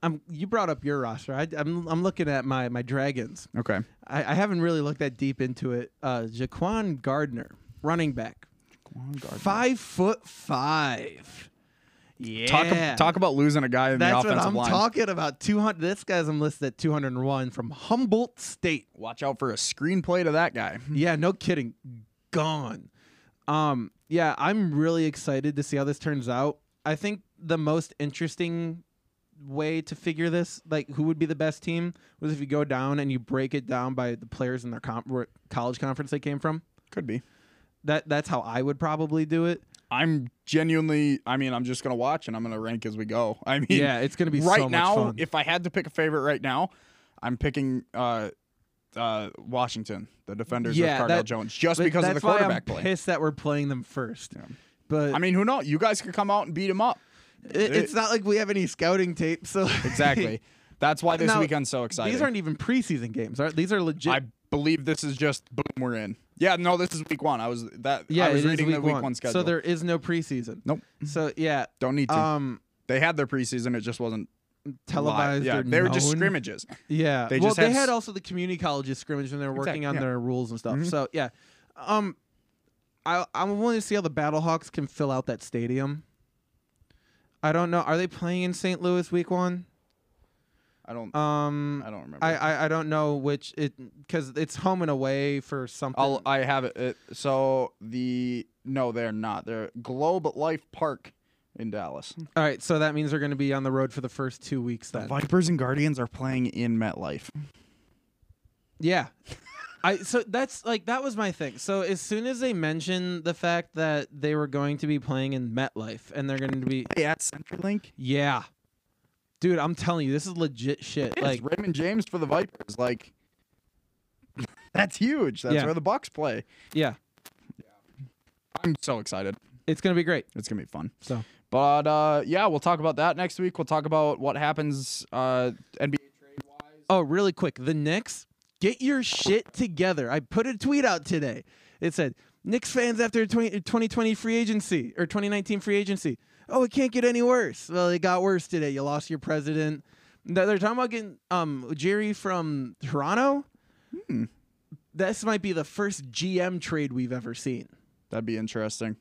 I'm you brought up your roster. I, I'm I'm looking at my my Dragons. Okay, I, I haven't really looked that deep into it. Uh, Jaquan Gardner, running back, five foot five. Yeah, talk talk about losing a guy in That's the what offensive I'm line. talking about. Two hundred. This guy's I'm listed at 201 from Humboldt State. Watch out for a screenplay to that guy. Yeah, no kidding. Gone. Um, yeah, I'm really excited to see how this turns out. I think the most interesting way to figure this, like who would be the best team, was if you go down and you break it down by the players in their com- where- college conference they came from. Could be. That that's how I would probably do [LAUGHS] it. I'm genuinely. I mean, I'm just going to watch and I'm going to rank as we go. [LAUGHS] I mean, Yeah, it's gonna be right so now, Much fun. if I had to pick a favorite right now, I'm picking uh, uh, Washington, the defenders Yeah, of Cardell that- Jones, just But because of that's the quarterback why I'm play. pissed that we're playing them first. But I mean, who knows? You guys could come out and beat him [LAUGHS] up. it, it's not like we have any scouting tape, so [LAUGHS] Exactly. That's why this Now, weekend's so exciting. These aren't even preseason games. Are these are legit? I believe this is just boom, we're in. Yeah, no, this is week one. I was that. Yeah, I was it is reading week the week one. schedule. So there is no preseason. Nope. So yeah, Don't need to. um, They had their preseason. It just wasn't Live. televised. Yeah, or they were just known. scrimmages. Yeah. They well, just they had s- had also the community colleges scrimmage when they were working Exact- on yeah. their rules and stuff. Mhm. So yeah, um, I I'm willing to see how the Battlehawks can fill out that stadium. I don't know. Are they playing in St. Louis week one? I don't. Um, I don't remember. I I, I don't know which it because it's home and away for something. I'll, uh I have it. it. So the no, they're not. They're Globe Life Park in Dallas. All right, so that means they're going to be on the road for the first two weeks. Then Vipers and Guardians are playing in MetLife. Yeah. I so that's like that was my thing. So as soon as they mentioned the fact that they were going to be playing in MetLife and they're going to be Hey, at CenturyLink, yeah. Dude, I'm telling you this is legit shit. like like Raymond James for the Vipers. Like [LAUGHS] that's huge. That's Yeah. where the Bucks play. yeah, I'm so excited. it's going to be great. It's gonna be fun. So But uh, yeah, we'll talk about that next week. We'll talk about what happens uh, NBA Oh, really quick. The Knicks, get your shit together. I put a tweet out today. It said, Knicks fans after 20, 2020 free agency or 2019 free agency. Oh, it can't get any worse. Well, it got worse today. You lost your president. Now They're talking about getting um, Jerry from Toronto. This might be the first GM trade we've ever seen, That'd be interesting.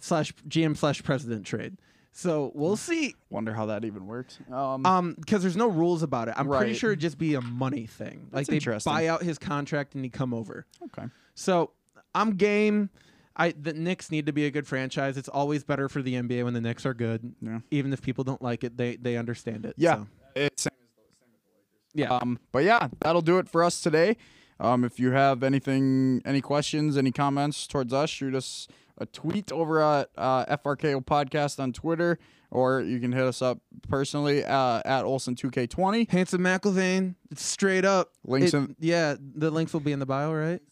slash GM slash president trade. So we'll see. Wonder how that even works. Um, Um, because there's no rules about it. I'm pretty Right. sure it'd just be a money thing. Like That's they interesting. buy out his contract and he come over. okay. So I'm game. I the Knicks need to be a good franchise. It's always better for the NBA when the Knicks are good. Yeah. Even if people don't like it, they they understand it. Yeah. So, It's yeah. Um, but yeah, that'll do it for us today. Um, if you have anything, any questions, any comments towards us, shoot us a tweet over at uh, FRKO Podcast on Twitter, or you can hit us up personally uh, at Olson2K20. Handsome McIlvain. It's straight up. Links It- in- yeah, the links will be in the Um, bio, right?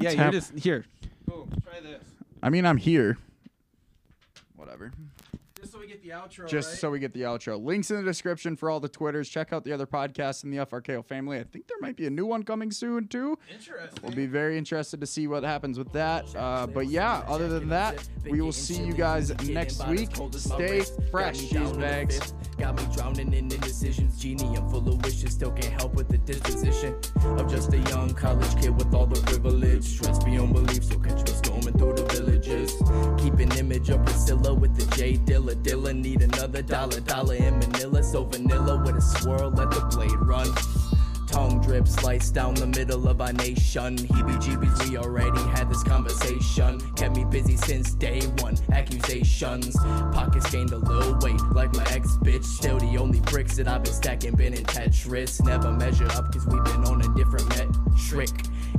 Yeah, you hap- just here. Boom. Try this. I mean, I'm here. Whatever. Just so we get the outro. Just so we get the outro. Links in the description for all the Twitters. Check out the other podcasts in the FRKO family. I think there might be a new one coming soon, too. interesting. We'll be very interested to see what happens with that. Uh, but yeah, other than that, we will see you guys next week. Stay fresh, cheese bags. Got me drowning in indecisions. Genie, I'm full of wishes. Still can't help with the disposition. I'm just a young college kid with all the privilege. Stress beyond belief, so catch me storming through the villages. Keep an image of Priscilla with the J Dilla. Dilla need another dollar, dollar in Manila. So vanilla with a swirl, let the blade run. Tongue drip sliced down the middle of our nation. Heebie jeebies, we already had this conversation. Kept me busy since day one. Accusations. Pockets gained a little weight, like my ex bitch. Still the only bricks that I've been stacking been in Tetris. Never measure up, cause we've been on a different metric.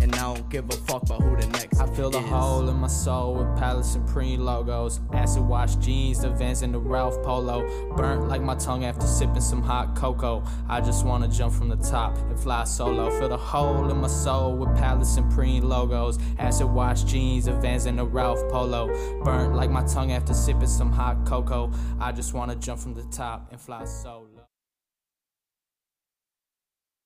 And I don't give a fuck about who the next I feel the is. hole in my soul with Palace and Preen logos. Acid wash jeans, the Vans and the Ralph Polo. Burnt like my tongue after sipping some hot cocoa. I just wanna jump from the top and fly solo. Feel the hole in my soul with Palace and Preen logos. Acid wash jeans, the Vans and the Ralph Polo. Burnt like my tongue after sipping some hot cocoa. I just wanna jump from the top and fly solo.